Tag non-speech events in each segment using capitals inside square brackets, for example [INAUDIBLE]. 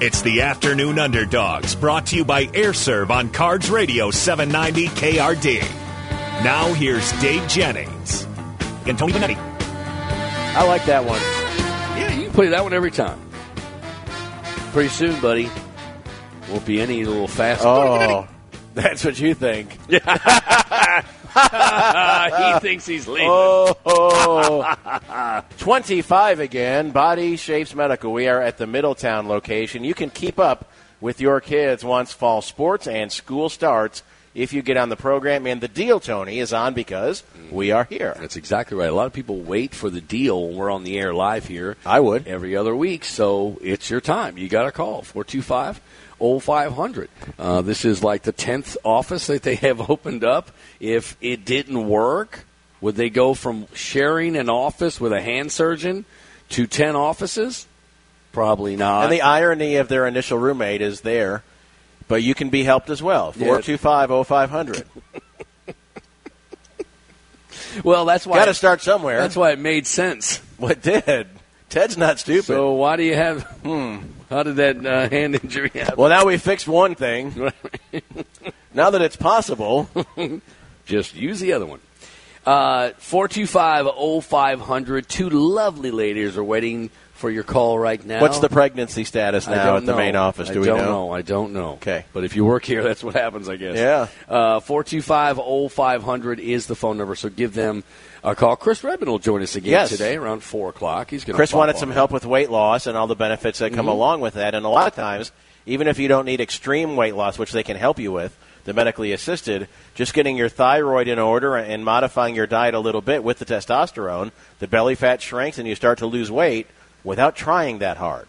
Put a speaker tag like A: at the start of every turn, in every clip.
A: It's the Afternoon Underdogs, brought to you by AirServe on Cards Radio 790 KRD. Now here's Dave Jennings and Tony Benetti.
B: I like that one. Yeah, you can play that one every time. Pretty soon, buddy, won't be any little fast. [LAUGHS]
C: Oh.
B: That's what you [LAUGHS] think.
C: he
B: thinks he's
C: leaving.
B: Oh.
C: 25 again, Body Shapes Medical. We are at the Middletown location. You can keep up with your kids once fall sports and school starts if you get on the program. And the deal, Tony, is on because we are here.
B: That's exactly right. A lot of people wait for the deal when we're on the air live here.
C: I would.
B: Every other week, so it's your time. You got a call, 425 0500. Uh, this is like the 10th office that they [LAUGHS] have opened up. If it didn't work, would they go from sharing an office with a hand surgeon to 10 offices? Probably not.
C: And the irony of their initial roommate is there, but you can be helped as well.
B: Yeah.
C: 425 0500.
B: well, that's why.
C: Got to start somewhere.
B: That's why it made sense.
C: What did? Ted's not stupid.
B: So why do you have? Hmm. How did that uh, [LAUGHS] hand injury happen?
C: Well, now we fixed
B: [LAUGHS]
C: one thing. now that it's possible,
B: Just use the other one. Uh, 425-0500. Two lovely ladies are waiting for your call right now.
C: what's the pregnancy status
B: I
C: now
B: don't
C: at the
B: know.
C: main office? Do
B: I
C: we
B: don't
C: know?
B: I don't know.
C: Okay.
B: But if you work here, [LAUGHS] that's what happens, I guess.
C: Yeah.
B: Uh, 425-0500 is the phone number, so give them a call. Chris Redmond will join us again
C: Yes.
B: today around 4 o'clock. He's going
C: Chris wanted some help with weight loss and all the benefits that come
B: Mm-hmm.
C: along with that. And a lot of times, even if you don't need extreme weight loss, which they can help you with, the medically assisted, just getting your thyroid in order and modifying your diet a little bit with the testosterone, the belly fat shrinks and you start to lose weight without trying that hard.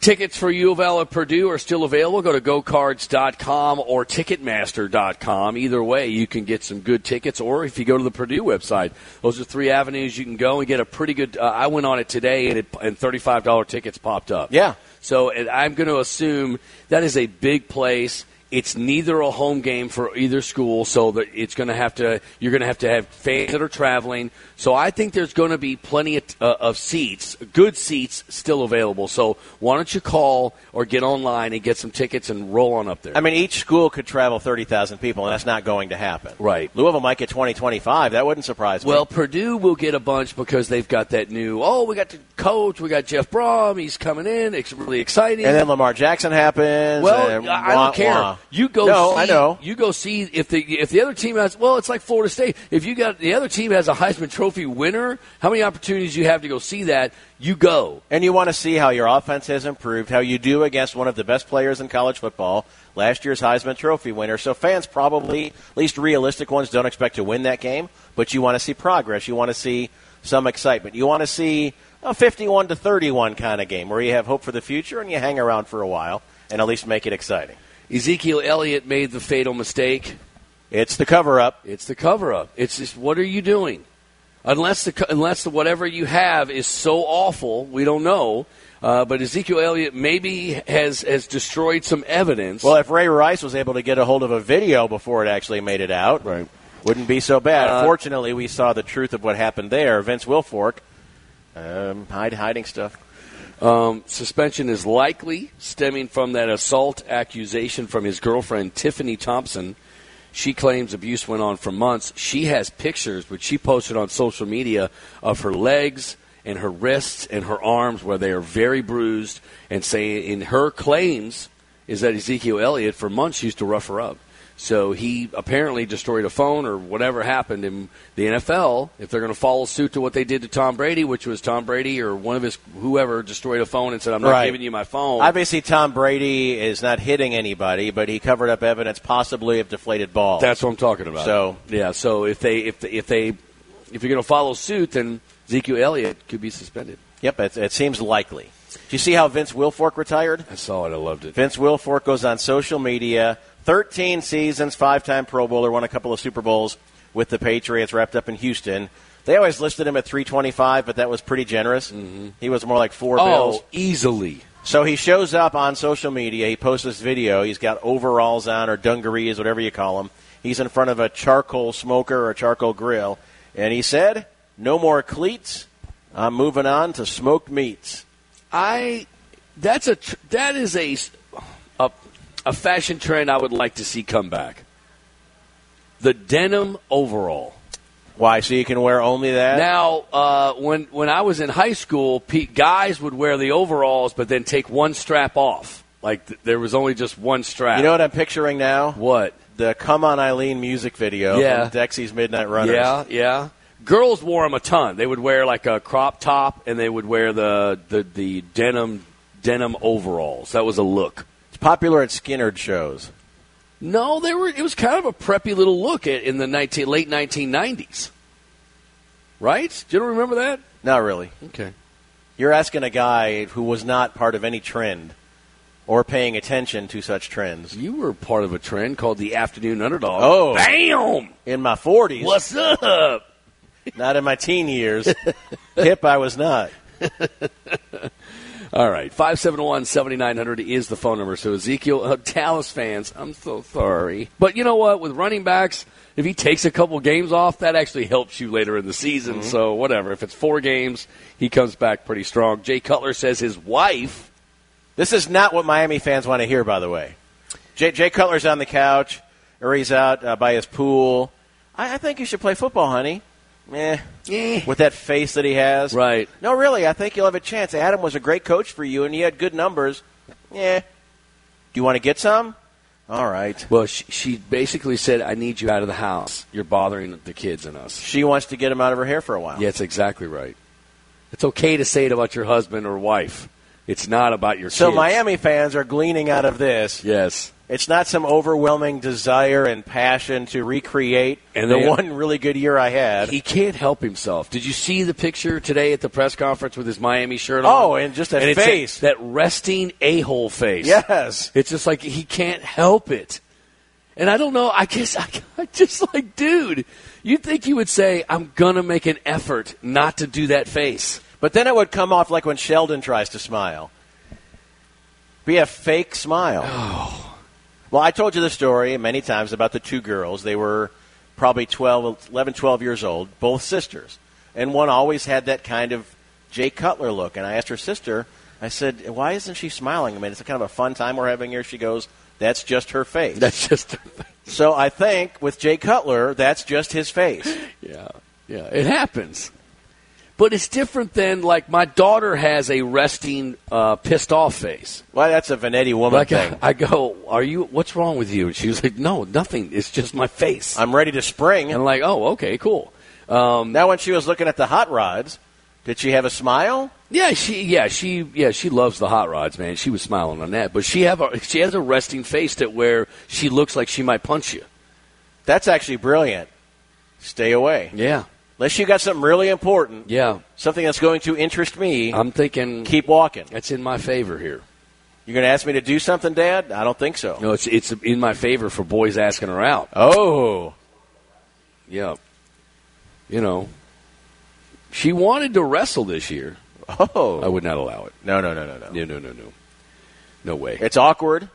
B: Tickets for U of L at Purdue are still available. Go to gocards.com or ticketmaster.com. Either way, you can get some good tickets, or if you go to the Purdue website, those are three avenues you can go and get a pretty good. Uh, I went on it today, and, it, and $35 tickets popped up.
C: Yeah.
B: So and I'm going to assume that is a big place. It's neither a home game for either school, so that it's going to have to you're going to have to have fans that are traveling. So I think there's going to be plenty of, uh, of seats, good seats still available. So why don't you call or get online and get some tickets and roll on up there?
C: I mean, each school could travel 30,000 people, and that's not going to happen.
B: Right.
C: Louisville might get 20, 25. That wouldn't surprise me.
B: Well, Purdue will get a bunch because they've got that new. Oh, we got the coach. We got Jeff Brom. He's coming in. It's really exciting.
C: and then Lamar Jackson happens.
B: Well,
C: and
B: I I
C: wah,
B: don't care.
C: wah.
B: You go.
C: No,
B: see,
C: I know.
B: You go see if the if the other team has. Well, it's like Florida State. If you got the other team has a Heisman Trophy winner, how many opportunities you have to go see that? You go.
C: And you want to see how your offense has improved, how you do against one of the best players in college football, last year's Heisman Trophy winner. So fans probably, at least realistic ones, don't expect to win that game, but you want to see progress. You want to see some excitement. You want to see a 51 to 31 kind of game where you have hope for the future and you hang around for a while and at least make it exciting.
B: Ezekiel Elliott made the fatal mistake.
C: It's the cover up.
B: It's the cover up. It's just what are you doing? Unless the co- unless the whatever you have is so awful, we don't know. Uh, but Ezekiel Elliott maybe has has destroyed some evidence.
C: Well, if Ray Rice was able to get a hold of a video before it actually made it out,
B: Right.
C: wouldn't be so bad.
B: Uh,
C: Fortunately, we saw the truth of what happened there. Vince Wilfork, um, hide, hiding stuff.
B: Um, suspension is likely stemming from that assault accusation from his girlfriend, Tiffany Thompson. She claims abuse went on for months. She has pictures, which she posted on social media, of her legs and her wrists and her arms where they are very bruised. And saying, in her claims, is that Ezekiel Elliott for months used to rough her up. So he apparently destroyed a phone or whatever happened in the NFL. If they're going to follow suit to what they did to Tom Brady, which was Tom Brady or one of his whoever destroyed a phone and said, "I'm not
C: Right.
B: giving you my phone."
C: Obviously, Tom Brady is not hitting anybody, but he covered up evidence possibly of deflated balls.
B: That's what I'm talking about.
C: So-
B: yeah, so if they if they, if they if you're going to follow suit, then Ezekiel Elliott could be suspended.
C: Yep, it, it seems likely. Do you see how Vince Wilfork retired?
B: I saw it. I loved it.
C: Vince Wilfork goes on social media. 13 seasons, five time Pro Bowler, won a couple of Super Bowls with the Patriots, wrapped up in Houston. They always listed him at 325, but that was pretty generous.
B: Mm-hmm.
C: He was more like four
B: Oh,
C: bills.
B: easily.
C: So he shows up on social media. He posts this video. He's got overalls on or dungarees, whatever you call them. He's in front of a charcoal smoker or charcoal grill. And he said, No more cleats. I'm moving on to smoked meats.
B: I that's a tr- that is a, s- a a fashion trend I would like to see come back. The denim overall.
C: Why? So you can wear only that?
B: Now, uh, when when I was in high school, pe- guys would wear the overalls, but then take one strap off. Like th- there was only just one strap.
C: you know what I'm picturing now?
B: what?
C: The Come On Eileen music video
B: Yeah.
C: from Dexy's Midnight Runners.
B: Yeah, yeah. Girls wore them a ton. They would wear like a crop top, and they would wear the the, the denim denim overalls. That was a look.
C: It's popular at Skinner shows.
B: No, they were. It was kind of a preppy little look at, in the 19, late 1990s. Right? Do you don't remember that?
C: Not really.
B: Okay.
C: You're asking a guy who was not part of any trend or paying attention to such trends.
B: You were part of a trend called the afternoon underdog.
C: Oh.
B: bam!
C: In my 40s,
B: What's up?
C: not in my
B: [LAUGHS]
C: teen years, hip I was not.
B: All right, 571-7900 is the phone number. So Ezekiel, uh, Dallas fans, I'm so sorry. But you know what? With running backs, if he takes a couple games off, that actually helps you later in the season.
C: Mm-hmm.
B: So whatever. If it's four games, he comes back pretty strong. Jay Cutler says his wife
C: This is not what Miami fans want to hear, by the way. Jay, Jay Cutler's on the couch, or he's out uh, by his pool. I, I think you should play football, honey. Eh.
B: Eh.
C: With that face that he has.
B: Right.
C: No, really, I think you'll have a chance. Adam was a great coach for you, and he had good numbers. Yeah. Do you want to get some? All right.
B: Well, she, she basically said, "I need you out of the house. You're bothering the kids and us."
C: She wants to get him out of her hair for a while.
B: Yeah, that's exactly right. It's okay to say it about your husband or wife. It's not about your
C: So
B: kids.
C: Miami fans are gleaning out of this.
B: Yes.
C: It's not some overwhelming desire and passion to recreate
B: And
C: the
B: they-
C: one really good year I had.
B: He can't help himself. Did you see the picture today at the press conference with his Miami shirt on?
C: Oh, and just that
B: it's
C: face.
B: that resting a hole face.
C: yes.
B: It's [GASPS] just like he can't help it. And I don't know. I guess [LAUGHS] I, I just like, dude, you'd think you would say, "I'm gonna make an effort not to do that face."
C: But then it would come off like when Sheldon tries to smile. Be a fake smile.
B: Oh.
C: Well, I told you the story many times about the two girls. They were probably 12, 11, 12 years old, both sisters. And one always had that kind of Jay Cutler look. And I asked her sister, I said, why isn't she smiling? I mean, it's a kind of a fun time we're having here. She goes, that's just her face.
B: That's just
C: so I think with Jay Cutler, that's just his face.
B: [LAUGHS] Yeah, yeah, it happens. But it's different than like my daughter has a resting, uh, pissed off face.
C: Well, that's a Vanetti woman
B: Like
C: thing.
B: [LAUGHS] I, I go, "Are you? What's wrong with you?" And she was like, "No, nothing. It's just my face."
C: I'm ready to spring.
B: and I'm like, "Oh, okay, cool." Um,
C: Now, when she was looking at the [LAUGHS] hot rods, did she have a smile?
B: yeah, she, yeah, she, yeah, she loves the hot rods, man. She was smiling on that, but she have a, she has a resting face that where she looks like she might punch you.
C: That's actually brilliant. Stay away.
B: Yeah,
C: Unless you got something really important,
B: yeah.
C: something that's going to interest me,
B: I'm thinking
C: keep walking.
B: that's in my favor here.
C: You're going to ask me to do something, Dad? I don't think so.
B: No, it's it's in my favor for boys asking her out.
C: Oh.
B: Yeah. You know, she wanted to wrestle this year.
C: Oh.
B: I would not allow it.
C: No, no, no, no, no.
B: No, no, no, no. No way.
C: It's awkward,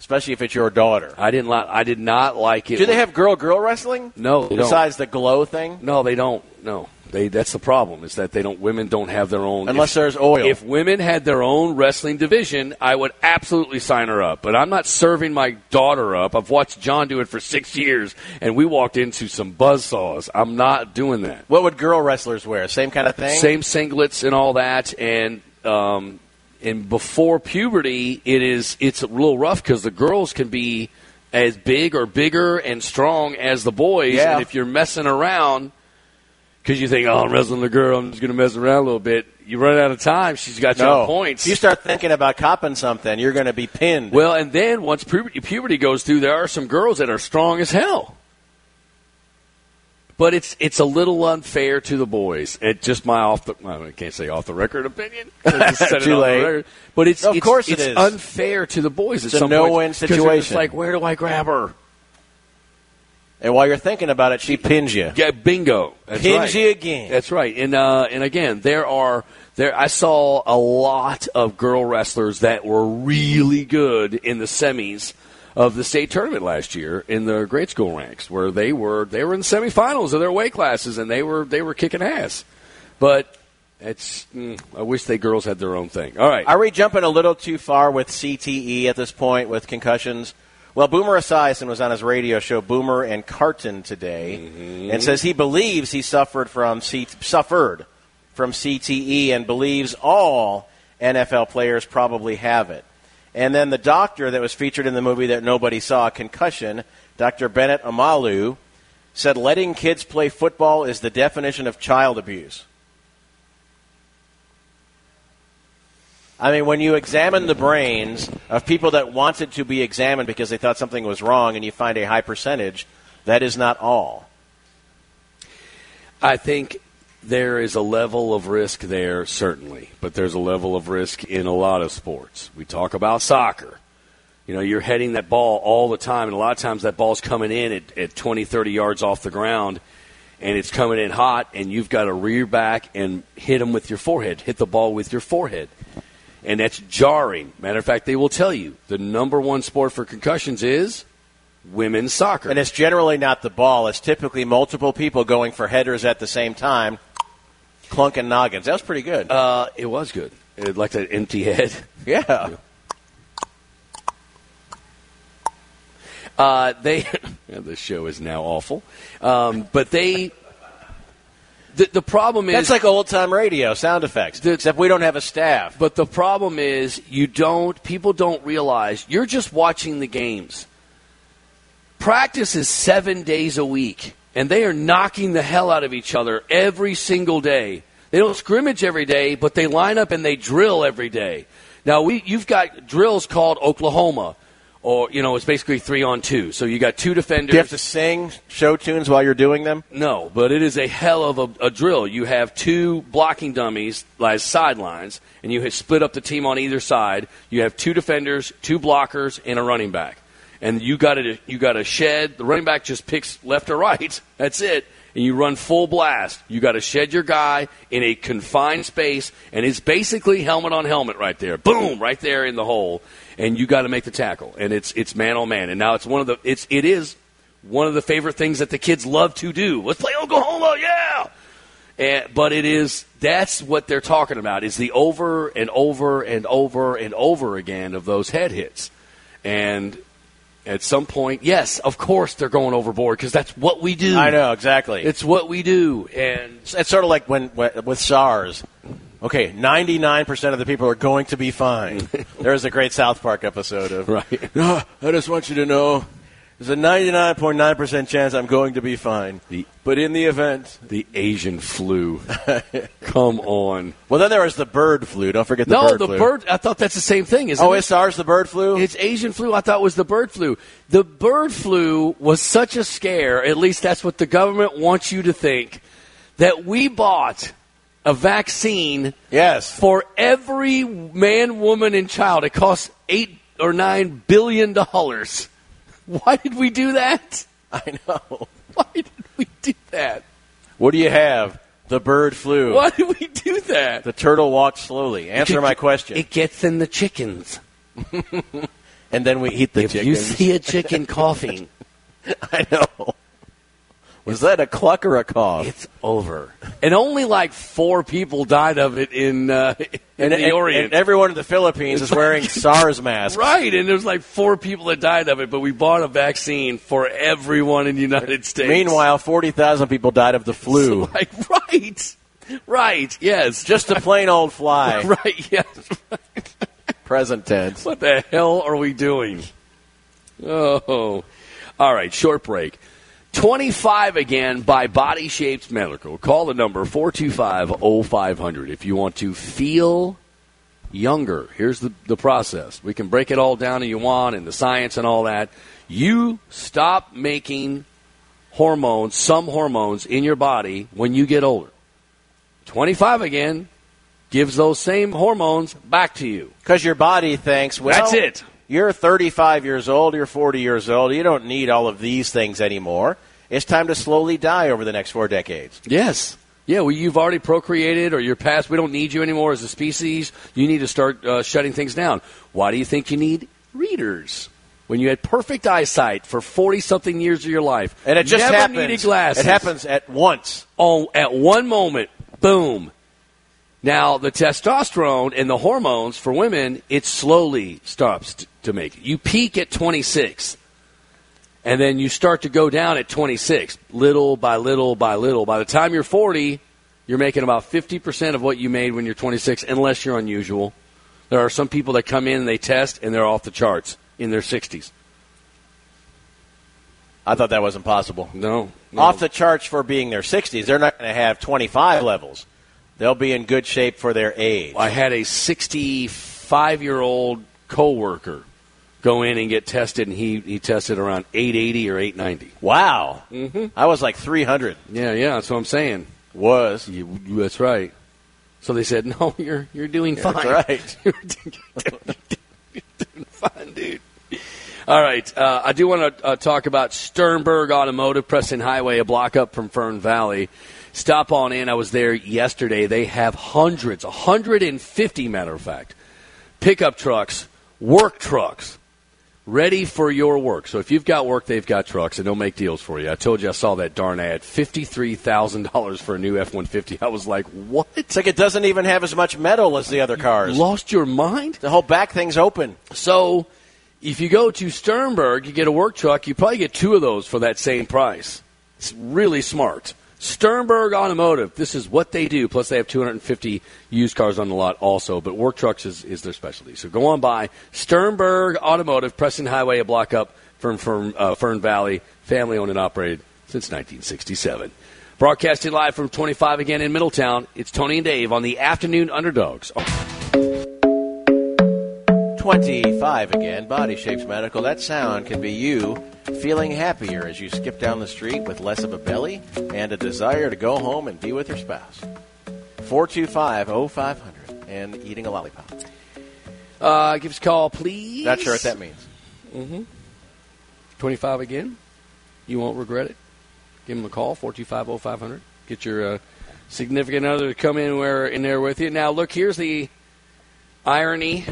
C: especially if it's your daughter.
B: I didn't like I did not like it.
C: Do they have girl girl wrestling?
B: No, they don't.
C: Besides the glow thing?
B: No, they don't. No. They that's the problem is that they don't women don't have their own
C: Unless
B: if-
C: there's oil.
B: If women had their own wrestling division, I would absolutely sign her up. But I'm not serving my daughter up. I've watched John do it for 6 years and we walked into some buzzsaws. I'm not doing that.
C: what would girl wrestlers wear? Same kind of thing?
B: same singlets and all that and um, and before puberty it is it's a little rough because the girls can be as big or bigger and strong as the boys
C: Yeah.
B: and if you're messing around because you think oh i'm wrestling the girl i'm just going to mess around a little bit you run out of time she's got you
C: No.
B: on points
C: If you start thinking about copping something, you're going to be pinned.
B: well and then once puberty, puberty goes through there are some girls that are strong as hell But it's it's a little unfair to the boys. It just my off the well, I can't say off the record opinion. [LAUGHS] I just said it
C: [LAUGHS] Too
B: on the
C: late.
B: record. But it's
C: Of
B: it's-
C: course it
B: it's
C: is.
B: unfair to the boys.
C: It's
B: at
C: a
B: some
C: no-win
B: point, 'cause they're just
C: situation.
B: Like where do I grab her?
C: And while you're thinking about it, she pins you.
B: Yeah, bingo. Oh, That's
C: Pins
B: right.
C: you again.
B: That's right. And uh, and again, there are there. I saw a lot of girl wrestlers that were really good in the semis of the state tournament last year in the grade school ranks, where they were they were in the semifinals of their weight classes, and they were they were kicking ass. But it's mm, I wish they girls had their own thing. All right.
C: Are we jumping a little too far with CTE at this point with concussions? Well, Boomer Esiason was on his radio show Boomer and Carton today,
B: Mm-hmm.
C: and says he believes he suffered from C- suffered from CTE and believes all NFL players probably have it. And then the doctor that was featured in the movie that nobody saw, Concussion, Dr. Bennett Amalu, said letting kids play football is the definition of child abuse. I mean, when you examine the brains of people that wanted to be examined because they thought something was wrong and you find a high percentage, that is not all.
B: I think there is a level of risk there, certainly, but there's a level of risk in a lot of sports. We talk about soccer. You know, you're heading that ball all the time, and a lot of times that ball's coming in at, at 20, 30 yards off the ground, and it's coming in hot, and you've got to rear back and hit them with your forehead, hit the ball with your forehead. And that's jarring. Matter of fact, they will tell you the number one sport for concussions is women's soccer.
C: And it's generally not the ball, it's typically multiple people going for headers at the same time, clunking noggins. That was pretty good.
B: uh, it was good. It, like that empty head.
C: yeah.
B: [LAUGHS] Uh, they, [LAUGHS] yeah, this show is now awful, um, but they. The, the problem is,
C: That's like old time radio sound effects,
B: The-
C: except we don't have a staff.
B: but the problem is, you don't. People don't realize you're just watching the games. Practice is seven days a week, and they are knocking the hell out of each other every single day. They don't scrimmage every day, but they line up and they drill every day. Now we, you've got drills called Oklahoma, or you know, it's basically three on two. So you got two defenders.
C: Do you have to sing show tunes while you're doing them?
B: No, but it is a hell of a, a drill. You have two blocking dummies as sidelines, and you have split up the team on either side. You have two defenders, two blockers, and a running back. And you got to you got to shed. The running back just picks left or right. [LAUGHS] That's it. And you run full blast. You got to shed your guy in a confined space, and it's basically helmet on helmet right there. Boom, right there in the hole, and you got to make the tackle. And it's it's man on man. And now it's one of the it's it is one of the favorite things that the kids love to do. Let's play Oklahoma, yeah. And, but it is that's what they're talking about is the over and over and over and over again of those head hits. And at some point, yes, of course they're going overboard because that's what we do.
C: I know, exactly.
B: It's what we do. And
C: It's, it's sort of like when, when with SARS. Okay, ninety nine percent of the people are going to
B: [LAUGHS]
C: be fine. there is a great South Park episode of [LAUGHS]
B: Right.
C: No, I just want you to know, there's a ninety nine point nine percent chance I'm going to be fine.
B: The-
C: but in the event, [LAUGHS]
B: the Asian flu. [LAUGHS] Come on.
C: well, then there was the bird flu. Don't forget the
B: no,
C: bird
B: the
C: flu.
B: bird I thought that's the same thing, isn't
C: Oh,
B: it?
C: is SARS the bird flu?
B: It's Asian flu. I thought it was the bird flu. The bird flu was such a scare. At least that's what the government wants you to think. That we bought a vaccine
C: yes.
B: for every man, woman, and child. It costs eight or nine billion dollars. [LAUGHS] Why did we do that?
C: I know.
B: Why did we do that?
C: What do you have? The bird flu.
B: Why did we do that?
C: The turtle walked slowly. Answer my question.
B: It gets in the chickens.
C: [LAUGHS] and then we eat the
B: if
C: chicken.
B: you see a
C: [LAUGHS]
B: chicken coughing,
C: I know. Was that a cluck or a cough?
B: It's over. And only like four people died of it in, uh, in
C: and,
B: the
C: and-
B: Orient.
C: and everyone in the Philippines is
B: [LAUGHS]
C: wearing SARS masks.
B: right, and there's like four people that died of it, but we bought a vaccine for everyone in the United States.
C: Meanwhile, 40,000 people died of the flu.
B: Like, right, right, yes.
C: [LAUGHS] Just a plain old
B: [LAUGHS]
C: fly,
B: Right, yes.
C: [LAUGHS] present tense.
B: What the hell are we doing? Oh. All right, short break. 25 again by Body Shapes Medical. Call the number 425 0500 if you want to feel younger. Here's the, the process. We can break it all down if you want and the science and all that. You stop making hormones, some hormones in your body when you get older. 25 again gives those same hormones back to you.
C: Because your body thinks, well,
B: That's it.
C: You're 35 years old, you're 40 years old, you don't need all of these things anymore. It's time to slowly die over the next four decades.
B: Yes. Yeah, well, you've already procreated or you're past. We don't need you anymore as a species. You need to start uh, shutting things down. Why do you think you need readers? When you had perfect eyesight for 40 something years of your life.
C: And it just
B: never
C: happens.
B: needed glasses.
C: It happens at once.
B: on at one moment, boom. Now the testosterone and the hormones for women, it slowly stops t- to make it. You peak at 26, and then you start to go down at 26, little by little by little. By the time you're 40, you're making about 50% of what you made when you're 26, unless you're unusual. There are some people that come in and they test and they're off the charts in their 60s.
C: I thought that was impossible.
B: No, no.
C: Off the charts for being their 60s, they're not going to have 25 levels. They'll be in good shape for their age.
B: I had a 65 year old coworker go in and get tested, and he, he tested around 880 or 890.
C: Wow. Mm-hmm. I was like 300.
B: Yeah, yeah, that's what I'm saying.
C: Was.
B: You, you- that's right. So they said, [LAUGHS] no, you're you're doing fine.
C: That's [LAUGHS] right. [LAUGHS]
B: you're, doing, you're doing- you're doing fine, dude. All right, uh, I do want to uh, talk about Sternberg Automotive, Preston Highway, a block up from Fern Valley. Stop on in. I was there yesterday. They have hundreds, 150, matter of fact, pickup trucks, work trucks, ready for your work. So if you've got work, they've got trucks, and they'll make deals for you. I told you I saw that darn ad, fifty-three thousand dollars for a new F one fifty. I was like, what?
C: It's like it doesn't even have as much metal as the other cars.
B: Lost your mind?
C: The whole back thing's open.
B: So if you go to Sternberg, you get a work truck, you probably get two of those for that same price. It's really smart. Sternberg Automotive, this is what they do. Plus, they have 250 used cars on the lot also, but work trucks is, is their specialty. So go on by Sternberg Automotive, Preston Highway, a block up from, from uh, Fern Valley, family owned and operated since 1967. Broadcasting live from 25 again in Middletown, it's Tony and Dave on the Afternoon Underdogs.
C: 25 again, Body Shapes Medical. That sound can be you feeling happier as you skip down the street with less of a belly and a desire to go home and be with your spouse. 425 0500 and eating a lollipop.
B: Uh, give us a call, please.
C: Not sure what that means.
B: 25 again. You won't regret it. Give them a call, 425 0500. Get your uh, significant other to come in, where, in there with you. Now, look, here's the irony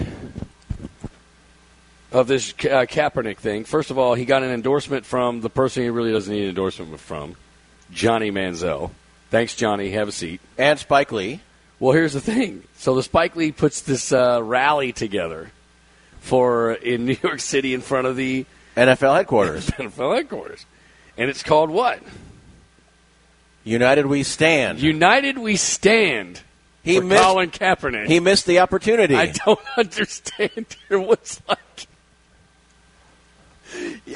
B: of this uh, Kaepernick thing. First of all, he got an endorsement from the person he really doesn't need an endorsement from, Johnny Manziel. Thanks, Johnny. Have a seat.
C: And Spike Lee.
B: Well, here's the thing. So the Spike Lee puts this uh, rally together for in New York City in front of the
C: NFL
B: [LAUGHS]
C: headquarters.
B: NFL headquarters. And it's called what?
C: United We Stand.
B: United We Stand
C: He
B: for
C: missed-
B: Colin Kaepernick.
C: he missed the opportunity.
B: I don't [LAUGHS] understand. It was like,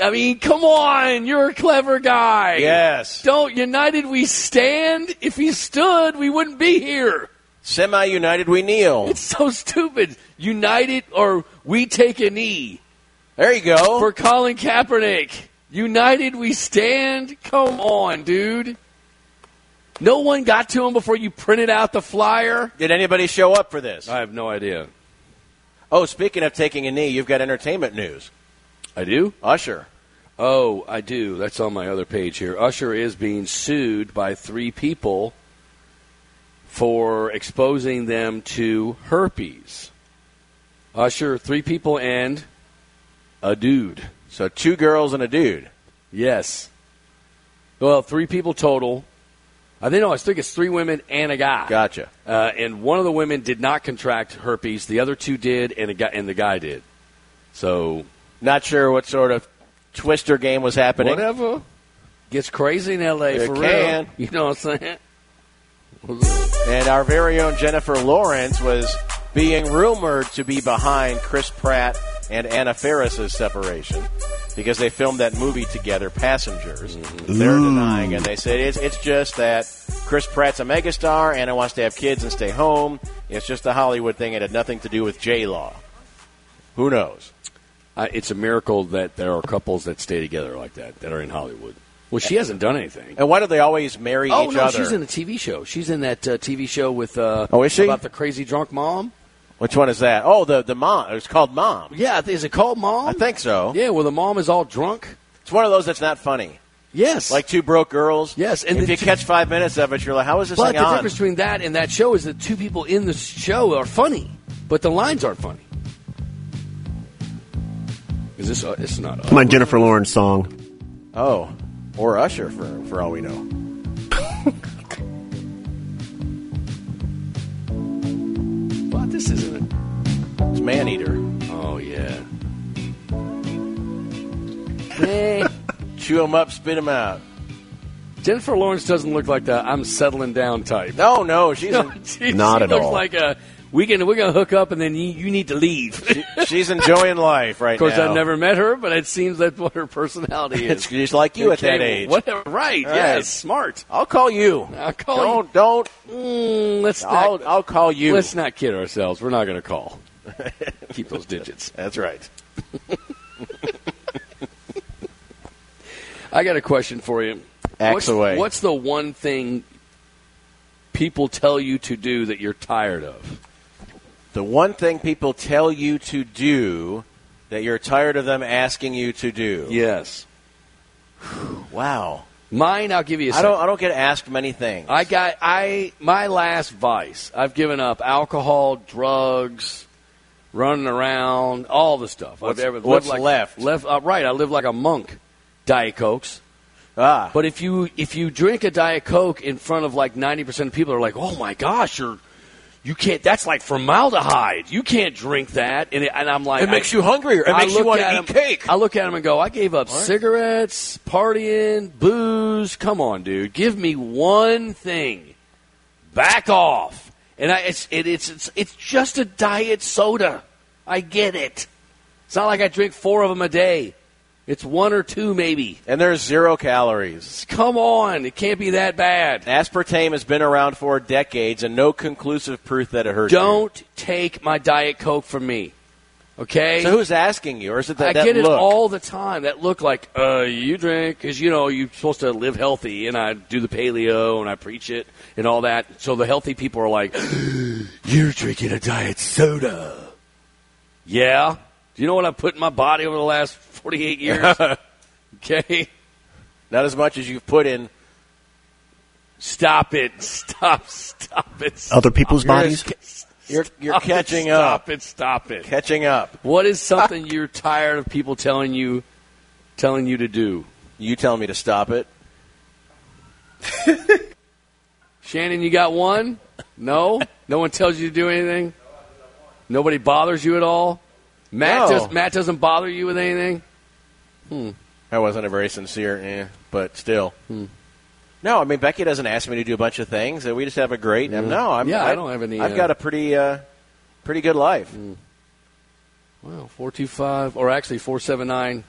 B: I mean, come on, you're a clever guy.
C: yes.
B: Don't United We Stand. If he stood, we wouldn't be here.
C: Semi United We Kneel.
B: It's so stupid. United or we take a knee
C: There you go.
B: for Colin Kaepernick. United we stand. Come on, dude. No one got to him before you printed out the flyer.
C: Did anybody show up for this?
B: I have no idea.
C: Oh, speaking of taking a knee, you've got entertainment news.
B: I do?
C: Usher.
B: Oh, I do. That's on my other page here. Usher is being sued by three people for exposing them to herpes. Usher, three people, and a dude.
C: So two girls and a dude.
B: Yes. Well, three people total. I think no, I think it's three women and a guy.
C: Gotcha.
B: Uh, and one of the women did not contract herpes. The other two did, and a guy and the guy did. So
C: Not sure what sort of twister game was happening.
B: whatever gets crazy in L.A.
C: It
B: for
C: can.
B: real. You know what I'm saying?
C: And our very own Jennifer Lawrence was being rumored to be behind Chris Pratt and Anna Faris's separation because they filmed that movie together, Passengers.
B: Mm-hmm.
C: They're denying it. They said it's, it's just that Chris Pratt's a megastar, Anna wants to have kids and stay home. It's just a Hollywood thing. It had nothing to do with J Law. Who knows?
B: Uh, it's a miracle that there are couples that stay together like that that are in Hollywood. Well, she hasn't done anything.
C: And why do they always marry
B: Oh
C: each
B: no,
C: other?
B: she's in a TV show. She's in that uh, TV show with. Uh,
C: Oh, is she?
B: about the crazy drunk mom?
C: Which one is that? Oh, the the mom. It's called Mom.
B: Yeah, is it called Mom?
C: I think so.
B: Yeah, well, the mom is all drunk.
C: It's one of those that's not funny.
B: Yes,
C: Like two broke girls.
B: Yes, and
C: if
B: the
C: you
B: two-
C: catch five minutes of it, you're like, how is this
B: But the
C: thing on?
B: difference between that and that show is that two people in the show are funny, but the lines aren't funny. Is this? Uh, it's not.
D: My Jennifer Lawrence song.
C: oh, or Usher for for all we know.
B: [LAUGHS] Well, this isn't it.
C: It's man eater.
B: Oh yeah.
C: Chew them up, spit them out.
B: Jennifer Lawrence doesn't look like the I'm settling down type.
C: No, no, she's
B: [LAUGHS]
C: en-
B: she,
D: Not
B: she
D: at
B: looks
D: all.
B: Like a we can we're gonna hook up and then you, you need to leave. of [LAUGHS]
C: she's enjoying life right
B: course,
C: now.
B: I've never met her, but it seems that's what her
C: [LAUGHS]
B: personality
C: It's
B: is.
C: just like you at that
B: Cable.
C: age.
B: Whatever. Right.
C: Right.
B: Yes. Smart.
C: I'll call you.
B: I'll call
C: don't, Don't
B: Mm, let's
C: I'll
B: not.
C: I'll call you.
B: Let's not kid ourselves. We're not going to
C: [LAUGHS]
B: call. Keep those digits.
C: That's right.
B: [LAUGHS] I got a question for you.
C: Axe
B: what's,
C: away.
B: What's the one thing people tell you to do that you're tired of?
C: The one thing people tell you to do that you're tired of them asking you to do.
B: Yes.
C: Wow.
B: Mine. I'll give you. A
C: I don't I don't get asked many things.
B: I got I my last vice. I've given up alcohol, drugs, running around, all the stuff.
C: What's-
B: I've ever lived
C: what's
B: like-
C: left?
B: Left, uh, right. I live like a monk. Diet cokes.
C: ah.
B: But if you if you drink a diet coke in front of like ninety percent of people, are like, oh my gosh, you're you can't. That's like formaldehyde. You can't drink that. And, it, and I'm like,
C: It makes
B: I-
C: you hungrier. It
B: I
C: makes you
B: look
C: wanna
B: at
C: eat
B: him-
C: cake.
B: I look at him and go, I gave up cigarettes, partying, booze. Come on, dude, give me one thing. Back off. And I, it's it, it's it's it's just a diet soda. I get it. It's not like I drink four of them a day. It's one or two maybe.
C: and there's zero calories.
B: Come on, it can't be that bad.
C: Aspartame has been around for decades and no conclusive proof that it hurts. you.
B: Don't take my Diet Coke from me. Okay?
C: So who's asking you, or is it that,
B: I
C: that
B: get it
C: look?
B: all the time. That look like, uh, you drink, because, you know, you're supposed to live healthy, and I do the paleo, and I preach it, and all that. So the healthy people are like, [GASPS] you're drinking a diet soda. Yeah? Do you know what I put in my body over the last 48
C: [LAUGHS]
B: years? okay?
C: Not as much as you've put in.
B: Stop it. [LAUGHS] Stop, stop it. Stop
D: Other people's bodies.
C: You're you're
B: it,
C: catching
B: [LAUGHS]
C: up.
B: Stop it. Stop it.
C: Catching up.
B: What is something you're tired of people telling you telling you to do?
C: You telling me to stop it?
B: [LAUGHS] Shannon, you got one? No? No one tells you to do anything? Nobody bothers you at all? Matt
C: No.
B: does Matt doesn't bother you with anything? Hmm.
C: That wasn't a very sincere, eh, but still. No, I mean Becky doesn't ask me to do a bunch of things, and we just have a great. No, I'm,
B: Yeah, I don't have any,
C: I've
B: uh, Hmm.
C: got a pretty, uh, pretty good life.
B: Well, 425 or actually 479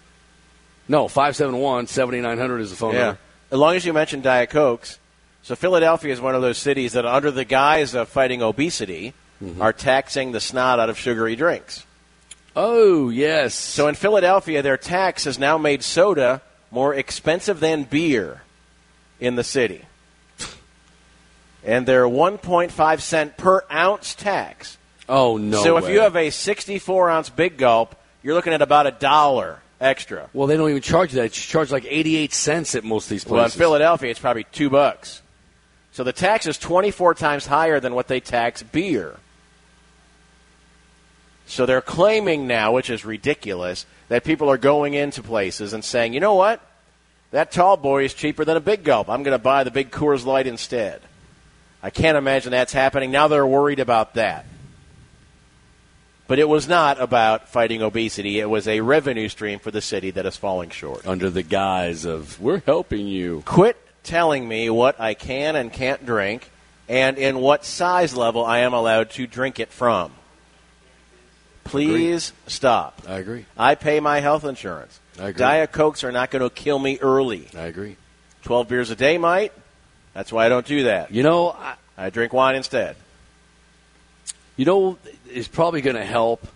B: No, 571 7900 is the phone
C: Yeah,
B: number.
C: as long as you mention Diet Cokes. So Philadelphia is one of those cities that, under the guise of fighting obesity,
B: Mm-hmm.
C: are taxing the snot out of sugary drinks.
B: Oh, yes.
C: So in Philadelphia, their tax has now made soda more expensive than beer in the city. And their 1.5 cent per ounce tax.
B: oh no.
C: so if
B: way.
C: you have a 64 ounce big gulp, you're looking at about a dollar extra.
B: Well, they don't even charge that. It's charged like 88 cents at most of these
C: Well, in
B: places.
C: Philadelphia, it's probably two bucks. So the tax is 24 times higher than what they tax beer. So they're claiming now, which is ridiculous, that people are going into places and saying, you know what? That tall boy is cheaper than a big gulp. I'm going to buy the big Coors Light instead. I can't imagine that's happening. Now they're worried about that. But it was not about fighting obesity. It was a revenue stream for the city that is falling short.
B: under the guise of we're helping you.
C: quit telling me what I can and can't drink and in what size level I am allowed to drink it from. Please stop.
B: I agree.
C: I pay my health insurance.
B: I agree.
C: Diet Cokes are not going to kill me early.
B: I agree.
C: 12 beers a day might. That's why I don't do that.
B: You know, I,
C: I drink wine instead.
B: you know, it's probably going to help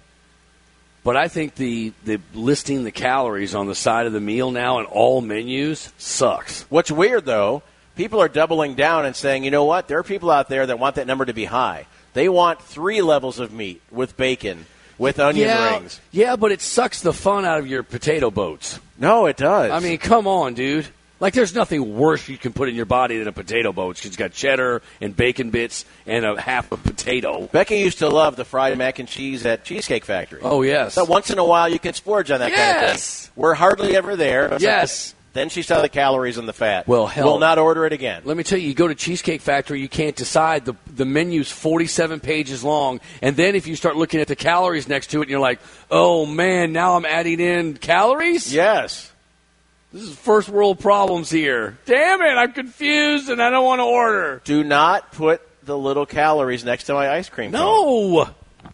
B: But I think the, the listing the calories on the side of the meal now in all menus sucks.
C: What's weird though, people are doubling down and saying, you know what? There are people out there that want that number to be high. They want three levels of meat with bacon, with onion
B: yeah,
C: rings.
B: yeah, but it sucks the fun out of your potato boats.
C: No, it does.
B: I mean, come on, dude. Like, there's nothing worse you can put in your body than a potato boat. She's got cheddar and bacon bits and a half a potato.
C: Becky used to love the fried mac and cheese at Cheesecake Factory.
B: Oh, yes.
C: So once in a while you can splurge on that kind of
B: Yes.
C: thing. We're hardly ever there.
B: Yes.
C: Then she saw the calories and the fat.
B: Well, hell.
C: We'll not order it again.
B: Let me tell you, you go to Cheesecake Factory, you can't decide. The, the menu's 47 pages long. And then if you start looking at the calories next to it, and you're like, oh, man, now I'm adding in calories?
C: Yes.
B: This is first world problems here. Damn it, I'm confused and I don't want to order.
C: Do not put the little calories next to my ice cream. cone.
B: No.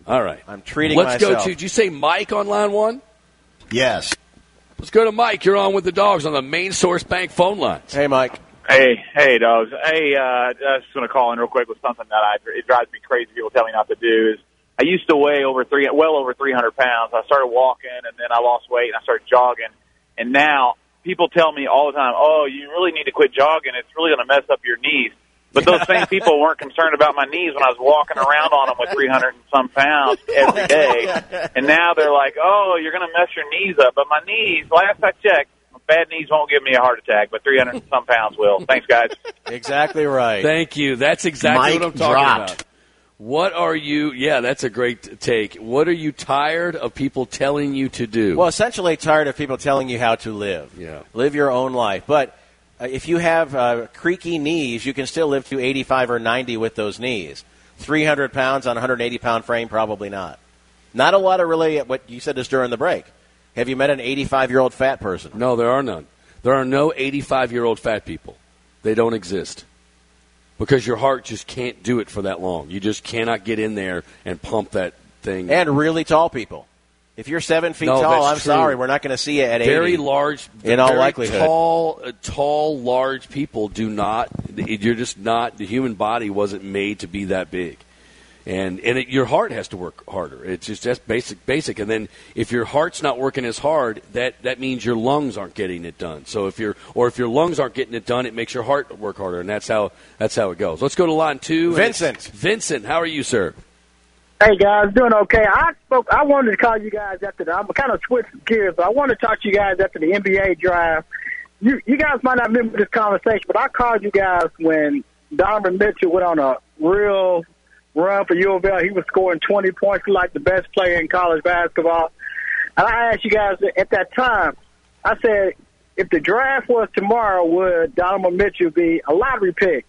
B: All right.
C: I'm treating
B: Let's go
C: myself.
B: to, did you say Mike on line one?
E: Yes.
B: Let's go to Mike. You're on with the dogs on the main source bank phone lines.
C: Hey, Mike.
F: Hey, hey, dogs. Hey, uh, I was just going to call in real quick with something that I it drives me crazy. People tell me not to do is I used to weigh over three, well over three hundred pounds. I started walking, and then I lost weight, and I started jogging, and now people tell me all the time, "Oh, you really need to quit jogging. It's really going to mess up your knees." But those same people weren't concerned about my knees when I was walking around on them with 300 and some pounds
G: [LAUGHS] Oh
F: every day. And now they're like, oh, you're going to mess your knees up. But my knees, last I checked, bad knees won't give me a heart attack, but 300 and some pounds will. Thanks, guys.
C: Exactly right.
B: Thank you. That's exactly
H: Mike
B: what I'm talking
H: dropped.
B: about. What are you? Yeah, that's a great take. What are you tired of people telling you to do?
C: Well, essentially, tired of people telling you how to live.
B: Yeah.
C: Live your own life. But uh, if you have uh, creaky knees, you can still live to 85 or 90 with those knees. 300 pounds on a 180 pound frame, probably not. Not a lot of really uh, what you said is during the break. Have you met an 85 year old fat person?
B: no, there are none. There are no 85 year old fat people. They don't exist because your heart just can't do it for that long. You just cannot get in there and pump that thing.
C: And really tall people. If you're seven feet
B: No,
C: tall,
B: that's
C: I'm
B: true.
C: sorry, we're not going to see you at 80.
B: very large,
C: In all
B: very
C: likelihood.
B: tall, uh, tall, large people do not. You're just not. The human body wasn't made to be that big, and and it, your heart has to work harder. It's just that's basic, basic. And then if your heart's not working as hard, that that means your lungs aren't getting it done. So if your or if your lungs aren't getting it done, it makes your heart work harder, and that's how that's how it goes. Let's go to line two. and it's-
C: Vincent.
B: Vincent, how are you, sir?
I: Hey guys, doing okay. I spoke. I wanted to call you guys after the. I'm kind of switching gears, but I want to talk to you guys after the NBA draft. You you guys might not remember this conversation, but I called you guys when Donovan Mitchell went on a real run for U of L. He was scoring 20 points, like the best player in college basketball. And I asked you guys at that time. I said, if the draft was tomorrow, would Donovan Mitchell be a lottery pick?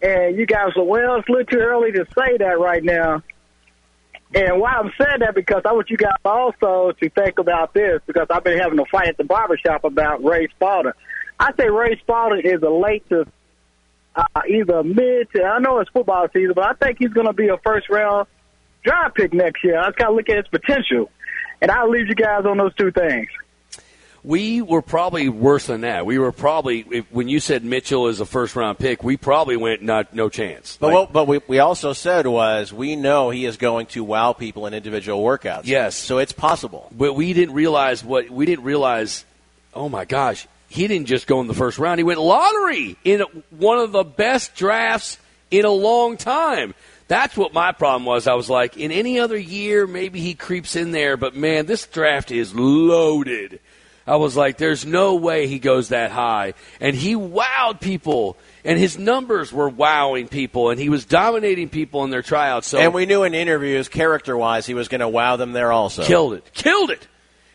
I: And you guys were well, it's a little too early to say that right now. And why I'm saying that because I want you guys also to think about this because I've been having a fight at the barbershop about Ray Spalding. I say Ray Spalding is a late to uh, either mid to I know it's football season, but I think he's going to be a first round draft pick next year. I just kind of look at his potential, and I'll leave you guys on those two things.
B: We were probably worse than that. We were probably if, when you said Mitchell is a first round pick, we probably went not no chance.
C: But
B: Like,
C: what but we, we also said was we know he is going to wow people in individual workouts.
B: Yes.
C: So it's possible.
B: but we didn't realize what we didn't realize. Oh my gosh, he didn't just go in the first round. He went lottery in one of the best drafts in a long time. That's what my problem was. I was like, in any other year, maybe he creeps in there, but man, this draft is loaded. I was like, there's no way he goes that high. And he wowed people, and his numbers were wowing people, and he was dominating people in their tryouts. So
C: And we knew in interviews, character wise, he was going to wow them there also.
B: killed it. Killed it.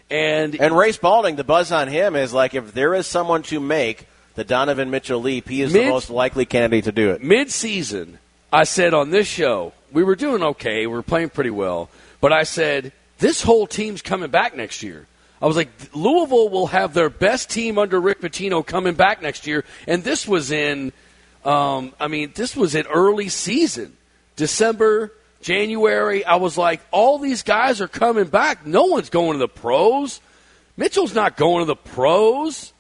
B: And
C: And Ray Spalding, the buzz on him is like if there is someone to make the Donovan Mitchell leap, he is
B: Mitch-
C: the most likely candidate to do it.
B: mid-season, I said on this show we were doing okay, we were playing pretty well, but I said this whole team's coming back next year. I was like, Louisville will have their best team under Rick Pitino coming back next year, and this was in, um, I mean, this was in early season, December, January. I was like, all these guys are coming back. No one's going to the pros. Mitchell's not going to the pros.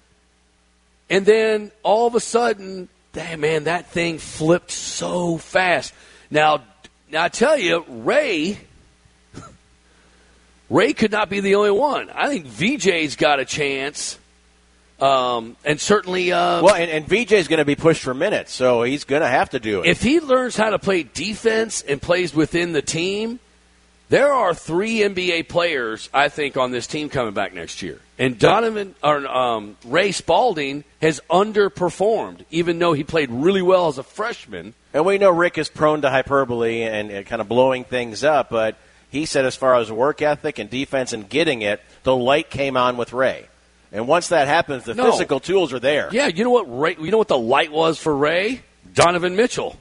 B: And then all of a sudden, damn man, that thing flipped so fast. Now, now I tell you, Ray, [LAUGHS] Ray could not be the only one. I think VJ's got a chance, um, and certainly uh,
C: Well, and, and VJ's going to be pushed for minutes, so he's going to have to do it.
B: if he learns how to play defense and plays within the team, there are three NBA players I think on this team coming back next year. And Donovan or um, Ray Spalding has underperformed, even though he played really well as a freshman.
C: and we know Rick is prone to hyperbole and, and kind of blowing things up, but he said as far as work ethic and defense and getting it, the light came on with Ray. And once that happens, the
B: No.
C: physical tools are there.
B: Yeah, you know what Ray, you know what the light was for Ray? Donovan Mitchell.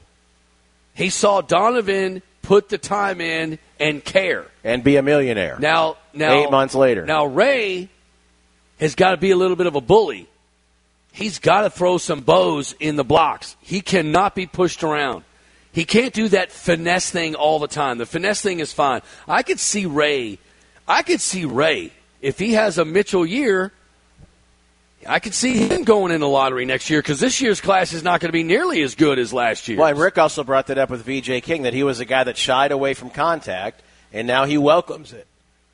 B: He saw Donovan put the time in and care.
C: And be a millionaire.
B: Now, now
C: Eight months later.
B: Now Ray has got to be a little bit of a bully. He's got to throw some bows in the blocks. He cannot be pushed around. He can't do that finesse thing all the time. The finesse thing is fine. I could see Ray. I could see Ray if he has a Mitchell year. I could see him going in the lottery next year because this year's class is not going to be nearly as good as last year.
C: Well, and Rick also brought that up with VJ King that he was a guy that shied away from contact, and now he welcomes it.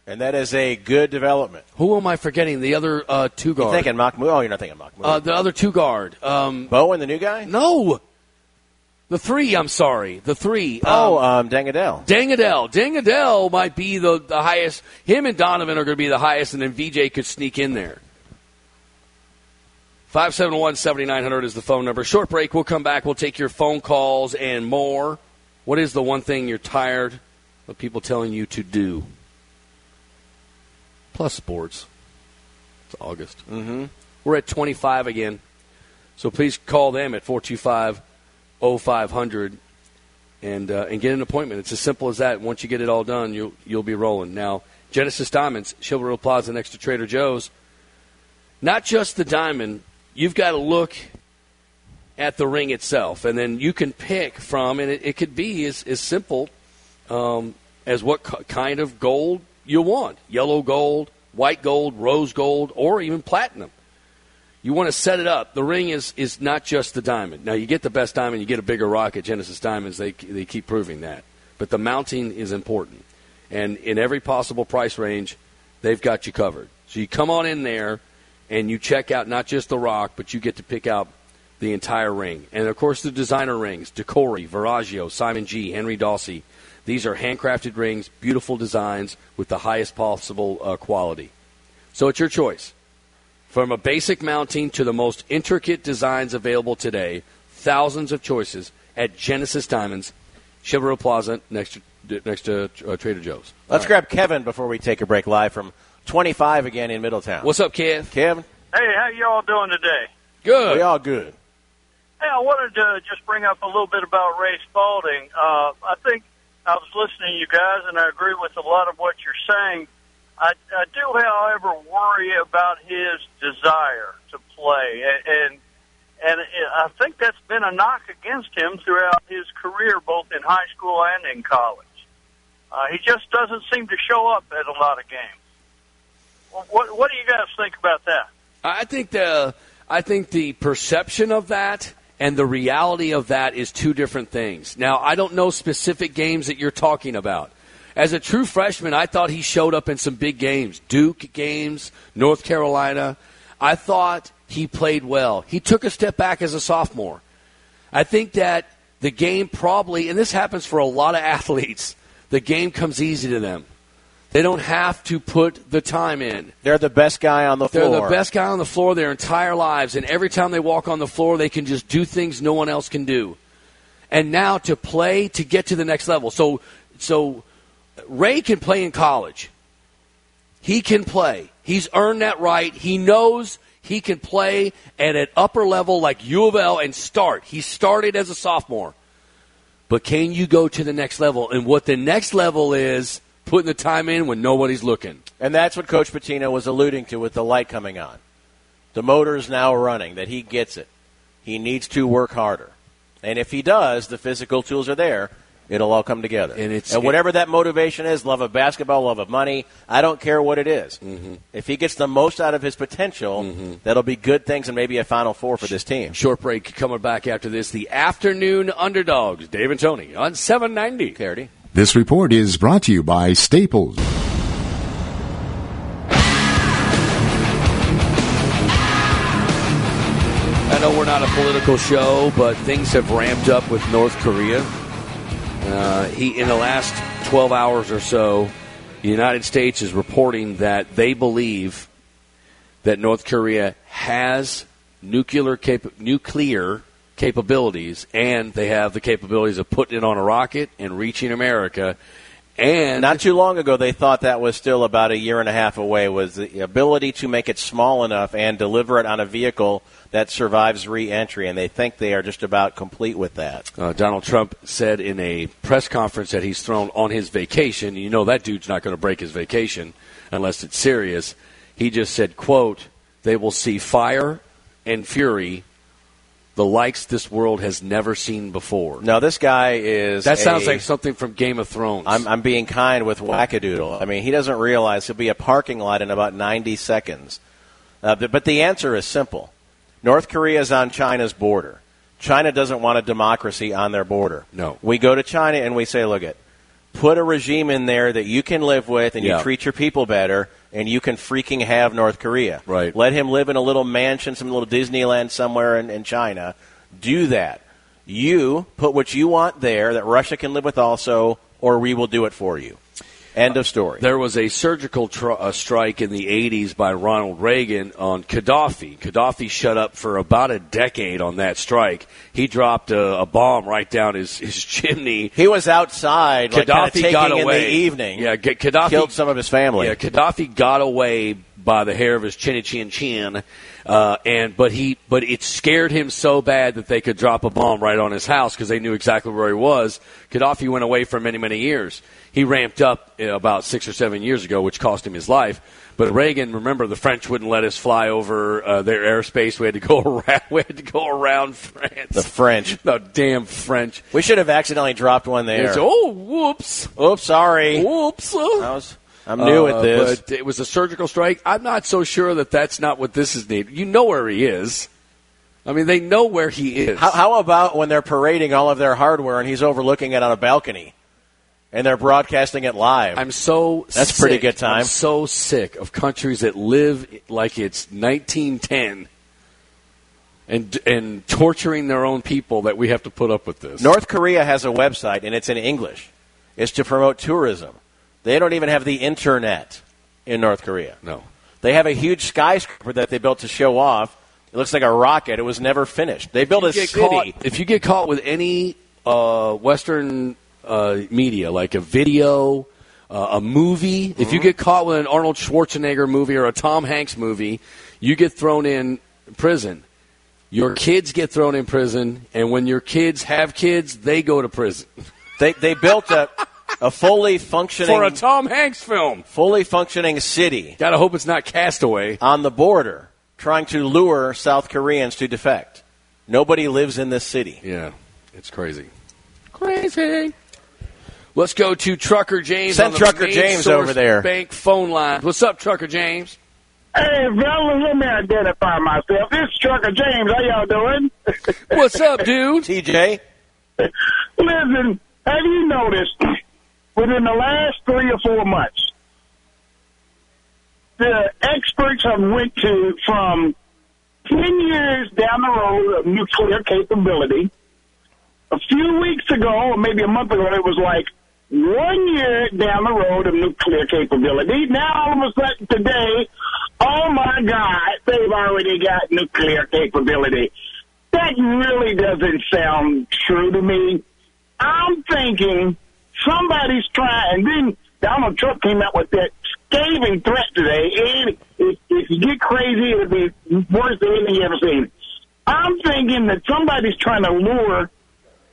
C: And that is a good development.
B: Who am I forgetting? The other uh, two
C: You're
B: guard.
C: thinking Mahmoud? Oh, you're not thinking Mahmoud.
B: uh, the other two guard. Um,
C: Bowen, the new guy?
B: No. The three, I'm sorry. The three.
C: Oh,
B: um,
C: um, Dangadell.
B: Dangadell. Dangadell might be the, the highest. Him and Donovan are going to be the highest, and then VJ could sneak in there. 571 7900 is the phone number. Short break. We'll come back. We'll take your phone calls and more. What is the one thing you're tired of people telling you to do? Plus sports. It's August. Mm-hmm. We're at 25 again. So please call them at 425 0500 and uh, and get an appointment. It's as simple as that. Once you get it all done, you'll you'll be rolling. Now, Genesis Diamonds, Chilbert Plaza next to Trader Joe's. Not just the diamond. You've got to look at the ring itself, and then you can pick from, and it, it could be as, as simple um, as what ki- kind of gold you want: yellow gold, white gold, rose gold, or even platinum. You want to set it up. The ring is is not just the diamond. Now you get the best diamond, you get a bigger rock at Genesis Diamonds. They they keep proving that, but the mounting is important, and in every possible price range, they've got you covered. So you come on in there, and you check out not just the rock, but you get to pick out the entire ring, and of course the designer rings: Decore, Viraggio, Simon G, Henry Dawsey. These are handcrafted rings, beautiful designs with the highest possible uh, quality. So it's your choice. From a basic mounting to the most intricate designs available today, thousands of choices at Genesis Diamonds, Chevrolet Plaza next to, next to uh, Trader Joe's.
C: Let's grab Kevin before we take a break live from 25 again in Middletown.
B: What's up, Kev?
C: Kevin?
J: Hey, how y'all doing today?
B: Good.
C: We all good.
J: Hey, I wanted to just bring up a little bit about Ray Spalding. Uh, I think I was listening to you guys, and I agree with a lot of what you're saying. I, I do, however, worry about his desire to play, and and I think that's been a knock against him throughout his career, both in high school and in college. Uh, he just doesn't seem to show up at a lot of games. What what do you guys think about that?
B: I think the I think the perception of that and the reality of that is two different things. Now, I don't know specific games that you're talking about. As a true freshman, I thought he showed up in some big games, Duke games, North Carolina. I thought he played well. He took a step back as a sophomore. I think that the game probably, and this happens for a lot of [LAUGHS] athletes, the game comes easy to them. They don't have to put the time in.
C: They're the best guy on the
B: They're
C: floor.
B: the best guy on the floor their entire lives, and every time they walk on the floor, they can just do things no one else can do. And now to play to get to the next level. So, so Ray can play in college. He can play. He's earned that right. He knows he can play at an upper level like U of L and start. He started as a sophomore. But can you go to the next level? And what the next level is putting the time in when nobody's looking.
C: And that's what Coach Patino was alluding to with the light coming on. The motor is now running, that he gets it. He needs to work harder. And if he does, the physical tools are there. It'll all come together.
B: And it's-
C: whatever that motivation is love of basketball, love of money, I don't care what it is.
B: Mm-hmm.
C: If he gets the most out of his potential, that'll be good things and maybe a Final Four for this team.
B: Short break coming back after this. The afternoon underdogs, Dave and Tony on 790.
C: Clarity.
K: This report is brought to you by Staples.
B: political show, but things have ramped up with North Korea. Uh, he, in the last 12 hours or so, the United States is reporting that they believe that North Korea has nuclear cap- nuclear capabilities, and they have the capabilities of putting it on a rocket and reaching America. And
C: not too long ago, they thought that was still about a year and a half away. Was the ability to make it small enough and deliver it on a vehicle that survives re-entry, and they think they are just about complete with that.
B: Uh, Donald Trump said in a press conference that he's thrown on his vacation. You know that dude's not going to break his vacation unless it's serious. He just said, "quote They will see fire and fury, the likes this world has never seen before."
C: Now this guy is
B: That sounds
C: a-
B: like something from Game of Thrones.
C: I'm, I'm being kind with Wackadoodle. I mean, he doesn't realize he'll be a parking lot in about 90 seconds. Uh, but, but the answer is simple North Korea is on China's border. China doesn't want a democracy on their border.
B: No.
C: We go to China and we say, look, it, put a regime in there that you can live with and
B: Yeah.
C: you treat your people better and you can freaking have North Korea.
B: Right.
C: Let him live in a little mansion, some little Disneyland somewhere in, in China. Do that. You put what you want there that Russia can live with also, or we will do it for you. End of story.
B: There was a surgical [LAUGHS] tr- uh, strike in the 80s by Ronald Reagan on Gaddafi. Gaddafi shut up for about a decade on that strike. He dropped a, a bomb right down his, his [LAUGHS] chimney.
C: He was outside, like, kinda
B: Gaddafi
C: taking
B: got
C: in
B: away
C: the evening.
B: Yeah, G- Gaddafi
C: killed some of his family.
B: Yeah, Gaddafi got away by the hair of his chinny chin chin, uh, and but he but it scared him so bad that they could drop a bomb right on his house because they knew exactly where he was. Gaddafi went away for many many years. He ramped up uh, about six or seven years ago, which cost him his life. But Reagan, remember, the French wouldn't let us fly over uh, their airspace. We had to go [LAUGHS] around. We had to go around France.
C: The French.
B: the damn French.
C: We should have accidentally dropped one there.
B: It's, oh, whoops,
C: Oops, sorry.
B: whoops.
C: I was, I'm new
B: Uh,
C: at this.
B: But it was a surgical strike. I'm not so sure that that's not what this is needed. You know where he is. I mean, they know where he is.
C: How, how about when they're parading all of their hardware and he's overlooking it on a balcony, and they're broadcasting it live?
B: I'm so
C: That's pretty
B: sick.
C: good time.
B: I'm so sick of countries that live like it's 1910 and and torturing their own people that we have to put up with this.
C: North Korea has a website and it's in English. It's to promote tourism. They don't even have the internet in North Korea.
B: no.
C: They have a huge skyscraper that they built to show off. It looks like a rocket. It was never finished. They built a
B: get
C: city.
B: caught- if you get caught with any uh, Western uh, media, like a video, uh, a movie,
C: Mm-hmm.
B: if you get caught with an Arnold Schwarzenegger movie or a Tom Hanks movie, you get thrown in prison. Your kids get thrown in prison, and when your kids have kids, they go to prison
C: They, they built a, a fully
B: [LAUGHS]
C: functioning
B: for a Tom Hanks film.
C: fully functioning city
B: Gotta hope it's not Castaway.
C: on the border, trying to lure South Koreans to defect. Nobody lives in this city.
B: Yeah, it's crazy. Crazy. Let's go to Trucker James.
C: Send
B: on the
C: Trucker
B: main
C: James
B: source
C: over there.
B: Bank phone line. What's up, Trucker James?
L: Hey, fellas, let me identify myself. It's Trucker James. How y'all doing?
B: [LAUGHS] What's up, dude?
C: TJ,
L: Listen, have you noticed within the last three or four months, the experts have went to from ten years down the road of nuclear capability. A few weeks ago, or maybe a month ago, it was like one year down the road of nuclear capability. Now all of a sudden today, oh my God, they've already got nuclear capability. That really doesn't sound true to me. I'm thinking somebody's trying. And then Donald Trump came out with that scathing threat today. And if, if you get crazy, it'll be worse than anything you ever seen. I'm thinking that somebody's trying to lure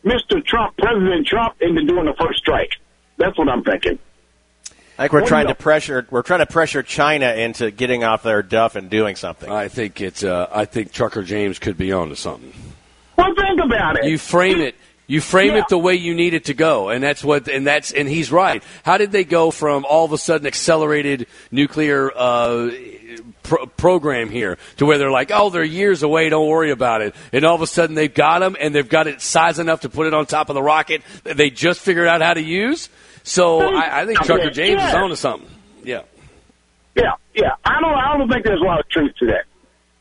L: Mr. Trump, President Trump, into doing the first strike. That's what I'm thinking.
C: I think we're
L: Well,
C: trying
L: no.
C: to pressure we're trying to pressure China into getting off their duff and doing something.
B: I think it's. Uh, I think Trucker James could be onto something.
L: Well, think about it.
B: You frame it. You frame
L: Yeah.
B: it the way you need it to go, and that's what. And that's. And he's right. How did they go from all of a sudden accelerated nuclear uh, pro- program here to where they're like, oh, they're years away. Don't worry about it. And all of a sudden they've got them, and they've got it size enough to put it on top of the rocket that they just figured out how to use. So I, I think Trucker James is
L: Yeah.
B: onto something. Yeah.
L: Yeah, yeah. I don't. I don't think there's a lot of truth to that.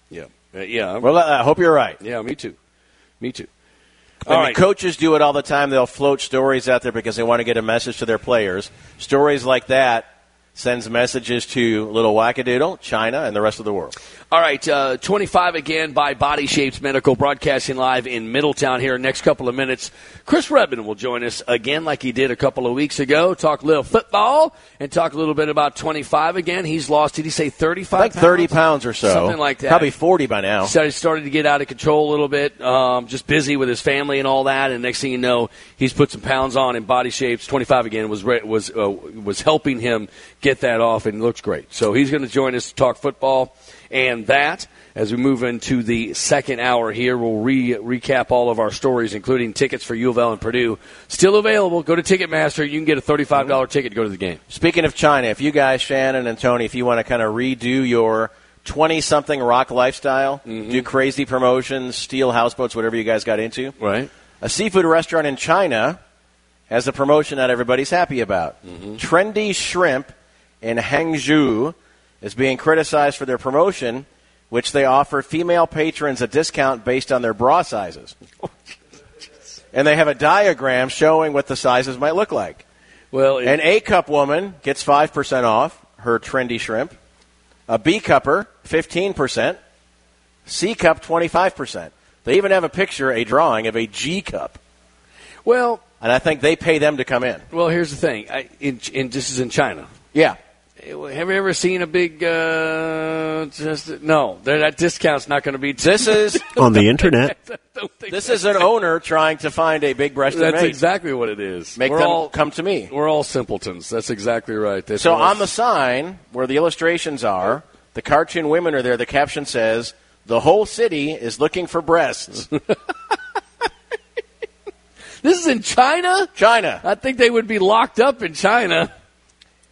B: Yeah. Uh, yeah.
C: Well, I I hope you're right.
B: Yeah. Me too. Me too.
C: And
B: All
C: the
B: right.
C: coaches do it all the time. They'll float stories out there because they want to get a message to their players. Stories like that sends messages to little wackadoodle, China, and the rest of the world.
B: All right, uh, 25 again by Body Shapes Medical, broadcasting live in Middletown here. Next couple of minutes, Chris Rebin will join us again, like he did a couple of weeks ago. Talk a little football and talk a little bit about 25 again. He's lost. Did he say 35?
C: Like 30 pounds or so.
B: Something like that.
C: Probably 40 by now.
B: So he started to get out of control a little bit, um, just busy with his family and all that. And next thing you know, he's put some pounds on and body shapes. 25 again was re- was uh, was helping him get that off, and looks great. So he's going to join us to talk football and that. As we move into the second hour here, we'll re- recap all of our stories, including tickets for U of L and Purdue. Still available. Go to Ticketmaster. You can get a $35 ticket to go to the game.
C: Speaking of China, if you guys, Shannon and Tony, if you want to kind of redo your 20 something rock lifestyle, do crazy promotions, steal houseboats, whatever you guys got into.
B: Right.
C: A seafood restaurant in China has a promotion that everybody's happy about. Trendy Shrimp in Hangzhou is being criticized for their promotion, which they offer female patrons a discount based on their bra sizes. and they have a diagram showing what the sizes might look like.
B: Well, it-
C: An A cup woman gets 5% off her trendy shrimp. A B cupper, 15%. C cup, 25%. They even have a picture, a drawing of a G cup.
B: well,
C: And I think they pay them to come in.
B: well, here's the thing. I, in, in, this is in China.
C: Yeah.
B: Have you ever seen a big uh, just no? there- That discount's not going to be. [LAUGHS]
C: This is
D: on the internet.
C: this is an owner trying to find a big breasted
B: That's
C: mate.
B: exactly what it is.
C: Make
B: we're
C: them
B: all
C: come to me.
B: we're all simpletons. That's exactly right. That's
C: So
B: what I
C: on the sign where the illustrations are, the cartoon women are there. The caption says, "The whole city is looking
B: [LAUGHS]
C: for breasts."
B: s- this is in China.
C: China,
B: I think they would be locked up in China.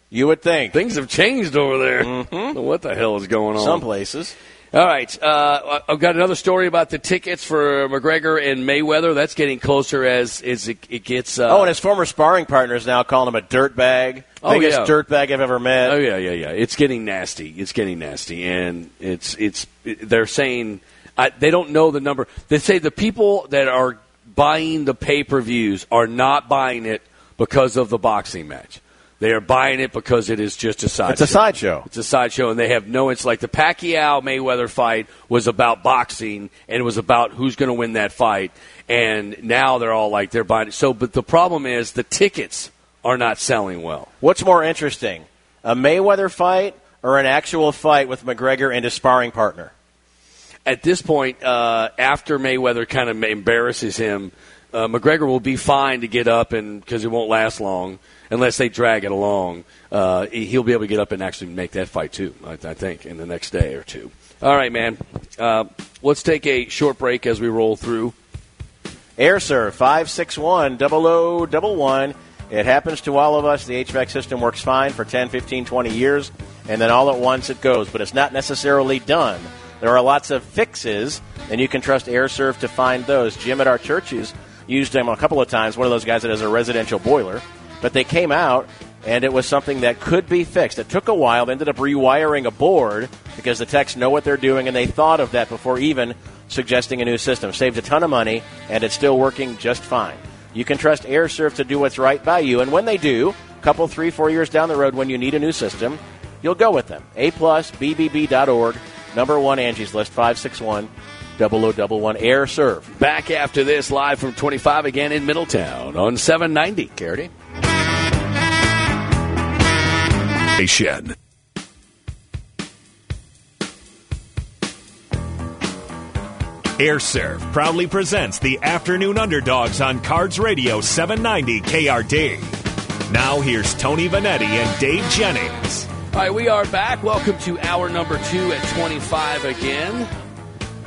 C: you would think. Mm-hmm.
B: Things have changed over there. What the hell is going on?
C: Some places.
B: All right, uh, I've got another story about the tickets for McGregor and Mayweather. That's getting closer as as it, it gets. Uh,
C: Oh, and his former sparring partner is now calling him a dirtbag.
B: Oh,
C: Biggest
B: yeah.
C: dirtbag I've ever met.
B: Oh yeah, yeah, yeah. It's getting nasty. It's getting nasty, and it's it's they're saying I, they don't know the number. They say the people that are buying the pay per views are not buying it because of the boxing match. They are buying it because it is just a side.
C: It's a sideshow.
B: It's a sideshow, and they have no. It's like the Pacquiao Mayweather fight was about boxing, and it was about who's going to win that fight. And now they're all like they're buying it. So, but the problem is the tickets are not selling well.
C: What's more interesting, a Mayweather fight or an actual fight with McGregor and his sparring partner?
B: at this point, uh, after Mayweather kind of embarrasses him, uh, McGregor will be fine to get up and because it won't last long unless they drag it along. Uh, he- he'll be able to get up and actually make that fight too. I, I think in the next day or two. All right, man. Uh, let's take a short break as we roll through.
C: Air Sir 561 0011. It happens to all of us. The HVAC system works fine for 10, 15, 20 years, and then all at once it goes, but it's not necessarily done. There are lots of fixes, and you can trust AirServe to find those. Jim at our churches used them a couple of times, one of those guys that has a residential boiler, but they came out, and it was something that could be fixed. It took a while, they ended up rewiring a board because the techs know what they're doing, and they thought of that before even suggesting a new system. Saved a ton of money, and it's still working just fine. You can trust AirServe to do what's right by you, and when they do, a couple, three, four years down the road, when you need a new system, you'll go with them. A plus, BBB.org, number one, Angie's List, 561 0011, AirServe.
B: Back after this, live from 25 again in Middletown on 790. Carity.
A: Nation. AirServe proudly presents the Afternoon Underdogs on Cards Radio 790 KRD. Now here's Tony Vanetti and Dave Jennings.
B: All right, we are back. Welcome to hour number two at 25 again.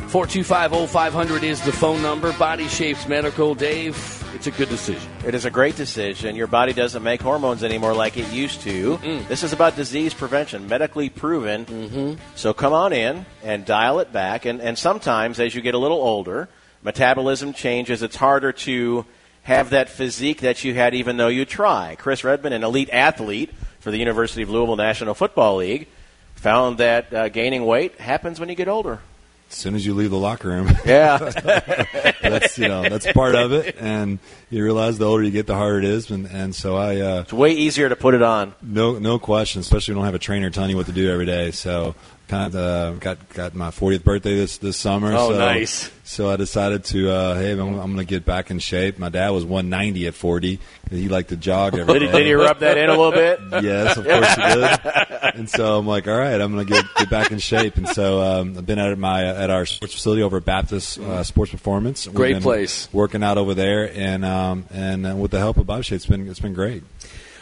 B: 425-0500 is the phone number. Body Shapes Medical. Dave, it's a good decision.
C: It is a great decision. Your body doesn't make hormones anymore like it used to. This is about disease prevention, medically proven. Mm-hmm. So come on in and dial it back. And, and sometimes, as you get a little older, metabolism changes. It's harder to have that physique that you had even though you try. Chris Redman, an elite athlete for the University of Louisville National Football League, found that uh, gaining weight happens when you get older.
K: As soon as you leave the locker room,
C: [LAUGHS] Yeah.
K: [LAUGHS] that's you know that's part of it, and you realize the older you get, the harder it is, and and so I. Uh,
C: it's way easier to put it on.
K: No, no question. Especially when you don't have a trainer telling you what to do every day. So kind of, uh, got got my 40th birthday this this summer.
B: Oh,
K: so,
B: nice.
K: So I decided to uh, hey, I'm, I'm going to get back in shape. My dad was 190 at 40. He liked to jog every
C: [LAUGHS]
K: day.
C: Did he, did he rub that in a little bit?
K: [LAUGHS] Yes, of course he did. [LAUGHS] And so I'm like, all right, I'm going to get get back in shape. And so um, I've been at my at our sports facility over at Baptist uh, Sports Performance. We've
B: Great
K: been
B: place.
K: Working out over there, and um, and uh, with the help of Bob Shea, it's been it's been great.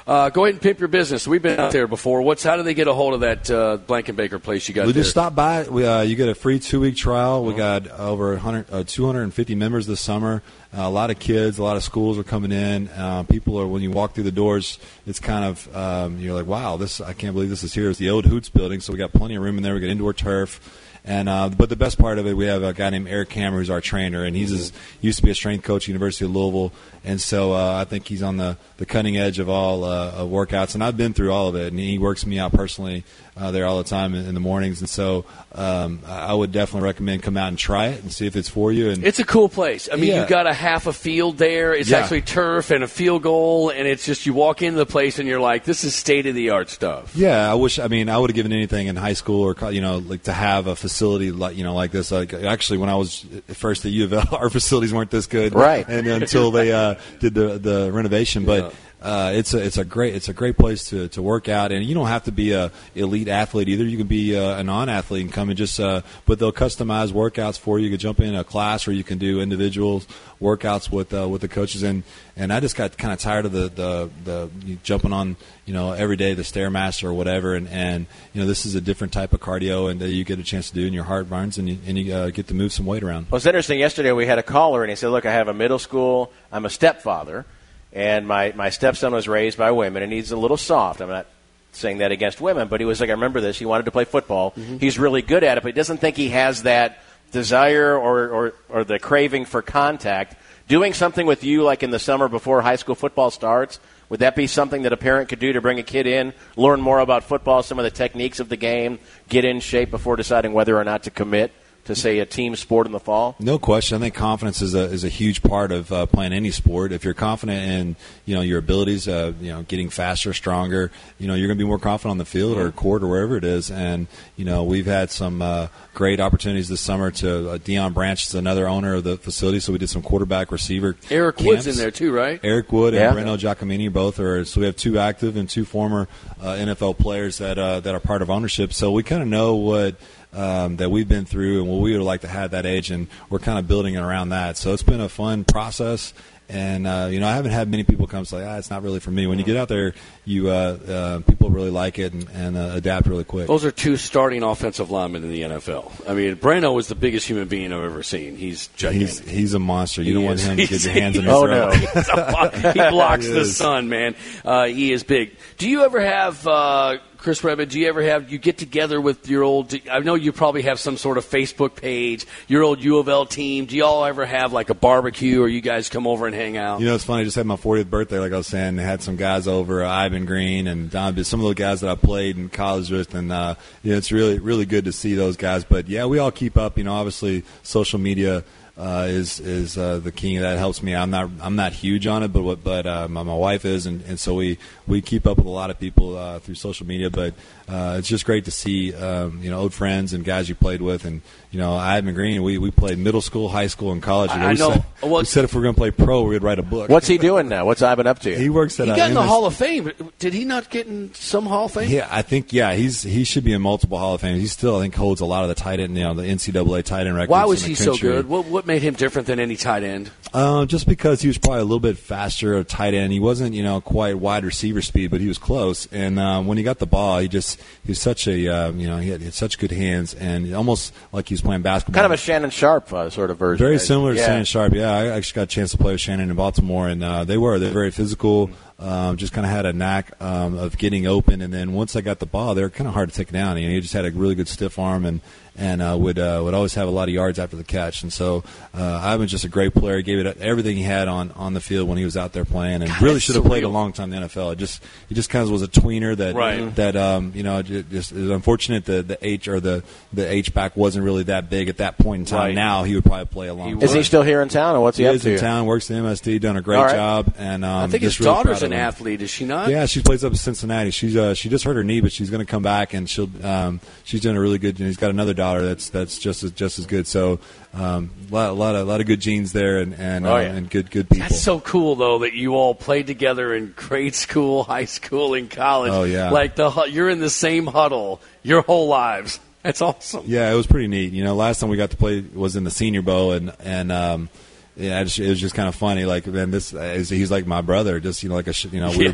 B: Uh, go ahead and pimp your business. We've been out there before. What's how do they get a hold of that uh, Blankenbaker place you got
K: we
B: there? Uh-huh.
K: just stop by. We, uh, you get a free two week trial. We got over 100, uh, 250 members this summer. Uh, a lot of kids, a lot of schools are coming in. Uh, people are when you walk through the doors, it's kind of um, you're like, wow, this I can't believe this is here. It's the old Hoots building, so we got plenty of room in there. We got indoor turf. And uh, but the best part of it, we have a guy named Eric Hammer who's our trainer, and he's his, used to be a strength coach at University of Louisville, and so uh, I think he's on the, the cutting edge of all uh, of workouts. And I've been through all of it, and he works me out personally uh, there all the time in, in the mornings. And so um, I I would definitely recommend come out and try it and see if it's for you. And
B: It's a cool place. I mean,
K: Yeah.
B: you've got a half a field there. It's
K: Yeah.
B: actually turf and a field goal, and it's just you walk into the place and you're like, this is state of the art stuff.
K: Yeah, I wish. I mean, I would have given anything in high school or co- you know, like to have a facility like you know like this. Like actually, when I was at first at U of L, [LAUGHS] our facilities weren't this good,
C: Right.
K: And until they uh, did the the renovation, but. Uh, it's a it's a great it's a great place to, to work out and you don't have to be a elite athlete either you can be uh, a non athlete and come and just uh, but they'll customize workouts for you you can jump in a class or you can do individual workouts with uh, with the coaches and and I just got kind of tired of the the, the you jumping on you know every day the stairmaster or whatever and and you know this is a different type of cardio and that you get a chance to do and your heart burns and you, and you uh, get to move some weight around
C: Well, it's interesting. Yesterday we had a caller and he said, "Look, I have a middle school. I'm a stepfather, and my my stepson was raised by women, and he's a little soft. I'm not saying that against women, but he was like, I remember this. He wanted to play football. He's really good at it, but he doesn't think he has that desire or, or or the craving for contact. Doing something with you, like in the summer before high school football starts." Would that be something that a parent could do to bring a kid in, learn more about football, some of the techniques of the game, get in shape before deciding whether or not to commit to, say, a team sport in the fall?
K: No question. I think confidence is a is a huge part of uh, playing any sport. If you're confident in you know your abilities, uh, you know getting faster, stronger, you know you're going to be more confident on the field or court or wherever it is. And you know we've had some uh, great opportunities this summer. To uh, Dion Branch is another owner of the facility, so we did some quarterback receiver.
B: Eric
K: camps.
B: Wood's in there too, right?
K: Eric Wood
C: Yeah.
K: and Breno Giacomini both are. So we have two active and two former uh, NFL players that uh, that are part of ownership. So we kind of know what um, that we've been through and what we would like to have that age, and we're kind of building it around that. So it's been a fun process. And uh, you know, I haven't had many people come say, "Ah, it's not really for me." When you get out there, you uh, uh, people really like it and, and uh, adapt really quick.
B: Those are two starting offensive linemen in the NFL. I mean, Brano was the biggest human being I've ever seen. He's gigantic.
K: He's he's a monster. You don't want
B: is.
K: him to
B: He's-
K: get your hands in his
C: Oh,
K: throat.
C: no.
B: He's a
K: [LAUGHS]
B: bo- he blocks
K: He
B: the
K: is.
B: sun, man. Uh, he is big. Do you ever have uh, Chris Rebbitt? Do you ever have you get together with your old? I know you probably have some sort of Facebook page. Your old U of L team. Do y'all ever have like a barbecue, or you guys come over and hang out?
K: You know, it's funny. I just had my 40th birthday, like I was saying. They had some guys over, uh, Ivan Green and Don, but some of the guys that I played in college with, and uh, you know, it's really, really good to see those guys. But yeah, we all keep up. You know, obviously, social media uh, is is uh, the king. That helps me. I'm not I'm not huge on it, but what, but uh, my, my wife is, and, and so we we keep up with a lot of people uh, through social media. But uh, it's just great to see um, you know old friends and guys you played with, and you know, Ivan Green. We we played middle school, high school, and college.
B: I- I
K: we
B: know.
K: Said,
B: Well-
K: we said if we are going to play pro, we would write a book.
C: What's he doing now? What's Ivan up to?
K: He works at
B: He
K: uh, a
B: got in the
K: MS
B: Hall of Fame. Did he not get in some Hall of Fame?
K: Yeah, I think yeah, he's he should be in multiple Hall of Fame. He still I think holds a lot of the tight end, you know, the NCAA tight end records.
B: Why
K: in
B: was
K: the
B: he so
K: country.
B: good? What what made him different than any tight end?
K: Uh, just because he was probably a little bit faster, a tight end. He wasn't, you know, quite wide receiver speed, but he was close. And uh, when he got the ball, he just he was such a uh, you know he had, he had such good hands and almost like he was playing basketball.
C: Kind of a Shannon Sharp uh, sort of version.
K: Very
C: right?
K: similar to
C: Yeah.
K: Shannon Sharp. Yeah, I actually got a chance to play with Shannon in Baltimore, and uh, they were they're very physical. um, just kind of had a knack um, of getting open. And then once I got the ball, they were kind of hard to take down. You know, he just had a really good stiff arm and and uh, would uh, would always have a lot of yards after the catch. And so uh, Ivan's just a great player. He gave it everything he had on, on the field when he was out there playing, and
B: God,
K: really
B: that's
K: should have played a
B: surreal.
K: long time in the NFL. It just he just kind of was a tweener that
B: Right.
K: that um, you know ju- just it's unfortunate the the H or the the H back wasn't really that big at that point in time.
C: Right.
K: Now he would probably play a long.
C: Is he still here in town, or what's he,
K: He
C: up
K: is
C: to?
K: in town. Works at MSD. Done a great
C: All right.
K: job. And um,
B: I think his
K: just really
B: daughter's
K: proud of
B: an
K: him.
B: athlete, is she not?
K: Yeah, she plays up in Cincinnati. She's uh, she just hurt her knee, but she's going to come back, and she'll um, she's doing a really good. And he's got another daughter that's that's just as just as good. So um, a lot a lot of lot of good genes there, and and,
B: Oh,
K: uh,
B: yeah.
K: and good good people.
B: That's so cool, though, that you all played together in grade school, [LAUGHS] high school, and college.
K: Oh, yeah.
B: like the hu- you're in the same huddle your whole lives. That's awesome.
K: Yeah, it was pretty neat. You know, last time we got to play was in the Senior Bowl, and and um, yeah, I just, it was just kind of funny. Like, man, this is, he's like my brother. Just you know, like a sh- you know, we
B: Yeah,
K: were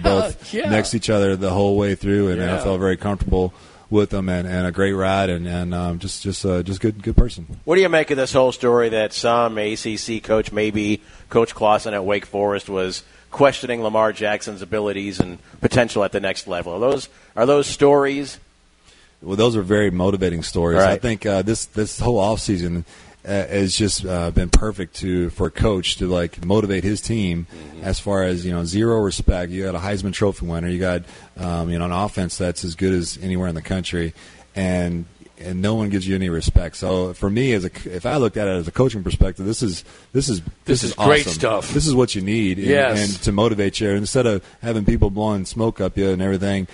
B: [LAUGHS]
K: both
B: yeah.
K: next to each other the whole way through, and, and
B: Yeah.
K: I felt very comfortable with him, and, and a great ride, and and um, just just uh, just good good person.
C: What do you make of this whole story that some ACC coach, maybe Coach Clausen at Wake Forest, was questioning Lamar Jackson's abilities and potential at the next level? Are those are those stories?
K: Well, those are very motivating stories.
C: Right.
K: I think uh, this this whole offseason uh, has just uh, been perfect to for a coach to like motivate his team
B: Mm-hmm.
K: as far as you know zero respect. You got a Heisman Trophy winner. You got um, you know an offense that's as good as anywhere in the country, and and no one gives you any respect. So for me, as a if I looked at it as a coaching perspective, this is this is
B: This
K: this,
B: is great
K: awesome.
B: stuff.
K: This is what you need. and-
B: Yes.
K: and to motivate you instead of having people blowing smoke up you and everything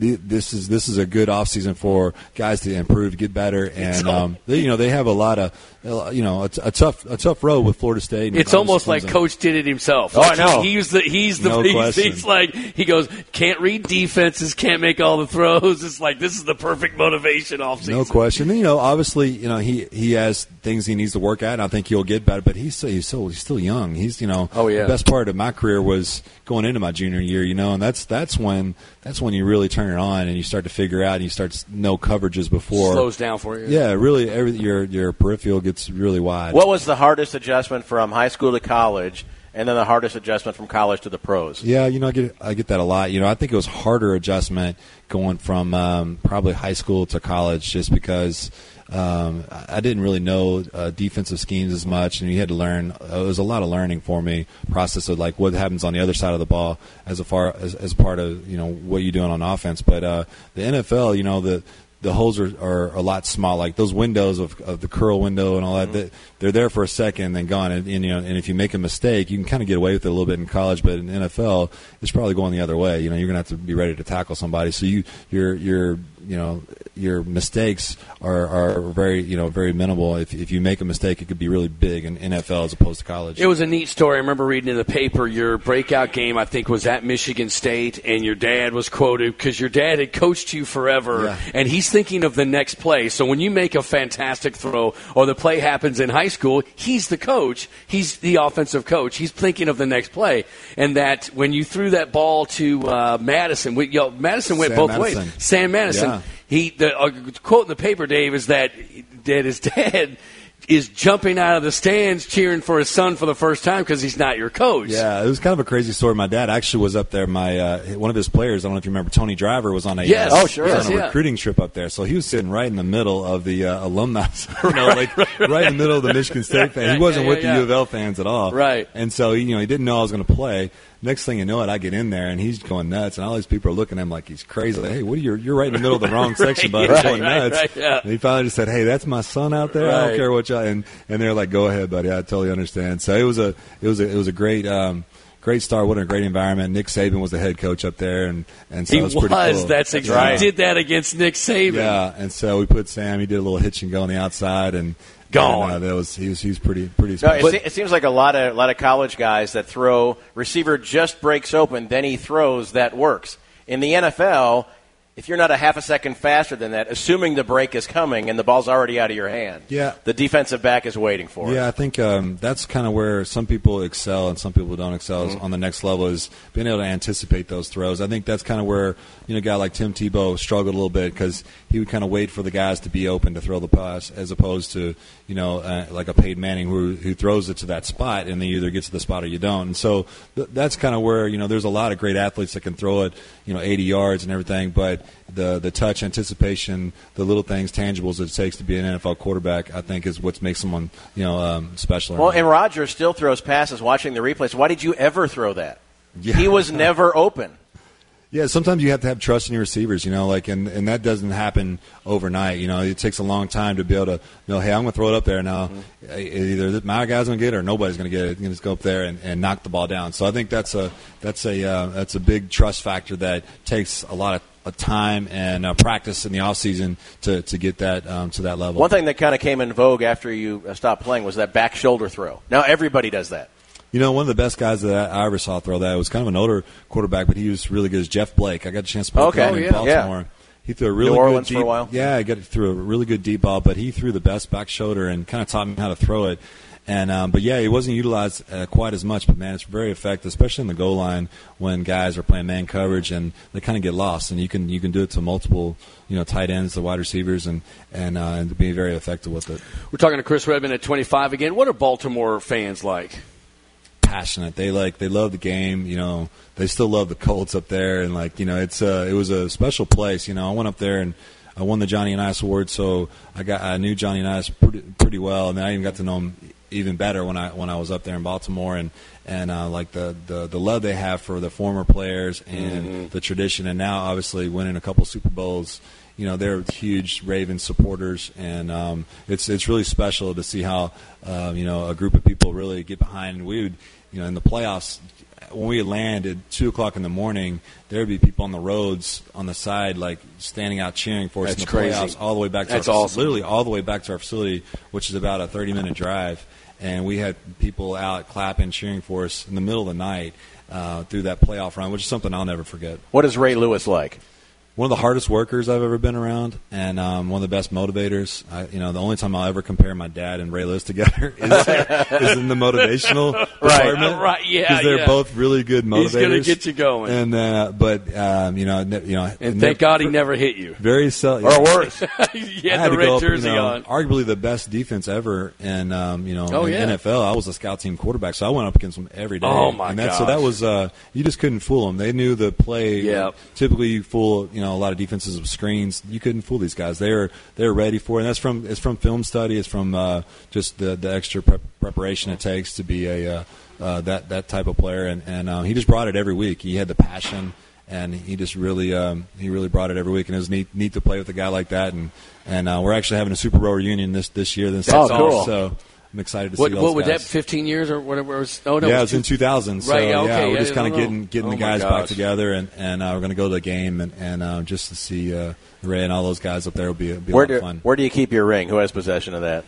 K: th- this is this is a good off season for guys to improve get better and um, they, you know they have a lot of you know a, t- a tough a tough road with Florida State and
B: It's
K: Clemson-
B: almost like
K: Clemson.
B: Coach did it himself.
C: Oh, I
B: Like, he-
C: know.
B: He's the he's the [LAUGHS]
K: No
B: he's,
K: question.
B: he's like he goes can't read defenses, can't make all the throws. It's like this is the perfect motivation offseason.
K: No question. And, you know, obviously, you know he he has things he needs to work at, and I think he'll get better. But he's so he's so he's still young. He's you know,
B: Oh, yeah.
K: The best part of my career was going into my junior year, you know, and that's that's when that's when you really turn it on and you start to figure out and you start to know coverages before
B: Slows down for you.
K: Yeah, really, every, your your peripheral gets really wide.
C: What was the hardest adjustment from high school to college, and then the hardest adjustment from college to the pros?
K: Yeah, you know, I get I get that a lot. You know, I think it was harder adjustment going from um, probably high school to college, just because um, I I didn't really know uh, defensive schemes as much, and you had to learn. Uh, it was a lot of learning for me process of like what happens on the other side of the ball as a far as, as part of you know what you're doing on offense. But uh, the NFL, you know, the the holes are, are a lot small. Like those windows of, of the curl window and all that, that, they're there for a second and then gone. And, and, you know, and if you make a mistake, you can kind of get away with it a little bit in college, but in NFL, it's probably going the other way. You know, you're going to have to be ready to tackle somebody. So you, your, your, you know, your mistakes are, are very, you know, very minimal. If, if you make a mistake, it could be really big in NFL as opposed to college.
B: It was a neat story. I remember reading in the paper your breakout game, I think, was at Michigan State, and your dad was quoted because your dad had coached you forever,
K: Yeah.
B: and he's thinking of the next play. So when you make a fantastic throw or the play happens in high school, he's the coach, he's the offensive coach, he's thinking of the next play. And that when you threw that ball to uh, Madison, we, yo, Madison went
K: Sam
B: both
K: Madison.
B: ways. Sam Madison,
K: Yeah.
B: he the uh, quote in the paper, Dave, is that that [LAUGHS] his dad is jumping out of the stands cheering for his son for the first time because he's not your coach.
K: Yeah, it was kind of a crazy story. My dad actually was up there. My uh, one of his players, I don't know if you remember, Tony Driver was on a
B: Yes.
K: uh,
B: Oh, sure.
K: was on
B: Yes,
K: a
B: yeah.
K: recruiting trip up there. So he was sitting right in the middle of the uh, alumni, [LAUGHS]
B: [LAUGHS]
K: you know, like right, in the middle of the Michigan State fans.
B: yeah,
K: He wasn't
B: yeah,
K: with
B: yeah,
K: the
B: yeah.
K: U of L fans at all,
B: Right.
K: And so you know he didn't know I was going to play. Next thing you know it, I get in there and he's going nuts, and all these people are looking at him like he's crazy. Like, hey, what are you? You're right in the middle of
B: [LAUGHS]
K: the wrong section, bud.
B: right,
K: You're going
B: right,
K: nuts.
B: right, yeah.
K: [LAUGHS] And he finally just said, "Hey, that's my son out there. I
B: Right.
K: don't care what y'all." And and they're like, "Go ahead, buddy. I totally understand." So it was a it was a it was a great um, great start. What a great environment. Nick Saban was the head coach up there, and and so
B: He
K: it
B: was.
K: was, pretty cool.
B: That's ex-
K: Yeah.
B: He did that against Nick Saban.
K: Yeah, and so we put Sam. He did a little hitch and go on the outside, and
B: Gone.
K: and, uh, that was he was he's pretty pretty.
C: No,
K: Special.
C: it, se- it seems like a lot of lot of college guys that throw receiver just breaks open, then he throws that works. In the NFL, if you're not a half a second faster than that, assuming the break is coming and the ball's already out of your hand,
K: Yeah.
C: the defensive back is waiting for it.
K: Yeah, I think um, that's kind of where some people excel and some people don't excel is
C: Mhm.
K: on the next level is being able to anticipate those throws. I think that's kind of where you know a guy like Tim Tebow struggled a little bit because he would kind of wait for the guys to be open to throw the pass, as opposed to you know uh, like a Peyton Manning who who throws it to that spot and then you either get to the spot or you don't. And so th- that's kind of where you know there's a lot of great athletes that can throw it you know 80 yards and everything, but the the touch, anticipation, the little things, tangibles it takes to be an NFL quarterback, I think is what makes someone you know um, special. or
C: Well,
K: not.
C: and Rogers still throws passes watching the replays. Why did you ever throw that? He was never open.
K: Yeah, sometimes you have to have trust in your receivers, you know, like, and, and that doesn't happen overnight. You know, it takes a long time to be able to know, hey, I'm going to throw it up there now. Uh, Either th- my guy's going to get it or nobody's going to get it. You can just go up there and, and knock the ball down. So I think that's a that's a uh, that's a big trust factor that takes a lot of uh, time and uh, practice in the off season to to get that um, to that level.
C: One thing that kind of came in vogue after you uh, stopped playing was that back shoulder throw. Now everybody does that.
K: You know, one of the best guys that I ever saw throw that was kind of an older quarterback, but he was really good. Is Jeff Blake? I got a chance to play
C: Okay.
K: with him
C: Oh,
K: in
C: yeah.
K: Baltimore.
C: Yeah.
K: He threw a really
C: New
K: good
C: Orleans for
K: deep,
C: a while.
K: Yeah, I got threw a really good deep ball, but he threw the best back shoulder and kind of taught me how to throw it. And um, but yeah, he wasn't utilized uh, quite as much. But man, it's very effective, especially in the goal line when guys are playing man coverage and they kind of get lost. And you can you can do it to multiple you know tight ends, the wide receivers, and and uh, and be very effective with it.
B: We're talking to Chris Redman at 25 again. What are Baltimore fans like?
K: passionate. They like they love the game. You know, they still love the Colts up there, and like you know, it's uh, it was a special place. You know, I went up there and I won the Johnny and Ice Award, so I got I knew Johnny and Ice pretty, pretty well, and then I even got to know him even better when I when I was up there in Baltimore, and and uh, like the, the the love they have for the former players and the tradition, and now obviously winning a couple Super Bowls. You know they're huge Ravens supporters, and um, it's it's really special to see how um, you know a group of people really get behind. We would you know, in the playoffs, when we landed two o'clock in the morning, there would be people on the roads on the side, like standing out cheering for us in
B: That's
K: the
B: crazy.
K: playoffs, all the way back to
B: That's
K: our,
B: awesome.
K: literally all the way back to our facility, which is about a thirty-minute drive, and we had people out clapping, cheering for us in the middle of the night uh, through that playoff run, which is something I'll never forget
C: What is Ray Lewis like?
K: one of the hardest workers I've ever been around, and um, one of the best motivators. I, you know, the only time I'll ever compare my dad and Ray Lewis together [LAUGHS] is, is in the
C: [LAUGHS]
K: motivational
B: Right.
K: department.
B: Right, yeah,
K: because they're
B: yeah.
K: both really good motivators.
B: He's gonna get you going.
K: And uh, but um, you know, ne- you know,
B: And
K: ne-
B: thank God he never hit you.
K: very sell
B: Or
K: [LAUGHS]
B: worse. [LAUGHS] He had
K: I had
B: the
K: to
B: red
K: go up, you
B: jersey
K: know,
B: on.
K: Arguably the best defense ever, and um, you know,
B: Oh,
K: in
B: yeah.
K: NFL, I was a scout team quarterback, so I went up against them every day.
B: Oh, my
K: And that, so
B: gosh.
K: that was uh, you just couldn't fool them. They knew the play.
B: Yep.
K: Typically, you fool you know a lot of defenses with screens. You couldn't fool these guys. They're they're ready for, it. and that's from it's from film study. It's from uh, just the the extra prep, preparation it takes to be a uh, uh, that that type of player, and and um, he just brought it every week. He had the passion and he just really um, he really brought it every week, and it was neat neat to play with a guy like that. And and uh, we're actually having a Super Bowl reunion this this year. This
B: That's
K: summer,
B: awesome.
K: So I'm excited to
B: Oh, What,
K: see
B: what
K: those
B: would that?
K: guys.
B: Fifteen years or whatever? It was, oh no,
K: yeah, it
B: it
K: was in 2000. So
B: Right, yeah, okay,
K: yeah, we're
B: yeah,
K: just
B: I
K: kind of
B: don't know.
K: getting getting
B: Oh,
K: the
B: my
K: guys
B: gosh.
K: back together, and and uh, we're going to go to the game, and and uh, just to see uh, Ray and all those guys up there will be, be a
C: Where
K: lot
C: do
K: of fun.
C: where do you keep your ring? Who has possession of that?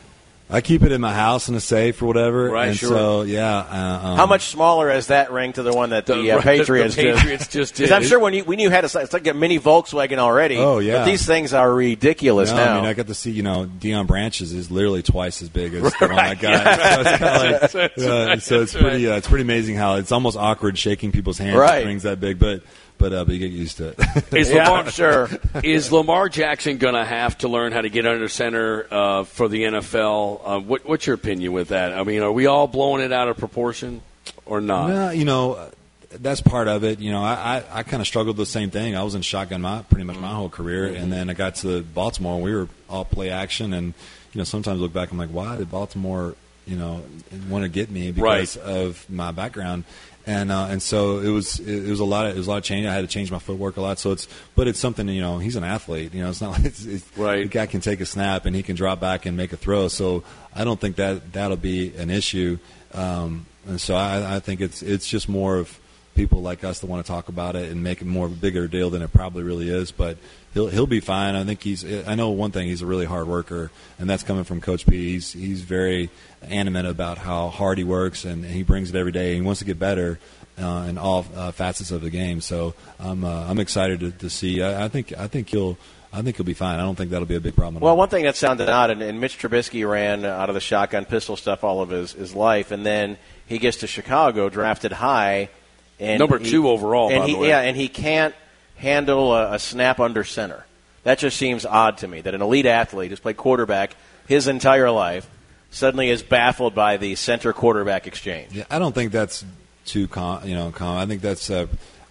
K: I keep it in my house in a safe or whatever.
C: Right,
K: and
C: sure.
K: So yeah, uh, um,
C: How much smaller is that ring to the one that the,
K: The-
C: uh,
K: right, the- the
C: Patriots,
K: Patriots
C: [LAUGHS]
B: just
C: Because
B: did.
C: I'm sure when you, when you had a, it's like a mini Volkswagen already.
K: Oh, yeah.
C: But these things are ridiculous
K: No,
C: now.
K: I mean, I got to see, you know, Dion Branches is literally twice as big
C: [LAUGHS]
K: as the one I
C: Right,
K: got. [LAUGHS]
C: yeah.
K: So it's, kinda like,
C: [LAUGHS] That's right, that's
K: uh,
C: right,
K: so it's
C: that's
K: pretty, uh, it's pretty amazing how it's almost awkward shaking people's hands. with
B: Right.
K: Rings that big, but but uh, but you get used to it. [LAUGHS]
B: Is
C: [LAUGHS]
B: Lamar is Lamar Jackson going to have to learn how to get under center uh, for the NFL? Uh, what, what's your opinion with that? I mean, are we all blowing it out of proportion or not?
K: No, you know, that's part of it. You know, I I, I kind of struggled with the same thing. I was in shotgun my pretty much my whole career, and then I got to Baltimore. and We were all play action, and you know, sometimes look back, I'm like, why did Baltimore, you know, want to get me because of my background? And uh, and so it was it, it was a lot of it was a lot of change. I had to change my footwork a lot. So it's but it's something you know he's an athlete. You know it's not [LAUGHS] like it's, it's, right. The guy can take a snap and he can drop back and make a throw. So I don't think that that'll be an issue. Um, and so I, I think it's it's just more of people like us that want to talk about it and make it more of a bigger deal than it probably really is. But he'll he'll be fine. I think he's. I know one thing. He's a really hard worker, and that's coming from Coach P. He's he's very animate about how hard he works, and he brings it every day. And he wants to get better. uh, in all uh, facets of the game. So I'm uh, I'm excited to, to see. I, I think I think he'll I think he'll be fine. I don't think that'll be a big problem. At
C: Well, one thing that sounded odd, and, and Mitch Trubisky ran out of the shotgun pistol stuff all of his, his life, and then he gets to Chicago, drafted high, and
B: Number
C: he-
B: two overall,
C: and
B: by
C: he,
B: the way.
C: yeah, and he can't handle a, a snap under center. That just seems odd to me that an elite athlete who's played quarterback his entire life suddenly is baffled by the center quarterback exchange.
K: all. Yeah, I don't think that's too com- you know com- I think that's uh,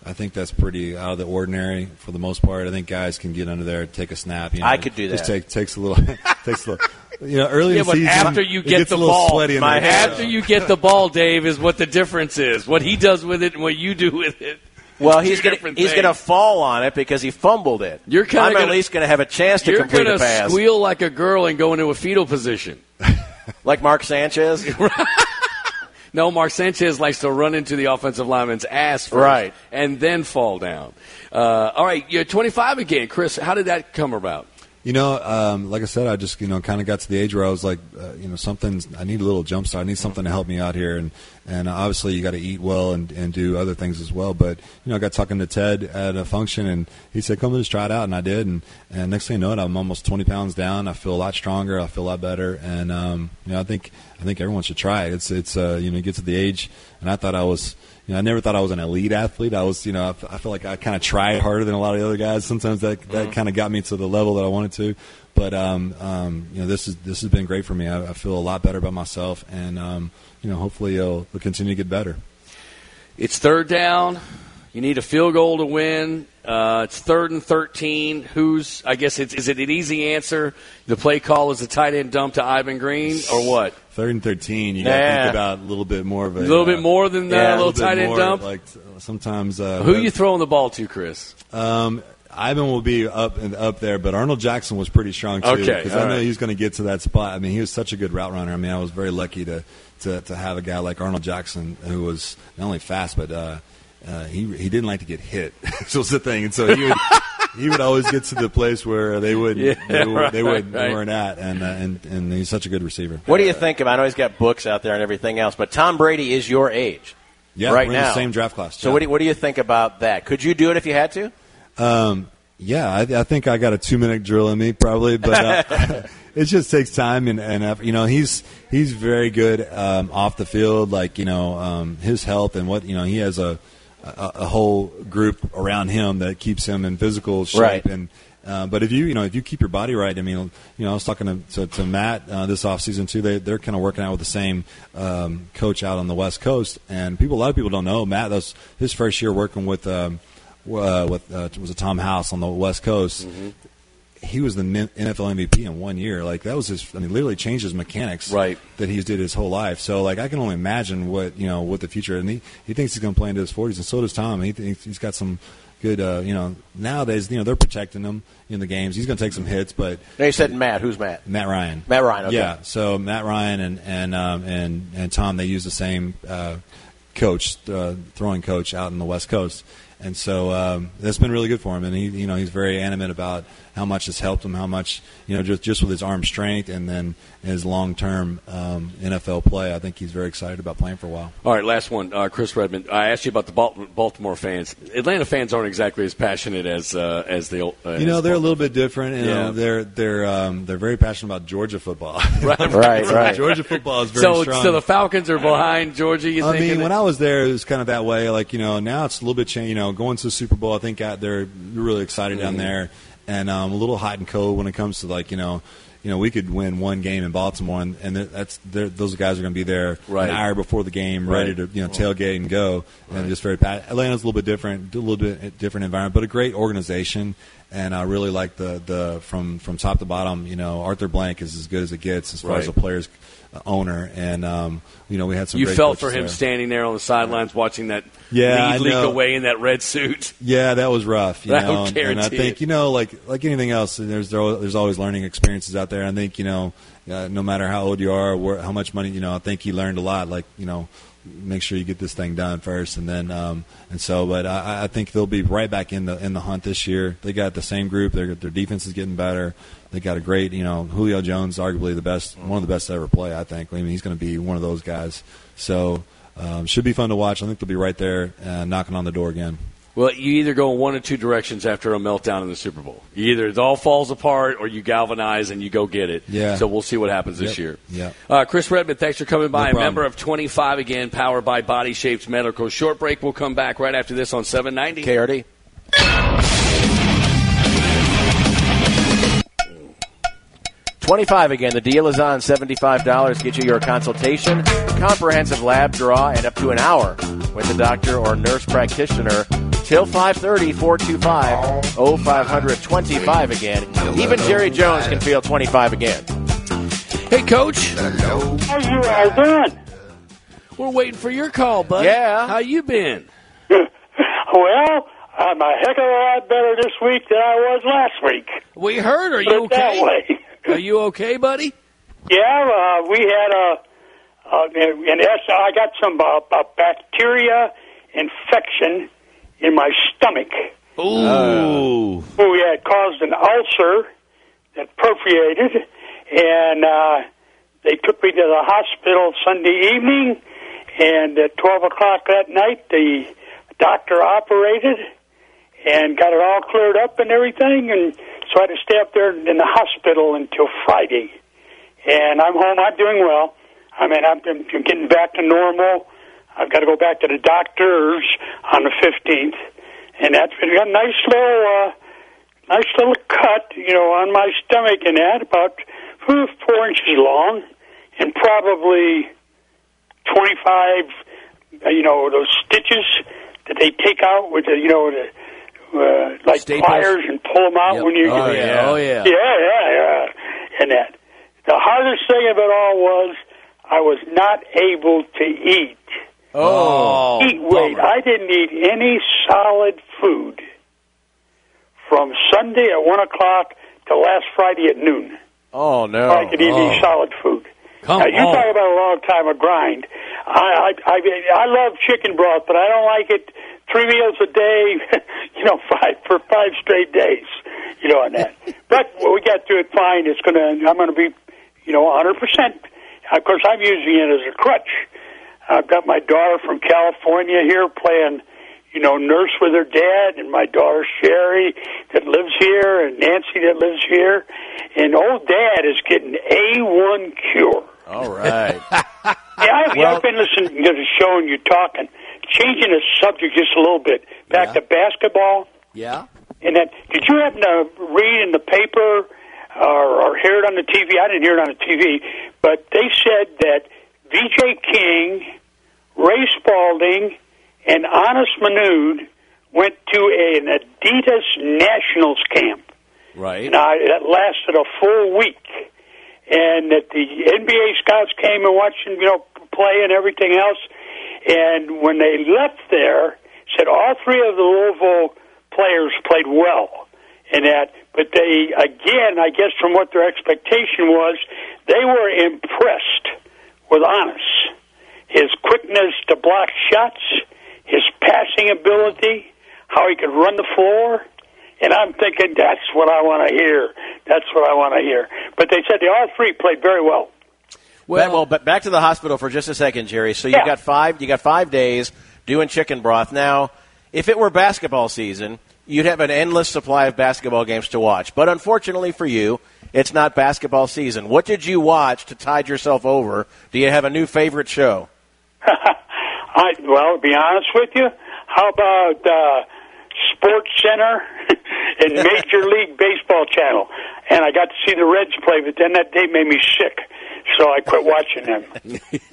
K: I think that's pretty out of the ordinary for the most part. I think guys can get under there, take a snap. You know,
C: I could do
K: Just
C: that.
K: take, takes a little [LAUGHS] takes a little. You know, early
B: yeah,
K: in the
B: but
K: season,
B: after you
K: it
B: get
K: gets
B: the
K: a little
B: ball,
K: sweaty in
B: my-
K: there.
B: after you get the ball, Dave, is what the difference is. What he does with it and what you do with it.
C: Well,
B: Two
C: he's gonna
B: different
C: he's
B: things.
C: gonna fall on it because he fumbled it.
B: You're kinda
C: I'm at
B: gonna-
C: least gonna have a chance to
B: You're
C: complete
B: gonna
C: a pass,
B: squeal like a girl and go into a fetal position.
C: [LAUGHS] like Mark Sanchez.
B: [LAUGHS] No, Mark Sanchez likes to run into the offensive lineman's ass first
C: Right.
B: and then fall down. Uh, all right, you're 25 again, Chris. How did that come about?
K: You know, um, like I said, I just you know kind of got to the age where I was like, uh, you know, something's I need a little jump start. I need something to help me out here, and and obviously you got to eat well and, and do other things as well. But you know, I got talking to Ted at a function, and he said, "Come and just try it out," and I did, and and next thing you know, it, I'm almost 20 pounds down. I feel a lot stronger. I feel a lot better, and um, you know, I think I think everyone should try it. It's it's uh, you know, you get to the age, and I thought I was. You know, I never thought I was an elite athlete. I was, you know, I, f- I feel like I kind of tried harder than a lot of the other guys. Sometimes that that
B: Mm-hmm.
K: kind of got me to the level that I wanted to. But um, um, you know, this is this has been great for me. I, I feel a lot better about myself, and um, you know, hopefully it'll, it'll continue to get better.
B: It's third down. You need a field goal to win. Uh, it's third and 13. Who's, I guess, it's, is it an easy answer? The play call is a tight end dump to Ivan Green, or what?
K: Third and thirteen, you got to
C: Yeah.
K: think about a little bit more of a,
B: A little
K: uh,
B: bit more than that,
C: yeah,
B: a little
K: bit
B: tight end
K: more,
B: dump.
K: Like sometimes, uh,
B: Who you throwing the ball to, Chris?
K: Um, Ivan will be up and up there, but Arnold Jackson was pretty strong too.
B: Okay,
K: because
B: all
K: I know
B: right.
K: he's going to get to that spot. I mean, he was such a good route runner. I mean, I was very lucky to to, to have a guy like Arnold Jackson who was not only fast, but uh, uh, he he didn't like to get hit. [LAUGHS] so it's the thing, and so he would [LAUGHS] he would always get to the place where they
B: [LAUGHS]
K: would
B: Yeah,
K: not they, would, they,
B: right,
K: would,
B: right.
K: they weren't at, and uh, and and he's such a good receiver.
C: What do you think of? I know he's got books out there and everything else, but Tom Brady is your age.
K: Yeah,
C: right
K: we're in
C: now.
K: the same draft class.
C: So
K: Yeah.
C: what do, you, what do you think about that? Could you do it if you had to?
K: Um, yeah, I, I think I got a two minute drill in me probably, but uh, [LAUGHS] it just takes time and, and effort. You know, he's he's very good um, off the field. Like you know, um, his health and what you know, he has a a, a whole group around him that keeps him in physical shape
C: Right.
K: and. Uh, but if you you know if you keep your body right, I mean you know I was talking to to, to Matt uh, this off season too. They they're kind of working out with the same um, coach out on the West Coast, and people a lot of people don't know Matt. That's his first year working with um, uh, with uh, was a Tom House on the West Coast. He was the N- NFL MVP in one year. Like that was his. I mean, literally changed his mechanics
B: Right.
K: that he's did his whole life. So like I can only imagine what you know what the future. And he, he thinks he's going to play into his forties, and so does Tom. He thinks he's got some good. Uh, you know nowadays you know they're protecting him in the games. He's going to take some hits, but
C: No, you said Matt. Who's Matt?
K: Matt Ryan.
C: Matt Ryan, okay.
K: Yeah. So Matt Ryan and and um, and and Tom they use the same uh, coach, uh, throwing coach out in the West Coast, and so um, that's been really good for him. And he, you know, he's very animate about how much it's helped him, how much you know, just just with his arm strength and then his long term um, NFL play. I think he's very excited about playing for a while.
B: All right, last one, uh, Chris Redmond. I asked you about the Bal- Baltimore fans. Atlanta fans aren't exactly as passionate as uh, as the. Uh,
K: You know,
B: as
K: they're a little bit different. You
B: Yeah.
K: know, they're they're um, they're very passionate about Georgia football.
B: Right,
K: [LAUGHS]
C: [LAUGHS] right, right.
K: Georgia football is very
B: so,
K: strong.
B: so the Falcons are behind Georgia. You
K: I
B: think?
K: mean, when I was there, it was kind of that way. Like you know, now it's a little bit changed. You know, going to the Super Bowl, I think out there, you're really excited
B: Mm-hmm.
K: down there, and um, a little hot and cold when it comes to like you know, you know, we could win one game in Baltimore, and, and that's they're- those guys are going to be there
B: Right.
K: an hour before the game, ready
B: Right.
K: to you know tailgate and go, and just very pat. Atlanta's a little bit different, a little bit different environment, but a great organization. And I really like the, the from from top to bottom. You know, Arthur Blank is as good as it gets as far as a
B: Right.
K: player's uh, owner. And um, you know, we had some.
B: you
K: great
B: felt for
K: coaches
B: him
K: there.
B: standing there on the sidelines watching that
K: Yeah, I
B: lead leak
K: know.
B: away in that red suit.
K: Yeah, that was rough. You
B: I
K: know,
B: would
K: and, and I
B: guarantee
K: think
B: it.
K: you know, like like anything else, there's there's always learning experiences out there. And I think you know, uh, no matter how old you are, where, how much money, you know, I think he learned a lot. Like you know, make sure you get this thing done first, and then um, and so. But I, I think they'll be right back in the in the hunt this year. They got the same group. Their their defense is getting better. They got a great, you know, Julio Jones, arguably the best, one of the best to ever play. I think. I mean, he's going to be one of those guys. So. um, should be fun to watch. I think they'll be right there uh, knocking on the door again.
B: Well, you either go in one or two directions after a meltdown in the Super Bowl. You either it all falls apart or you galvanize and you go get it.
K: Yeah.
B: So we'll see what happens this
K: Yep.
B: year.
K: Yeah.
B: Uh, Chris Redmond, thanks for coming by. a
K: No problem.
B: member of 25 again, powered by Body Shapes Medical. Short break. We'll come back right after this on 790.
C: KRD. Twenty-five again. The deal is on seventy-five dollars. Get you your consultation, comprehensive lab draw, and up to an hour with a doctor or nurse practitioner till 530-425-0525 again. Even Jerry Jones can feel twenty-five again.
B: Hey, Coach.
M: How you all doing?
B: We're waiting for your call, bud.
M: Yeah.
B: How you been?
M: [LAUGHS] Well, I'm a heck of a lot better this week than I was last week.
B: We heard. Are
M: Put
B: you
M: it that
B: okay?
M: way.
B: [LAUGHS] Are you okay, buddy?
M: Yeah, uh, we had a, uh, and that's, I got some uh, a bacteria infection in my stomach.
C: Oh.
B: Ooh.
M: who had caused an ulcer that perforated, and uh, they took me to the hospital Sunday evening. And at twelve o'clock that night, the doctor operated and got it all cleared up and everything. And so I had to stay up there in the hospital until Friday. And I'm home. I'm doing well. I mean, I'm, I'm getting back to normal. I've got to go back to the doctor's on the fifteenth, and that's been a nice little. Uh, nice little cut, you know, on my stomach and that, about four, four inches long, and probably 25, uh, you know, those stitches that they take out with the, you know, the, uh, like
B: Staples.
M: pliers and pull them out
B: Yep.
M: when you.
B: Oh, yeah. Oh, yeah.
M: Yeah, yeah, yeah. And that. The hardest thing of it all was I was not able to eat.
B: Oh.
M: eat weight. I didn't eat any solid food from Sunday at one o'clock to last Friday at noon.
C: Oh no!
M: I could eat any solid food.
C: Come
M: now, you
C: on.
M: talk about a long time of grind. I, I I mean, I love chicken broth, but I don't like it three meals a day. [LAUGHS] You know, five for five straight days. You know, on
C: [LAUGHS]
M: that. but we got through it fine. It's gonna. I'm gonna be, you know, 100. percent Of course, I'm using it as a crutch. I've got my daughter from California here playing, you know, nurse with her dad, and my daughter Sherry that lives here, and Nancy that lives here, and old dad is getting a one cure.
C: All right.
M: Yeah, I've, I've been listening to the show and you talking, changing the subject just a little bit back to basketball.
B: Yeah.
M: And that, did you happen to read in the paper or, or hear it on the TV? I didn't hear it on the TV, but they said that VJ King, Ray Spalding, and Honest Manood went to an Adidas Nationals camp.
B: Right.
M: And I, that lasted a full week. And that the NBA scouts came and watched them, you know, play and everything else. And when they left there, said all three of the Louisville players played well in that. But they, again, I guess from what their expectation was, they were impressed with Honest. His quickness to block shots, his passing ability, how he could run the floor. And I'm thinking that's what I want to hear. That's what I want to hear. But they said they all three played very well.
C: Well, well, but back to the hospital for just a second, Jerry. So you
M: Yeah.
C: got five. You got five days doing chicken broth. Now, if it were basketball season, you'd have an endless supply of basketball games to watch. But unfortunately for you, it's not basketball season. What did you watch to tide yourself over? Do you have a new favorite show?
M: I well, to be honest with you, how about uh, Sports Center [LAUGHS] and Major League Baseball channel? And I got to see the Reds play, but then that day made me sick, so I quit watching them.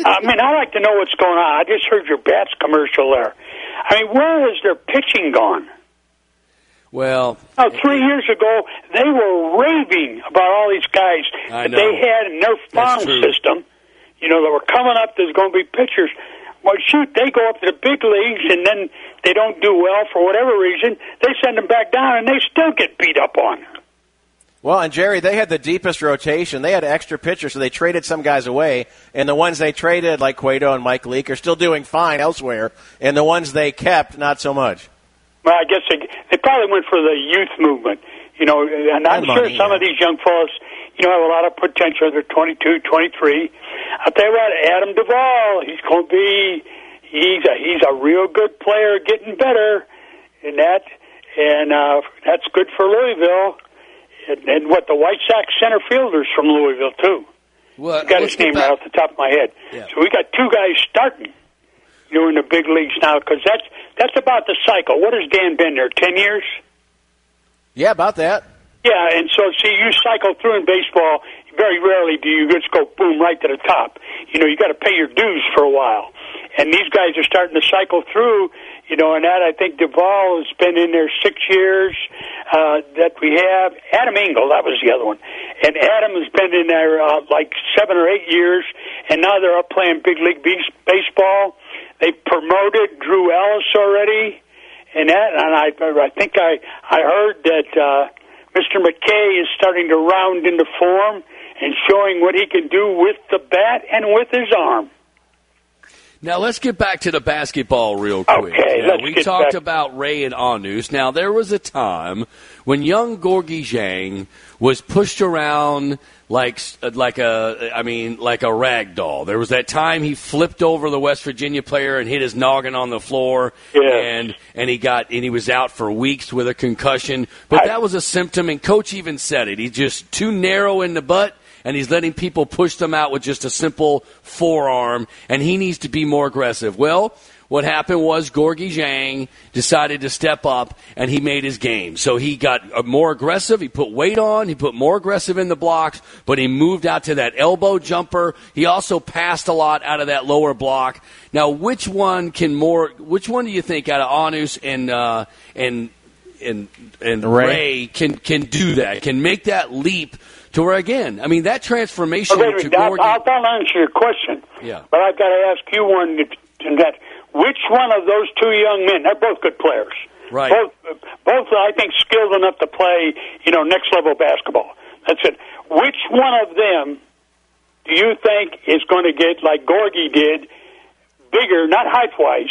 M: I mean, I like to know what's going on. I just heard your bats commercial there. I mean, where has their pitching gone?
B: Well,
M: Oh, three years ago, they were raving about all these guys
B: I
M: that
B: know.
M: they had in their farm
B: That's true.
M: system. You know, that were coming up. There's going to be pitchers. Well, shoot, they go up to the big leagues, and then they don't do well for whatever reason. They send them back down, and they still get beat up on.
C: Well, and Jerry, they had the deepest rotation. They had extra pitchers, so they traded some guys away. And the ones they traded, like Cueto and Mike Leake, are still doing fine elsewhere. And the ones they kept, not so much.
M: Well, I guess they, they probably went for the youth movement. You know, and I'm
C: And
M: sure
C: money,
M: some
C: yeah.
M: of these young fellas, you know, have a lot of potential. They're 22, 23. I'll tell you what, Adam Duvall, he's going to be, he's a, he's a real good player, getting better, and that and uh, that's good for Louisville. And, and what the White Sox center fielders from Louisville too.
B: Well,
M: I got
B: let's
M: his
B: get
M: name
B: back-
M: right off the top of my head.
B: Yeah.
M: So we got two guys starting doing the big leagues now because that's that's about the cycle. What has Dan been there? Ten years?
C: Yeah, about that.
M: Yeah, and so see, you cycle through in baseball. Very rarely do you just go boom right to the top. You know, you got to pay your dues for a while, and these guys are starting to cycle through. You know, and that I think Duvall has been in there six years uh, that we have. Adam Engel, that was the other one, and Adam has been in there uh, like seven or eight years, and now they're up playing big league base- baseball. They promoted Drew Ellis already, and that, and I, I think I I heard that. Uh, Mr. McKay is starting to round into form and showing what he can do with the bat and with his arm.
B: Now let's get back to the basketball real quick.
M: Okay,
B: Now,
M: let's
B: we
M: get
B: talked
M: back-
B: about Ray and Anus. Now there was a time when young Gorgie Zhang was pushed around like uh, like a I mean like a rag doll. There was that time he flipped over the West Virginia player and hit his noggin on the floor and and he got and he was out for weeks with a concussion. But that was a symptom and coach even said it. He's just too narrow in the butt and he's letting people push them out with just a simple forearm, and he needs to be more aggressive. Well, what happened was Gorgie Zhang decided to step up, and he made his game. So he got uh, more aggressive. He put weight on. He put more aggressive in the blocks, but he moved out to that elbow jumper. He also passed a lot out of that lower block. Now, which one can more? Which one do you think out of Anus and uh, and and and Ray.
C: Ray.
B: can can do that, can make that leap to where again. I mean that transformation
M: Oh, wait a
B: to
M: minute, I'll,
B: Gorgie.
M: I'll, I'll answer your question,
B: yeah.
M: but I've got to ask you one and that which one of those two young men? They're both good players.
B: Right.
M: Both, both I think skilled enough to play, you know, next level basketball. That's it. Which one of them do you think is going to get like Gorgie did, bigger, not height wise,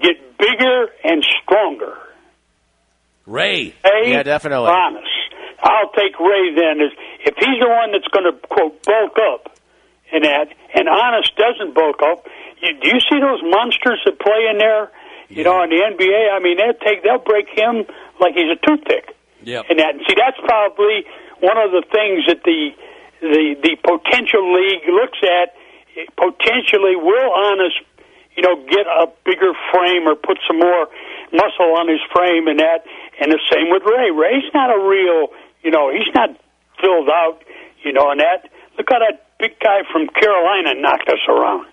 M: get bigger and stronger?
B: Ray.
M: Ray
C: Yeah, definitely.
M: Bonas. I'll take Ray then. If if he's the one that's going to quote bulk up in that, and Honest doesn't bulk up, you, do you see those monsters that play in there? You know, in the NBA, I mean, they'll take they'll break him like he's a toothpick.
B: Yep.
M: And that, see, that's probably one of the things that the the the potential league looks at. It Potentially, will honest, you know, get a bigger frame or put some more muscle on his frame, and that, and the same with Ray. Ray's not a real, you know, he's not filled out, you know, and that. Look how that big guy from Carolina knocked us around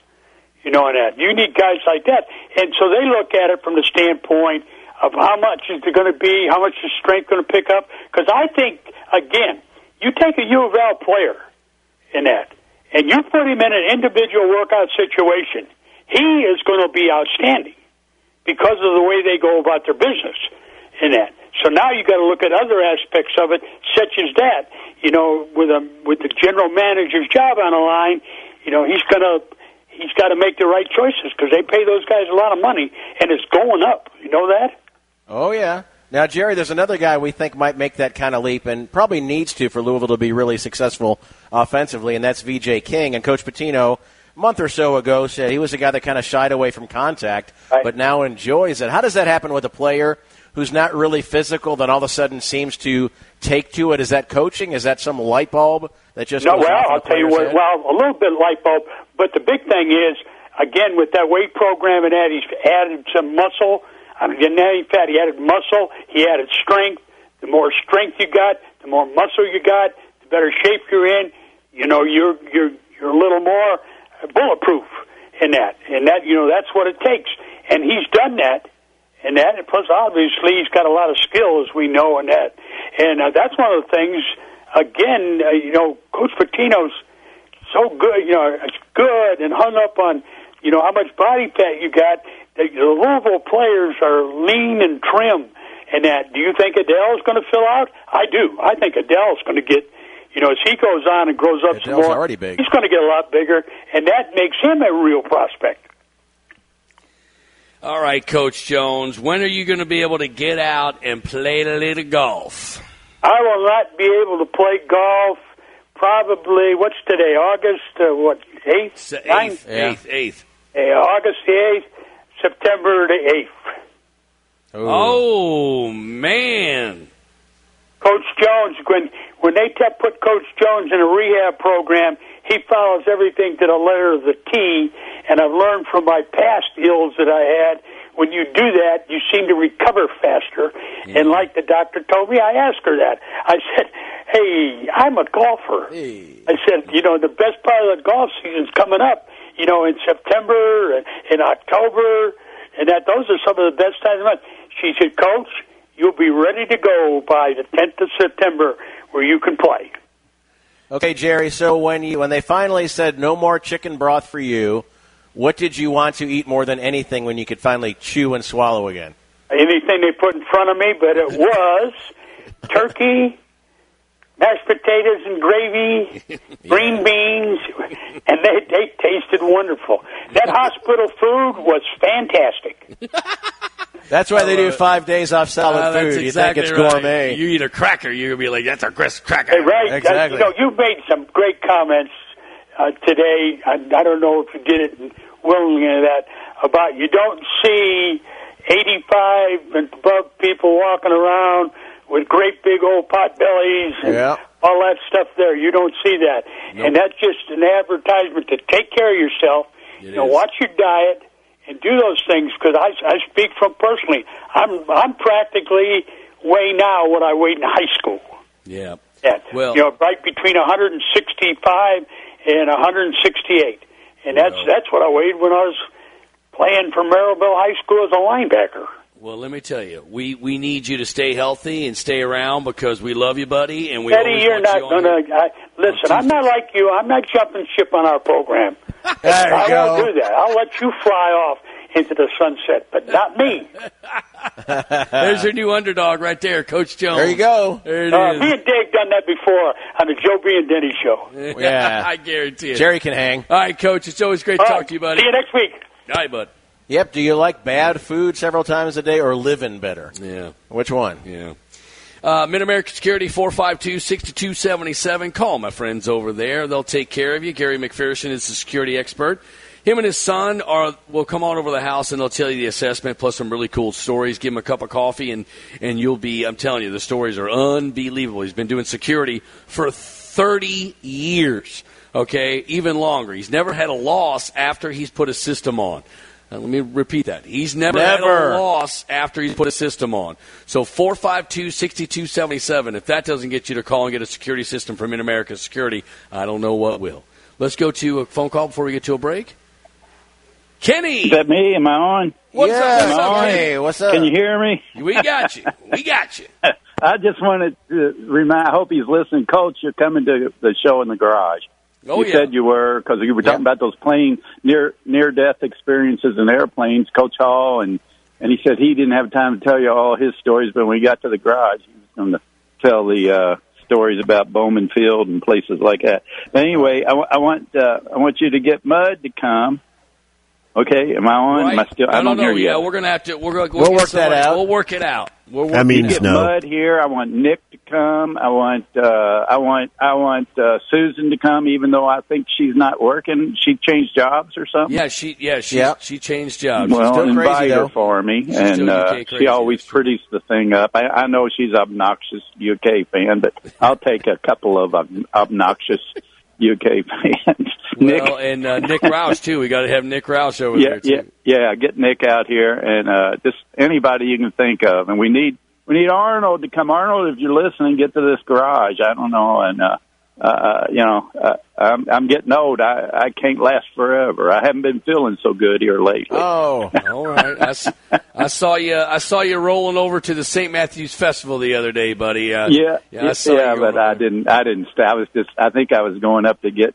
M: you know, and that. You need guys like that. And so they look at it from the standpoint of how much is it going to be, how much is strength going to pick up. Because I think, again, you take a U of L player in that, and you put him in an individual workout situation, he is going to be outstanding because of the way they go about their business in that. So now you got to look at other aspects of it, such as that. You know, with a with the general manager's job on the line, you know he's gonna he's got to make the right choices because they pay those guys a lot of money and it's going up. You know that?
C: Oh yeah. Now, Jerry, there's another guy we think might make that kind of leap and probably needs to for Louisville to be really successful offensively, and that's VJ King. And Coach Patino, a month or so ago, said he was a guy that kind of shied away from contact, but now enjoys it. How does that happen with a player who's not really physical, then all of a sudden seems to take to it? Is that coaching? Is that some light bulb that just
M: no,
C: goes
M: well,
C: off in a
M: I'll tell you
C: player's
M: what.
C: head?
M: Well, a little bit light bulb, but the big thing is again with that weight program and that he's added some muscle. I mean, now in fact, he added muscle. He added strength. The more strength you got, the more muscle you got, the better shape you're in. You know, you're you're you're a little more bulletproof in that, and that you know that's what it takes. And he's done that. and that. And plus, obviously, he's got a lot of skill, as we know, in that. And uh, that's one of the things. Again, uh, you know, Coach Patino's so good. You know, it's good and hung up on you know how much body fat you got. The the Louisville players are lean and trim, and that. Do you think Adele's going to fill out? I do. I think Adele's going to get. You know, as he goes on and grows up some
C: Adele's
M: more,
C: already big.
M: he's going to get a lot bigger, and that makes him a real prospect.
B: All right, Coach Jones, when are you going to be able to get out and play a little golf?
M: I will not be able to play golf. Probably what's today? August uh, what eighth?
B: Eighth, eighth, eighth.
M: Uh, August the eighth. September the eighth.
B: Oh man!
M: Coach Jones, when when they te- put Coach Jones in a rehab program, he follows everything to the letter of the T. And I've learned from my past ills that I had. When you do that, you seem to recover faster. And like the doctor told me, I asked her that. I said, "Hey, I'm a golfer." I said, "You know, the best part of the golf season's coming up. You know, in September and in October, and that those are some of the best times of the month." She said, "Coach." You'll be ready to go by the 10th of September where you can play.
C: Okay, Jerry. So when you when they finally said no more chicken broth for you, what did you want to eat more than anything when you could finally chew and swallow again?
M: Anything they put in front of me, but it was turkey, mashed potatoes and gravy, green beans, and they, they tasted wonderful. That hospital food was fantastic.
C: That's why they do five days off solid
B: Ah,
C: food.
B: Uh, that's exactly
C: you think it's
B: right.
C: gourmet?
B: You eat a cracker, you're gonna be like, "That's a crisp cracker."
M: Hey, right. Exactly. You know, you made some great comments uh, today. I, I don't know if you did it willingly or that about you don't see 85 and above people walking around with great big old pot bellies and
C: Yeah.
M: all that stuff there. You don't see that. And that's just an advertisement to take care of yourself. you know,
N: is.
M: watch your diet and do those things because I, I speak from personally. I'm, I'm practically way now what I weighed in high school
B: Yeah.
M: that.
B: Well-
M: you know, right between 165 and 168, and that's that's what I weighed when I was playing for Maryville High School as a linebacker.
B: Well, let me tell you, we we need you to stay healthy and stay around because we love you, buddy, and we
M: Eddie,
B: always
M: you're
B: want
M: not
B: you on
M: gonna I, listen. I'm not like you. I'm not jumping ship on our program.
C: [LAUGHS] There
M: I
C: you
M: won't do that. I'll let you fly off into the sunset, but not me.
B: There's your [LAUGHS] new underdog right there, Coach Jones.
M: There you
C: go.
B: There it
M: uh,
B: is.
M: Me and Dave done that before on the Joe B and Denny show.
C: Yeah.
B: [LAUGHS] I guarantee it.
C: Jerry can hang.
B: All right, Coach. It's always great to talk to you, buddy.
M: See you next week.
B: All right, bud.
C: Yep. Do you like bad food several times a day or living better?
B: Yeah.
C: Which one?
B: Yeah. Uh, Mid American Security, 452 6277. Call my friends over there. They'll take care of you. Gary McPherson is the security expert. Him and his son are will come on over to the house and they'll tell you the assessment plus some really cool stories. Give him a cup of coffee and, and you'll be, I'm telling you, the stories are unbelievable. He's been doing security for 30 years, okay? Even longer. He's never had a loss after he's put a system on. Uh, let me repeat that. He's never, had
C: Never.
B: a loss loss after he's put a system on. So 452 6277. If that doesn't get you to call and get a security system from America Security, I don't know what will. Let's go to a phone call before we get to a break. Kenny!
G: Is that me? Am I on?
B: What's up? Yeah.
G: Am
B: What's
G: I
B: up,
G: on?
B: Kenny? What's up?
G: Can you hear me?
B: [LAUGHS] We
G: [LAUGHS]
B: got you. We got you.
G: I just wanted to remind. I hope he's listening, Coach. You're coming to the show in the garage.
B: Oh,
G: you
B: yeah.
G: said you were because you were talking about those plane near near death experiences in airplanes, Coach Hall, and and he said he didn't have time to tell you all his stories, but when we got to the garage, he was going to tell the uh, stories about Bowman Field and places like that. But anyway, I, wa- I want uh, I want you to get Mud to come. Okay, am I on? Am I still?
B: I
G: I'm
B: don't
G: on
B: know.
G: here yet.
B: Yeah, we're going to have to. We're gonna,
G: We'll
B: get
G: work that
B: somebody-
G: out.
B: We'll work it out. We'll work
G: I
B: it
G: mean,
B: out.
G: get Mud here. I want Nick to come. I want uh, I want I want uh, Susan to come, even though I think she's not working. She changed jobs or something.
B: Yeah, she yeah she
G: Yeah.
B: she changed jobs.
G: well,
B: She's still
G: invite
B: crazy
G: her
B: though.
G: for me,
B: She's
G: and
B: still
G: uh,
B: UK
G: she
B: crazy.
G: always pretties the thing up. I, I know she's obnoxious UK fan, but I'll take a couple of ob- obnoxious UK [LAUGHS] fans. Nick,
B: Well, and uh, Nick Roush too. We got to have Nick Roush over
G: yeah,
B: there too.
G: yeah, yeah. Get Nick out here and uh, just anybody you can think of, and we need we need Arnold to come. Arnold, if you're listening, get to this garage. I don't know, and uh, uh, you know, uh, I'm, I'm getting old. I I can't last forever. I haven't been feeling so good here lately.
B: Oh, all right. I, s- I saw you. I saw you rolling over to the St. Matthew's Festival the other day, buddy. Uh,
G: yeah,
B: yeah. I saw
G: yeah,
B: you.
G: but I didn't. I didn't stay. I was just. I think I was going up to get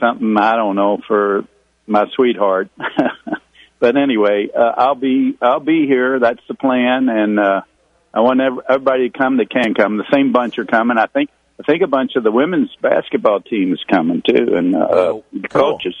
G: something. I don't know for my sweetheart. [LAUGHS] but anyway, uh, I'll be. I'll be here. That's the plan, and uh, I want ev- everybody to come. That can come. The same bunch are coming. I think. I think a bunch of the women's basketball team is coming too, and uh,
B: Oh,
G: coaches.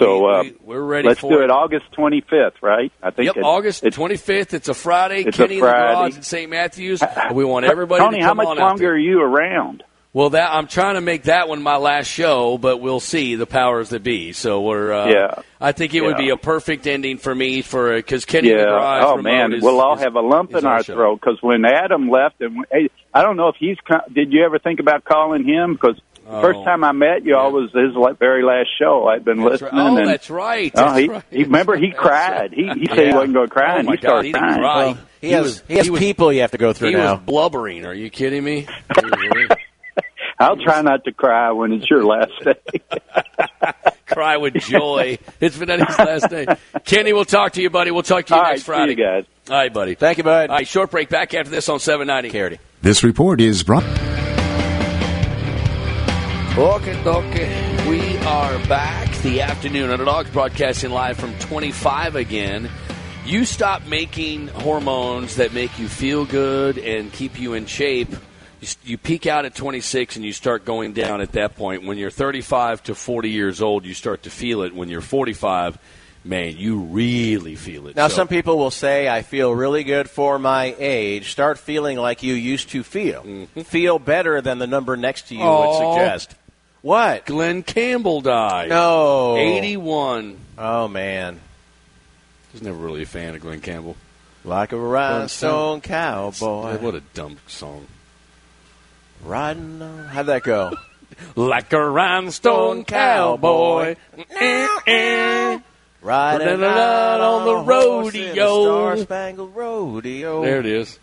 G: So uh,
B: We're ready
G: Let's
B: for
G: do
B: it.
G: it. August twenty fifth, right? I think
B: Yep,
G: it-
B: August
G: it's-
B: twenty fifth. It's a Friday.
G: It's a
B: Kenny in the
G: Friday. [LAUGHS]
B: garage in St. Matthews. We want everybody
G: Tony,
B: to
G: how
B: come
G: much
B: on out
G: longer are you around?
B: there. Well, that I'm trying to make that one my last show, but we'll see the powers that be. So we're uh,
G: Yeah.
B: I think it would
G: Yeah.
B: be a perfect ending for me for because Kenny McBride's
G: Oh
B: remote
G: man,
B: is-
G: we'll all
B: is-
G: have a lump
B: is
G: in our
B: show.
G: throat because when Adam left, and hey, I don't know if he's. co- Did you ever think about calling him? Because
B: Oh.
G: first time I met you, all was his la- very last show. I'd been
B: That's right.
G: listening.
B: Oh,
G: and,
B: that's right.
G: Oh,
B: That's
G: he,
B: right.
G: he remember he cried. He he said
B: Yeah.
G: he wasn't going to cry,
B: Oh
G: and
B: my
G: he
B: God,
G: started
B: he didn't
G: crying.
B: cry.
C: Well, he, has,
B: was-
C: he has
B: he was-
C: people you have to go through
B: he
C: now.
B: was blubbering. Are you kidding me?
G: [LAUGHS] I'll try not to cry when it's your last day.
B: Cry with joy. It's Vinetti's last day. Kenny, we'll talk to you, buddy. We'll talk to you
G: All
B: next
G: right, see
B: Friday.
G: you guys.
B: All right, buddy.
C: Thank you, bud.
B: All right, short break. Back after this on 790. Charity.
N: This report is brought.
B: Okay, okay. We are back the afternoon. Underdogs broadcasting live from 25 again. You stop making hormones that make you feel good and keep you in shape. You, s- you peak out at 26 and you start going down at that point. When you're 35 to 40 years old, you start to feel it. When you're 45, man, you really feel it.
C: Now,
B: So-
C: some people will say, I feel really good for my age. Start feeling like you used to feel. Feel better than the number next to you
B: Mm-hmm. Aw.
C: would suggest. What?
B: Glenn Campbell died.
C: No.
B: 81.
C: Oh, man.
B: I was never really a fan of Glenn Campbell.
C: Like a rhinestone cowboy.
B: What a dumb song.
C: Riding on. How'd that go?
B: [LAUGHS] Like a rhinestone cowboy.
C: Riding out on the rodeo. Star Spangled Rodeo.
B: There it is.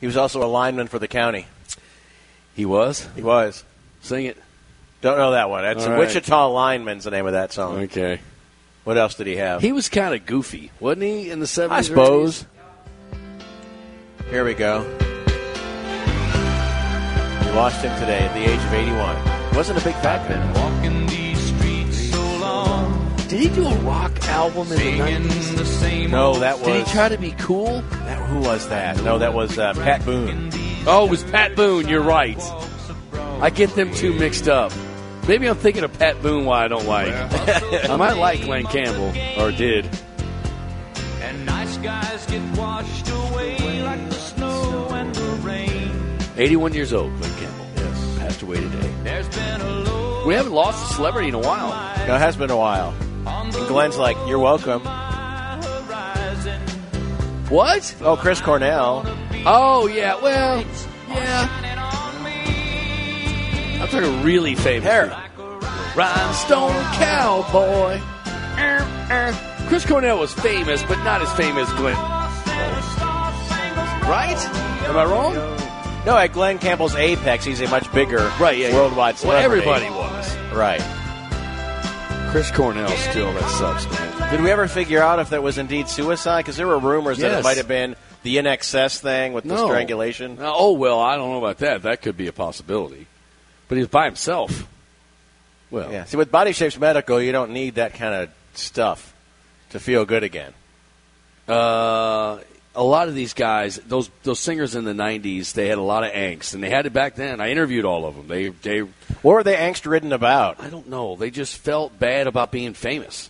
C: He was also a lineman for the county.
B: He was?
C: He was.
B: Sing it.
C: Don't know that one. That's
B: All right.
C: Wichita Lineman's the name of that song.
B: Okay.
C: What else did he have?
B: He was kind of goofy, wasn't he, in the 70s?
C: I suppose. Here we go. We lost him today at the age of 81. Wasn't a big fat man.
I: Walking these streets so long.
B: Did he do a rock album in the 90s?
C: No, that was.
B: Did he try to be cool?
C: that, who was that? No, that was uh, Pat Boone.
B: Oh, it was Pat Boone. You're right. I get them two mixed up. Maybe I'm thinking of Pat Boone. Why I don't
C: [LAUGHS]
B: like. I might like Glenn Campbell or did.
I: And nice guys get washed away like the snow and the rain.
B: 81 years old, Glenn Campbell. Yes, passed away today.
I: There's been a low
B: We haven't lost a celebrity in a while.
C: No, it has been a while. And Glenn's like, you're welcome.
I: horizon.
B: What?
C: Oh, Chris Cornell.
B: Oh yeah. Well, yeah. I'm talking really famous.
C: Hair.
B: Rhinestone Cowboy. Er, er. Chris Cornell was famous, but not as famous as Glenn. Right? Am I wrong?
C: No, at Glenn Campbell's apex, he's a much bigger
B: Right, yeah. yeah.
C: worldwide
B: Well,
C: celebrity.
B: everybody was.
C: Right.
B: Chris Cornell still, that sucks, man.
C: Did we ever figure out if that was indeed suicide? Because there were rumors that
B: Yes.
C: it might have been the NXS thing with the
B: No.
C: strangulation.
B: Uh, Oh, well, I don't know about that. That could be a possibility. But he was by himself. Well,
C: Yeah. See, with Body Shapes Medical, you don't need that kind of stuff to feel good again.
B: uh, a lot of these guys, those those singers in the '90s, they had a lot of angst, and they had it back then. I interviewed all of them. They they
C: What were they angst ridden about?
B: I don't know. They just felt bad about being famous.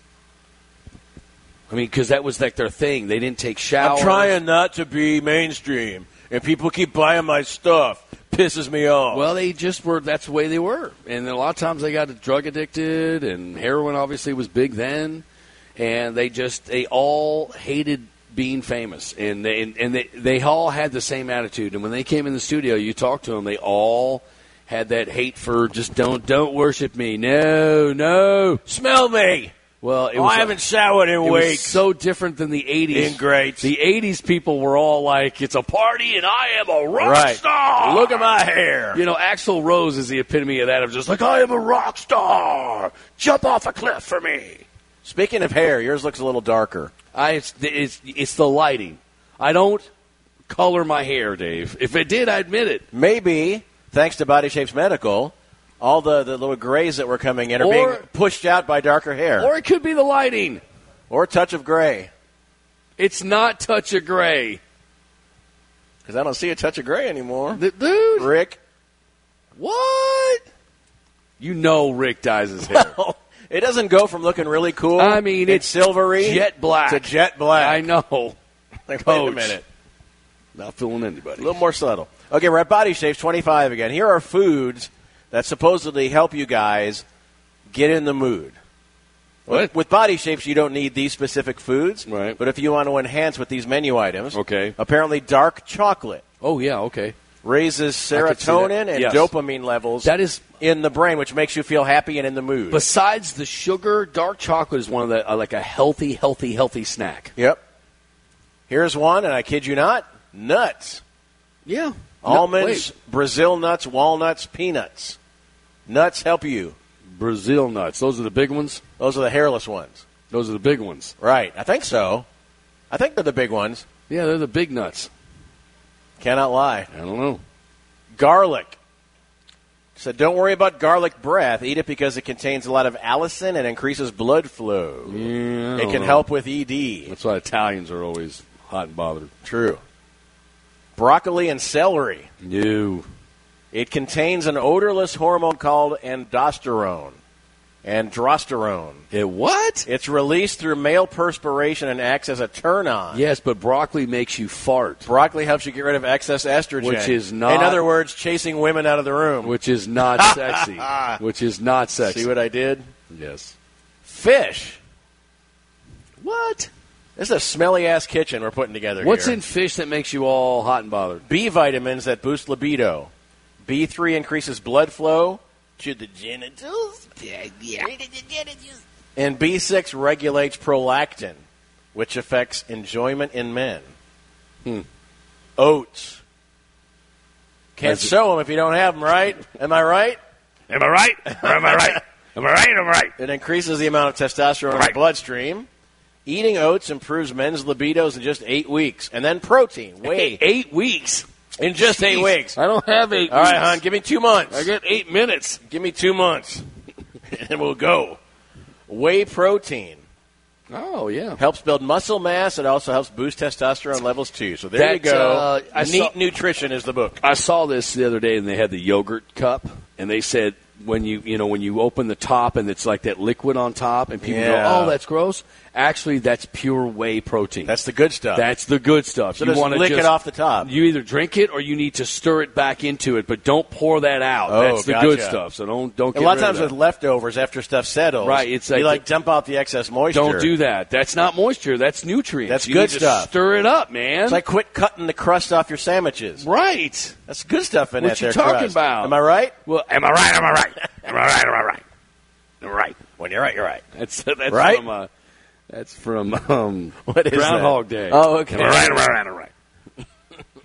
B: I mean, because that was like their thing. They didn't take showers.
C: not to be mainstream, and people keep buying my stuff. Pisses me off.
B: Well, they just were. That's the way they were, and a lot of times they got drug addicted, and heroin obviously was big then, and they just they all hated being famous, and they and, and they they all had the same attitude. And when they came in the studio, you talked to them, they all had that hate for just don't don't worship me, no no smell me. Well,
C: Oh,
B: it was
C: showered in
B: it was so different than the '80s.
C: Been great.
B: The '80s people were all like, "It's a party, and I am a rock
C: Right.
B: star."
C: Look at my hair.
B: You know, Axl Rose is the epitome of that. Of just like, "I am a rock star. Jump off a cliff for me."
C: Speaking of hair, yours looks a little darker.
B: I it's it's, it's the lighting. I don't color my hair, Dave. If it did, I admit it.
C: Maybe, thanks to Body Shapes Medical, all the, the little grays that were coming in are
B: Or-
C: being pushed out by darker hair.
B: Or it could be the lighting.
C: Or a touch of gray.
B: It's not touch of gray,
C: Because I don't see a touch of gray anymore.
B: Th- dude.
C: Rick.
B: What? You know, Rick dyes his hair.
C: It doesn't go from looking really cool.
B: I mean,
C: and
B: it's
C: silvery
B: jet black.
C: to jet black.
B: I know.
C: Like, wait a
B: Coach.
C: minute.
B: Not fooling anybody.
C: A little more subtle. Okay, we're at Body Shapes 25 again. Here are foods that supposedly help you guys get in the mood. With, with Body Shapes, you don't need these specific foods. Right. But if you want to enhance with these menu items, okay. apparently dark chocolate.
B: Oh, yeah, okay.
C: Raises
B: I could see that.
C: serotonin and
B: Yes.
C: dopamine levels that is in the brain, which makes you feel happy and in the mood.
B: Besides the sugar, dark chocolate is one of the uh, like a healthy, healthy, healthy snack.
C: Yep. Here's one, and I kid you not, nuts.
B: Yeah.
C: Almonds,
B: No,
C: Brazil nuts, walnuts, peanuts. Nuts help you.
B: Brazil nuts. Those are the big ones?
C: Those are the hairless ones.
B: Those are the big ones.
C: Right. I think so. I think they're the big ones.
B: Yeah, they're the big nuts.
C: Cannot lie.
B: I don't know.
C: Garlic. So don't worry about garlic breath. Eat it because it contains a lot of allicin and increases blood flow.
B: Yeah,
C: it
B: don't
C: can
B: know.
C: help with E ED.
B: That's why Italians are always hot and bothered.
C: True. Broccoli and celery.
B: No.
C: It contains an odorless hormone called andosterone. Androsterone.
B: It what?
C: It's released through male perspiration and acts as a turn on.
B: Yes, but broccoli makes you fart.
C: Broccoli helps you get rid of excess estrogen.
B: Which is not-
C: In other words, chasing women out of the room.
B: Which is [LAUGHS] not sexy. Which is not sexy.
C: See what I did?
B: Yes.
C: Fish.
B: What?
C: This is a smelly ass kitchen we're putting together
B: What's
C: here.
B: in fish that makes you all hot and bothered?
C: B vitamins that boost libido. B3 increases blood flow to the genitals. And B6 regulates prolactin, which affects enjoyment in men.
B: Hmm.
C: Oats. Can't
B: That's-
C: sow them if you don't have them, right? Am I right?
O: Am I right? Or am I right? Am I right? Am I right?
C: It increases the amount of testosterone in the bloodstream. Eating oats improves men's libidos in just eight weeks. And
O: [LAUGHS]
C: then protein. Wait.
B: Eight weeks?
C: In just eight
B: Jeez.
C: weeks.
B: I don't have eight
C: All right,
B: weeks.
C: hon, give me two months.
B: I got eight minutes.
C: Give me two months, [LAUGHS] and we'll go. Whey protein
B: Oh, yeah.
C: helps build muscle mass. It also helps boost testosterone levels too. So there you
B: That,
C: go.
B: uh, I
C: Neat
B: saw-
C: nutrition is the book.
B: I saw this the other day, and they had the yogurt cup, and they said when you you know when you open the top and it's like that liquid on top, and people
C: Yeah.
B: go, "Oh, that's gross." Actually, that's pure whey protein.
C: That's the good stuff.
B: That's the good stuff.
C: so
B: you
C: just
B: want to
C: lick it off the top.
B: You either drink it or you need to stir it back into it, but don't pour that out.
C: Oh,
B: that's the
C: gotcha.
B: good stuff. So don't don't.
C: a
B: get
C: lot of
B: rid
C: times
B: that.
C: with leftovers after stuff settles,
B: Right, it's
C: you
B: like-
C: like dump out the excess moisture.
B: Don't do that. That's not moisture. That's nutrients.
C: That's
B: You
C: good
B: need to
C: stuff.
B: stir it up, man.
C: It's like quit cutting the crust off your sandwiches.
B: right.
C: That's good stuff in
B: What
C: that
B: you
C: there
B: talking
C: crust.
B: about?
C: Am I right?
B: Well,
O: Am I right? Am I right? Am I right? Am I right? Am I right?
C: When you're right, you're right.
B: [LAUGHS] that's that's
C: Right?
B: from uh, that's from um,
C: [LAUGHS] What is that?
B: Groundhog Day.
C: Oh, okay.
O: Am I right? Am I right? Am I right?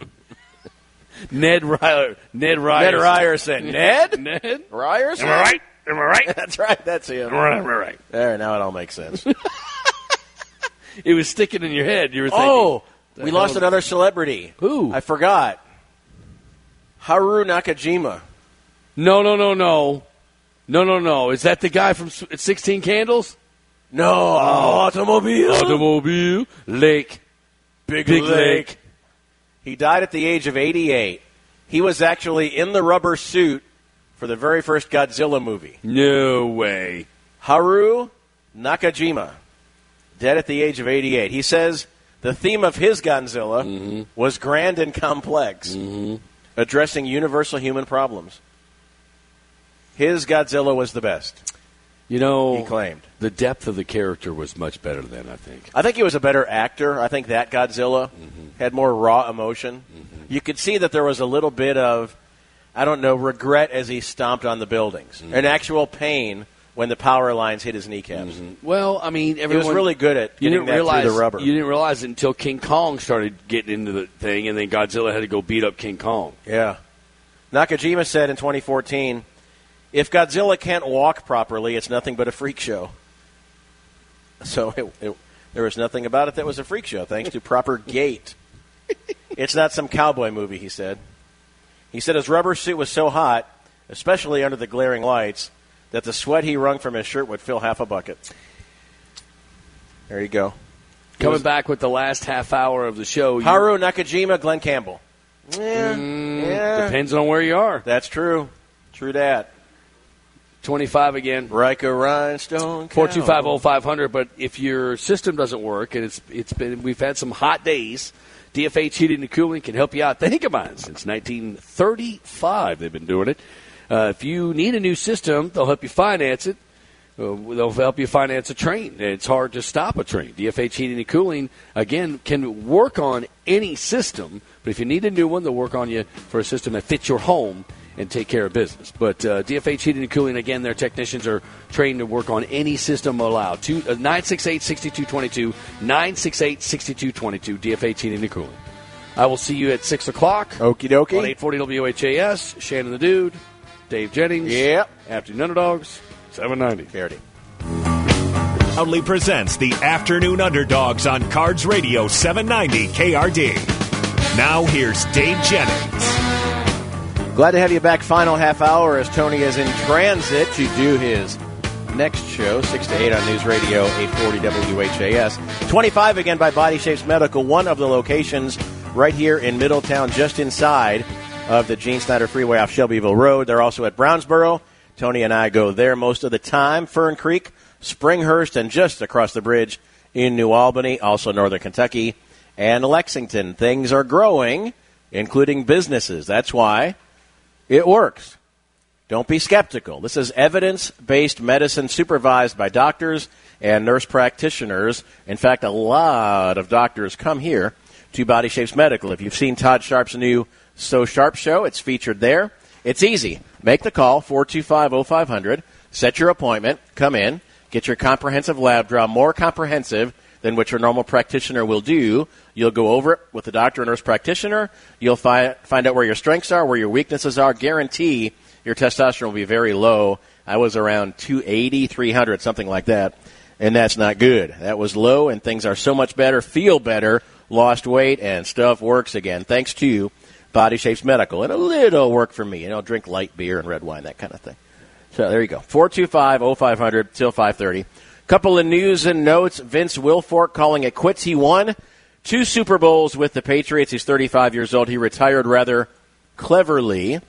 B: Ned Ryerson. Ned
C: Ned
B: Ryerson.
C: [LAUGHS] Ryerson. Ned
B: Ned?
C: Ryerson.
O: Am I right? Am I right?
C: [LAUGHS] That's right. That's
O: Am
C: him.
O: I right? Am I right?
C: There, now it all makes [LAUGHS] sense.
B: It was sticking in your head. You were thinking.
C: Oh,
B: The
C: we
B: hell-
C: lost another celebrity.
B: Who?
C: I forgot. Haru Nakajima.
B: No, no, no, no. No, no, no. Is that the guy from S- 16 Candles? Oh.
C: No, automobile.
B: Automobile. Lake.
C: Big,
B: Big
C: Lake.
B: Lake.
C: He died at the age of 88. He was actually in the rubber suit for the very first Godzilla movie.
B: No way.
C: Haru Nakajima, dead at the age of 88. He says the theme of his Godzilla
B: Mm-hmm.
C: was grand and complex, addressing universal human problems. His Godzilla was the best,
B: You know,
C: he claimed.
B: the depth of the character was much better than I think.
C: I think he was a better actor. I think that Godzilla had more raw emotion. You could see that there was a little bit of, I don't know, regret as he stomped on the buildings, an actual pain when the power lines hit his kneecaps.
B: Well, I mean,
C: He
B: everyone
C: was really good at
B: you didn't
C: getting that
B: realize
C: through the rubber.
B: You didn't realize it until King Kong started getting into the thing, and then Godzilla had to go beat up King Kong.
C: yeah. Nakajima said in 2014, if Godzilla can't walk properly, it's nothing but a freak show. [LAUGHS] So it, it, there was nothing about it that was a freak show, thanks to
B: [LAUGHS]
C: proper gait. It's not some cowboy movie, he said. He said his rubber suit was so hot, especially under the glaring lights, that the sweat he wrung from his shirt would fill half a bucket. There you go.
B: Coming back with the last half hour of the show, you-
C: Haru Nakajima, Glenn Campbell. Yeah.
B: Mm,
C: yeah.
B: depends on where you are.
C: That's true. True that.
B: Twenty-five again.
C: Riker Rhinestone.
B: Four two five oh five hundred. But if your system doesn't work, and it's it's been we've had some hot days. DFH Heating and Cooling can help you out. Think about it. Since 1935, they've been doing it. Uh, if you need a new system, they'll help you finance it. Uh, they'll help you finance a train. It's hard to stop a train. DFH Heating and Cooling, again, can work on any system, but if you need a new one, they'll work on you for a system that fits your home and take care of business. But uh, DFH Heating and Cooling, again, their technicians are trained to work on any system allowed. Two, uh, 968-6222, 968-6222, DFH Heating and Cooling. I will see you at 6 o'clock.
C: Okie dokie.
B: On 840 WHAS, Shannon the Dude, Dave Jennings. Yep. Afternoon Underdogs, 790. Verity.
A: Proudly presents the Afternoon Underdogs on Cards Radio 790 KRD. Now here's Dave Jennings.
C: Glad to have you back. Final half hour as Tony is in transit to do his next show, 6 to 8 on News Radio 840 WHAS. 25 again by Body Shapes Medical, one of the locations right here in Middletown, just inside of the Gene Snyder Freeway off Shelbyville Road. They're also at Brownsboro. Tony and I go there most of the time. Fern Creek, Springhurst, and just across the bridge in New Albany, also northern Kentucky, and Lexington. Things are growing, including businesses. That's why. It works. Don't be skeptical. This is evidence based medicine supervised by doctors and nurse practitioners. In fact, a lot of doctors come here to Body Shapes Medical. If you've seen Todd Sharp's new So Sharp show, it's featured there. It's easy. Make the call, 425 0500, set your appointment, come in, get your comprehensive lab draw, more comprehensive than what your normal practitioner will do. You'll go over it with the doctor or nurse practitioner. You'll find, find out where your strengths are, where your weaknesses are. Guarantee your testosterone will be very low. I was around 280, 300, something like that. And that's not good. That was low, and things are so much better, feel better, lost weight, and stuff works again. Thanks to Body Shapes Medical. And a little work for me. You know, drink light beer and red wine, that kind of thing. So there you go. 425 0500 till 530. Couple of news and notes. Vince Wilfork calling it quits. He won two Super Bowls with the Patriots. He's 35 years old. He retired rather cleverly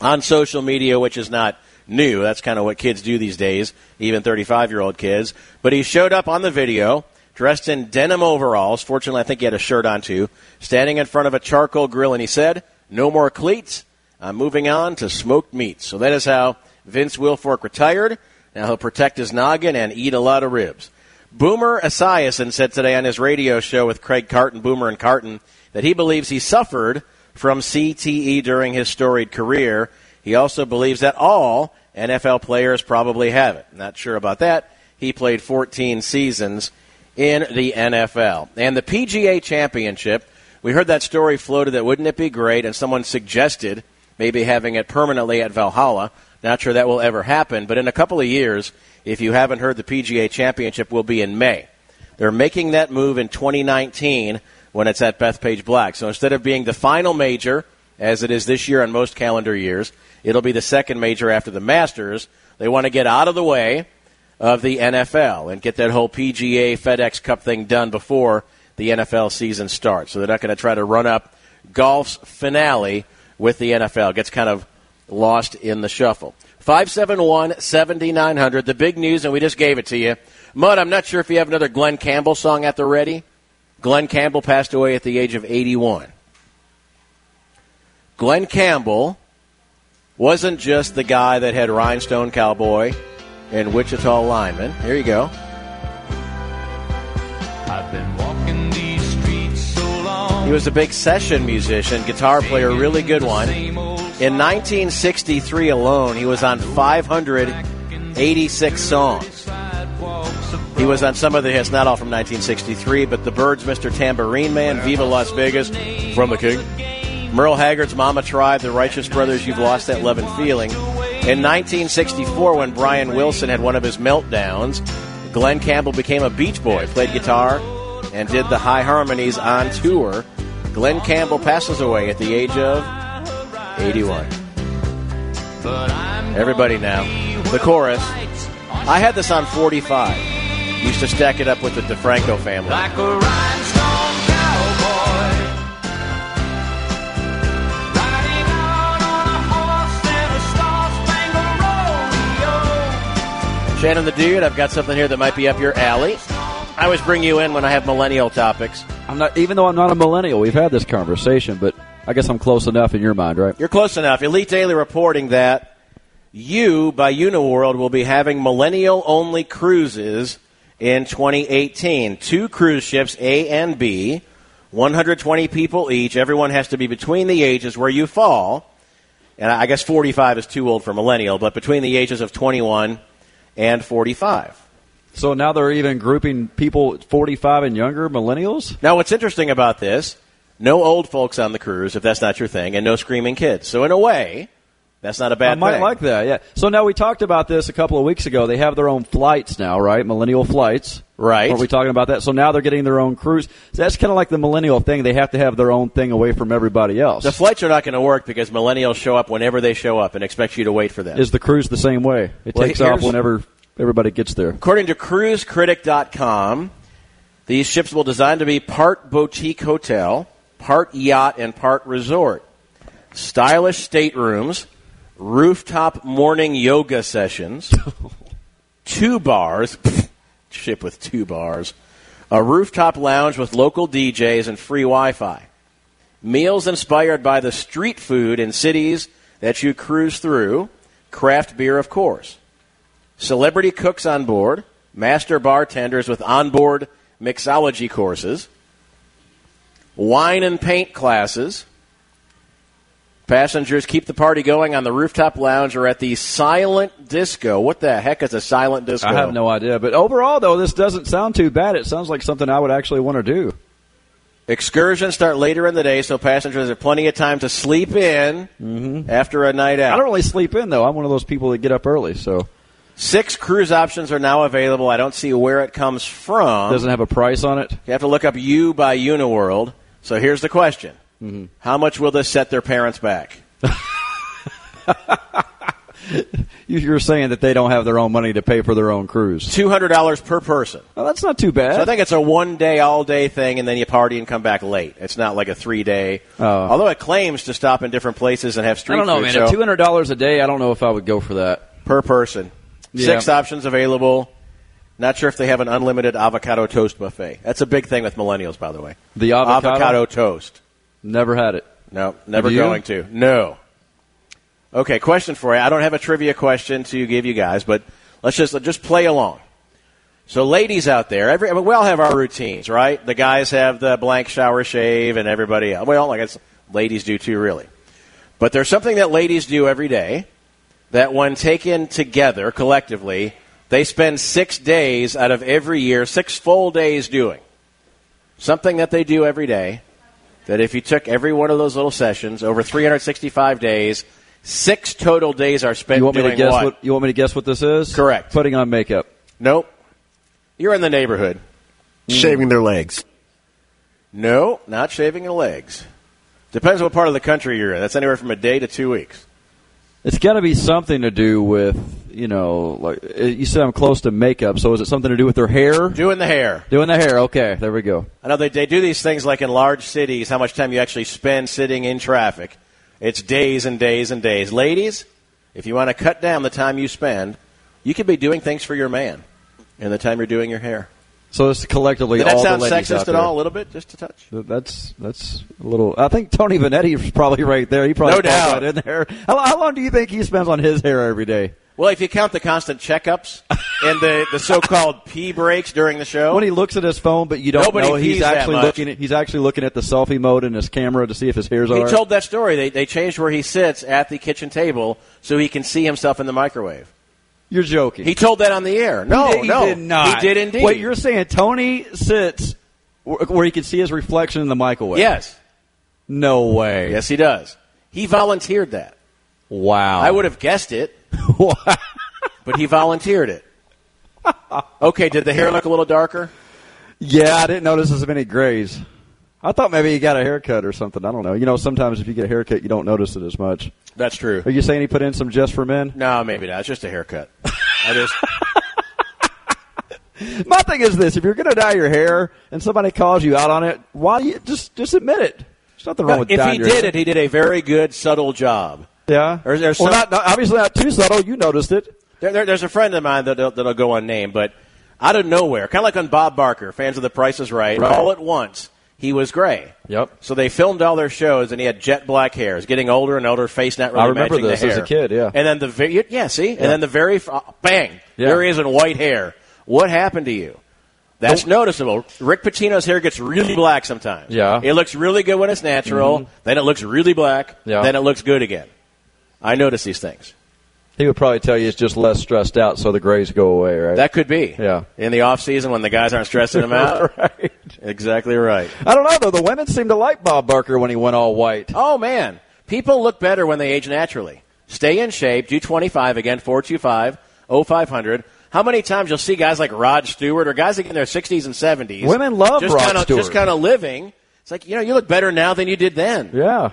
C: on social media, which is not new. That's kind of what kids do these days, even 35 year old kids. But he showed up on the video dressed in denim overalls. Fortunately, I think he had a shirt on too, standing in front of a charcoal grill, and he said, No more cleats. I'm moving on to smoked meats. So that is how Vince Wilfork retired. Now he'll protect his noggin and eat a lot of ribs. Boomer Esiason said today on his radio show with Craig Carton, Boomer and Carton, that he believes he suffered from CTE during his storied career. He also believes that all NFL players probably have it. Not sure about that. He played 14 seasons in the NFL. And the PGA Championship, we heard that story floated that wouldn't it be great, and someone suggested maybe having it permanently at Valhalla. Not sure that will ever happen, but in a couple of years, if you haven't heard, the PGA Championship will be in May. They're making that move in 2019 when it's at Bethpage Black. So instead of being the final major, as it is this year on most calendar years, it'll be the second major after the Masters. They want to get out of the way of the NFL and get that whole PGA FedEx Cup thing done before the NFL season starts. So they're not going to try to run up golf's finale with the NFL. It gets kind of lost in the shuffle. 571 7900, the big news, and we just gave it to you. Mud, I'm not sure if you have another Glenn Campbell song at the ready. Glenn Campbell passed away at the age of 81. Glenn Campbell wasn't just the guy that had Rhinestone Cowboy and Wichita Lineman. Here you go.
I: I've been walking these streets so long.
C: He was a big session musician, guitar player, really good one. In 1963 alone, he was on 586 songs. He was on some of the hits, not all from 1963, but The Birds, Mr. Tambourine Man, Viva Las Vegas, From the King, Merle Haggard's Mama Tribe, The Righteous Brothers, You've Lost That Love and Feeling. In 1964, when Brian Wilson had one of his meltdowns, Glenn Campbell became a Beach Boy, played guitar, and did the high harmonies on tour. Glenn Campbell passes away at the age of 81. Everybody now. The chorus. I had this on 45. Used to stack it up with the DeFranco family.
I: Like a rhinestone cowboy. Riding out on a horse and a star-spangled rodeo.
C: Shannon the Dude, I've got something here that might be up your alley. I always bring you in when I have millennial topics.
N: I'm not, even though I'm not a millennial, we've had this conversation, but I guess I'm close enough in your mind, right?
C: You're close enough. Elite Daily reporting that you, by Uniworld, will be having millennial only cruises in 2018. Two cruise ships, A and B, 120 people each. Everyone has to be between the ages where you fall. And I guess 45 is too old for millennial, but between the ages of 21 and 45.
N: So now they're even grouping people 45 and younger, millennials?
C: Now, what's interesting about this, no old folks on the cruise, if that's not your thing, and no screaming kids. So, in a way, that's not a bad
N: I might
C: thing.
N: like that, yeah. So now we talked about this a couple of weeks ago. They have their own flights now, right? Millennial flights.
C: Right.
N: Were we talking about that? So now they're getting their own cruise. So that's kind of like the millennial thing. They have to have their own thing away from everybody else.
C: the flights are not going to work because millennials show up whenever they show up and expect you to wait for them.
N: Is the cruise the same way? It
C: Well,
N: takes off
C: here's-
N: whenever everybody gets there.
C: According to cruisecritic.com, these ships will design to be part boutique hotel, part yacht, and part resort. Stylish staterooms, rooftop morning yoga sessions, two bars, [LAUGHS] ship with two bars, a rooftop lounge with local DJs and free Wi Fi. Meals inspired by the street food in cities that you cruise through, craft beer, of course celebrity cooks on board, master bartenders with onboard mixology courses, wine and paint classes. Passengers keep the party going on the rooftop lounge or at the silent disco. What the heck is a silent disco?
N: I have no idea. But overall, though, this doesn't sound too bad. It sounds like something I would actually want to do.
C: Excursions start later in the day, so passengers have plenty of time to sleep in after a night out.
N: Mm-hmm. I don't really sleep in, though. I'm one of those people that get up early, so.
C: Six cruise options are now available. I don't see where it comes from.
N: Doesn't have a price on it.
C: You have to look up U by Uniworld. So here's the question: How much will this set their parents back?
N: You- You're saying that they don't have their own money to pay for their own cruise.
C: Two hundred dollars per person.
N: Well, that's not too bad.
C: So I think it's a one day, all day thing, and then you party and come back late. It's not like a three day.
N: Oh.
C: Although it claims to stop in different places and have
N: I
C: street
N: don't know,
C: food,
N: man.
C: so
N: At two hundred dollars a day, I don't know if I would go for that
C: per person.
N: Yeah.
C: Six options available. Not sure if they have an unlimited avocado toast buffet. That's a big thing with millennials, by the way.
N: The avocado?
C: toast.
N: Never had it.
C: No, never
N: Have you?
C: going to. No. Okay, question for you. I don't have a trivia question to give you guys, but let's just let's just play along. So, ladies out there, every I mean, we all have our routines, right? The guys have the blank shower shave, and everybody else. Well, I guess ladies do too, really. But there's something that ladies do every day that, when taken together collectively, they spend six days out of every year, six full days doing something that they do every day that if you took every one of those little sessions over 365 days, six total days are spent
N: You want me
C: doing
N: to guess
C: what?
N: You want me to guess what this is? Correct. Putting on makeup.
C: Nope. You're in the neighborhood.
N: Hmm.
D: Shaving their legs.
C: No, not shaving your legs. Depends what part of the country you're in. That's anywhere from a day to two weeks.
N: It's got to be something to do with you know, like uh, you said, I'm close to makeup. So is it something to do with their hair?
C: Doing the hair.
N: Doing the hair. Okay, there we go.
C: I know they, they do these things like in large cities, how much time you actually spend sitting in traffic. It's days and days and days. Ladies, if you want to cut down the time you spend, you could be doing things for your man in the time you're doing your hair.
N: So this is collectively
C: Did that
N: all
C: sound
N: the ladies
C: sexist
N: out
C: at
N: there.
C: all? A little bit, just a touch.
N: Th- That's that's a little. I think Tony Vanetti is probably right there. He probably
C: No
N: falls
C: doubt.
N: right in there. How, lo- how long do you think he spends on his hair every day?
C: Well, if you count the constant checkups and the, the so-called pee breaks during the show,
N: When he looks at his phone, but you don't
C: Nobody
N: know he's
C: pees that
N: actually
C: much.
N: looking. At, he's actually looking at the selfie mode in his camera to see if his hair's
C: he
N: all right.
C: told that story. They, they changed where he sits at the kitchen table so he can see himself in the microwave.
N: You're joking.
C: He told that on the air. No,
N: he did, he
C: no,
N: did not.
C: He did indeed.
N: Wait, you're saying Tony sits wh- where he can see his reflection in the microwave?
C: yes,
N: No way.
C: yes, he does. He volunteered that.
N: Wow.
C: I would have
N: [LAUGHS]
C: guessed it, but he volunteered it. Okay, did the hair look a little darker?
N: Yeah, I didn't notice as many grays. I thought maybe he got a haircut or something. I don't know. You know, sometimes if you get a haircut, you don't notice it as much.
C: That's true.
N: Are you saying he put in some just for men?
C: No, maybe not. It's just a haircut.
N: [LAUGHS]
C: I just
N: My thing is this: if you're going to dye your hair and somebody calls you out on it, why do you just just admit it? There's nothing wrong with
C: if
N: dyeing
C: he
N: your
C: did
N: hair.
C: it, he did a very good subtle job.
N: Yeah.
C: Or is there
N: well,
C: some-
N: not, not- obviously not too subtle. You noticed it.
C: There, there, there's a friend of mine that that'll go unnamed, but out of nowhere, kind of like on Bob Barker, fans of The Price is right,
N: Right.
C: all at once. He was gray.
N: Yep.
C: So they filmed all their shows, and he had jet black hair. He's getting older and older, face not really
N: I remember
C: matching the
N: this as
C: hair.
N: a kid, yeah.
C: And then the very yeah, see,
N: Yeah.
C: and then the very f- uh, bang,
N: Yeah.
C: there he is in white hair. What happened to you? That's noticeable. Rick Pitino's hair gets really black sometimes.
N: Yeah.
C: it looks really good when it's natural.
N: Mhm.
C: Then it looks really black.
N: Yeah.
C: Then it looks good again. I notice these things.
N: He would probably tell you it's just less stressed out, so the grays go away, right?
C: That could be.
N: Yeah.
C: In the off season when the guys aren't stressing
N: [LAUGHS]
C: them out. right. Exactly right.
N: I don't know though. The women seemed to like Bob Barker when he went all white.
C: Oh man, people look better when they age naturally. Stay in shape. Do 25 again. 425 0500. How many times you'll see guys like Rod Stewart or guys like in their 60s and 70s?
N: Women love
C: just
N: Rod
C: kinda,
N: Stewart.
C: Just kind of living. It's like you know you look better now than you did then.
N: Yeah.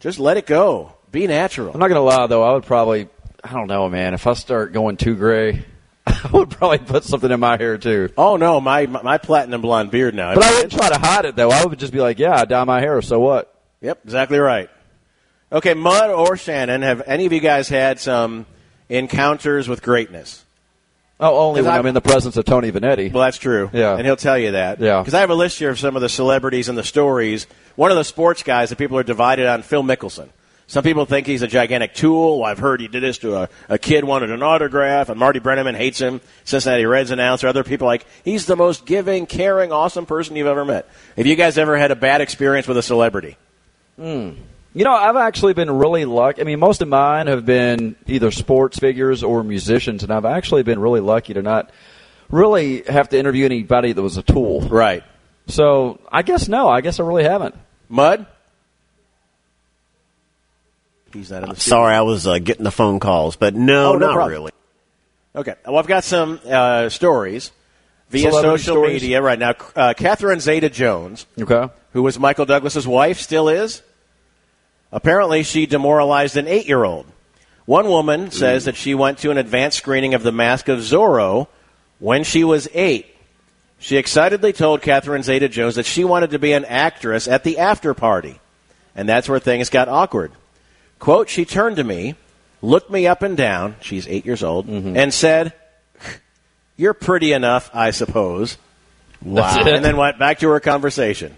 C: Just let it go. Be natural.
N: I'm not gonna lie though. I would probably. I don't know, man. If I start going too gray, [LAUGHS] I would probably put something in my hair too.
C: Oh no, my my, my platinum blonde beard now.
N: But I wouldn't try to hide it though. I would just be like, yeah, I dye my hair. So what?
C: Yep, exactly right. Okay, Mud or Shannon, have any of you guys had some encounters with greatness?
N: Oh, only when
C: I-
N: I'm in the presence of Tony Vanetti.
C: Well, that's true.
N: Yeah.
C: And he'll tell you that.
N: Oh. Yeah.
C: Because I have a list here of some of the celebrities and the stories. One of the sports guys that people are divided on, Phil Mickelson. Some people think he's a gigantic tool. Well, I've heard he did this to a, a kid, wanted an autograph, and Marty Brenneman hates him. Cincinnati Reds announcer. Other people like he's the most giving, caring, awesome person you've ever met. Have you guys ever had a bad experience with a celebrity?
N: Mm. You know, I've actually been really lucky. I mean, most of mine have been either sports figures or musicians, and I've actually been really lucky to not really have to interview anybody that was a tool.
C: Right.
N: So I guess no. I guess I really haven't.
C: Mud. He's not in the
D: Sorry, I was uh, getting the phone calls, but no,
C: Oh, no
D: not
C: problem.
D: really.
C: Okay. Well, I've got some uh, stories via
D: Celebrity
C: social
D: stories?
C: media right now. Uh, Catherine Zeta Jones,
N: okay.
C: who was Michael Douglas's wife, still is. Apparently, she demoralized an eight year old. One woman says that she went to an advanced screening of The Mask of Zorro when she was eight. She excitedly told Catherine Zeta Jones that she wanted to be an actress at the after party. And that's where things got awkward. Quote, she turned to me, looked me up and down, she's eight years old,
N: Mm-hmm.
C: and said, You're pretty enough, I suppose.
N: Wow.
C: And then went back to her conversation.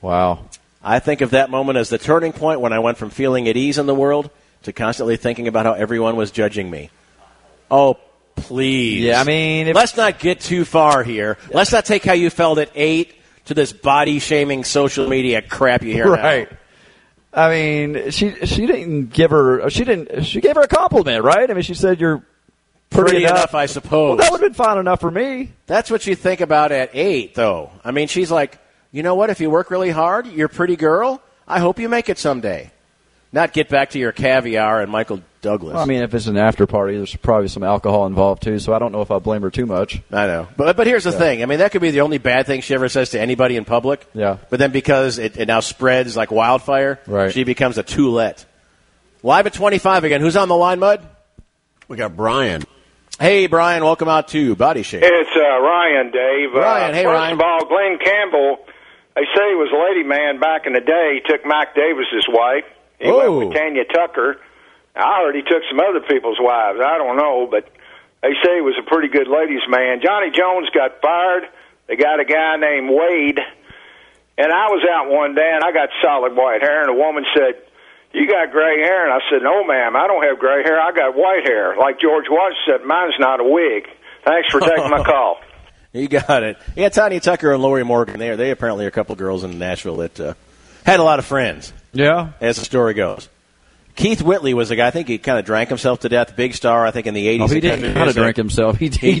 N: Wow.
C: I think of that moment as the turning point when I went from feeling at ease in the world to constantly thinking about how everyone was judging me. Oh, please.
N: Yeah, I mean, if-
C: let's not get too far here. Let's not take how you felt at eight to this body shaming social media crap you [LAUGHS] hear. now.
N: right. I mean, she she didn't give her she didn't she gave her a compliment, right? I mean, she said you're pretty,
C: Pretty enough, I suppose.
N: Well, that would have been fine enough for me.
C: Oh. That's what you think about at eight, though. I mean, she's like, you know what? If you work really hard, you're a pretty girl. I hope you make it someday. Not get back to your caviar and Michael Douglas.
N: Well, I mean, if it's an after party, there's probably some alcohol involved too, so I don't know if I blame her too much.
C: I know. But but here's the
N: Yeah.
C: thing. I mean, that could be the only bad thing she ever says to anybody in public.
N: Yeah.
C: But then because it, it now spreads like wildfire,
N: Right.
C: she becomes a Toulette. Live at 25 again. Who's on the line, Mud?
D: We got Brian.
C: Hey, Brian. Welcome out to Body Shape.
P: It's uh, Ryan, Dave.
C: Ryan,
P: uh,
C: hey,
P: first
C: Ryan.
P: of all, Glenn Campbell, they say he was a lady man back in the day. He took Mike Davis's wife. He
C: Oh.
P: went with Tanya Tucker. I heard he took some other people's wives. I don't know, but they say he was a pretty good ladies' man. Johnny Jones got fired. They got a guy named Wade. And I was out one day and I got solid white hair, and a woman said, You got gray hair? And I said, No, ma'am, I don't have gray hair. I got white hair. Like George Washington said, mine's not a wig. Thanks for taking my call.
C: You got it. Yeah, Tanya Tucker and Lori Morgan. They, are- they apparently are a couple girls in Nashville that uh, had a lot of friends.
N: Yeah.
C: As the story goes. Keith Whitley was a guy, I think he kind of drank himself to death. Big star, I think, in the 80s.
N: Oh, he
C: country
N: didn't kind of
C: music.
N: drink himself. He,
C: He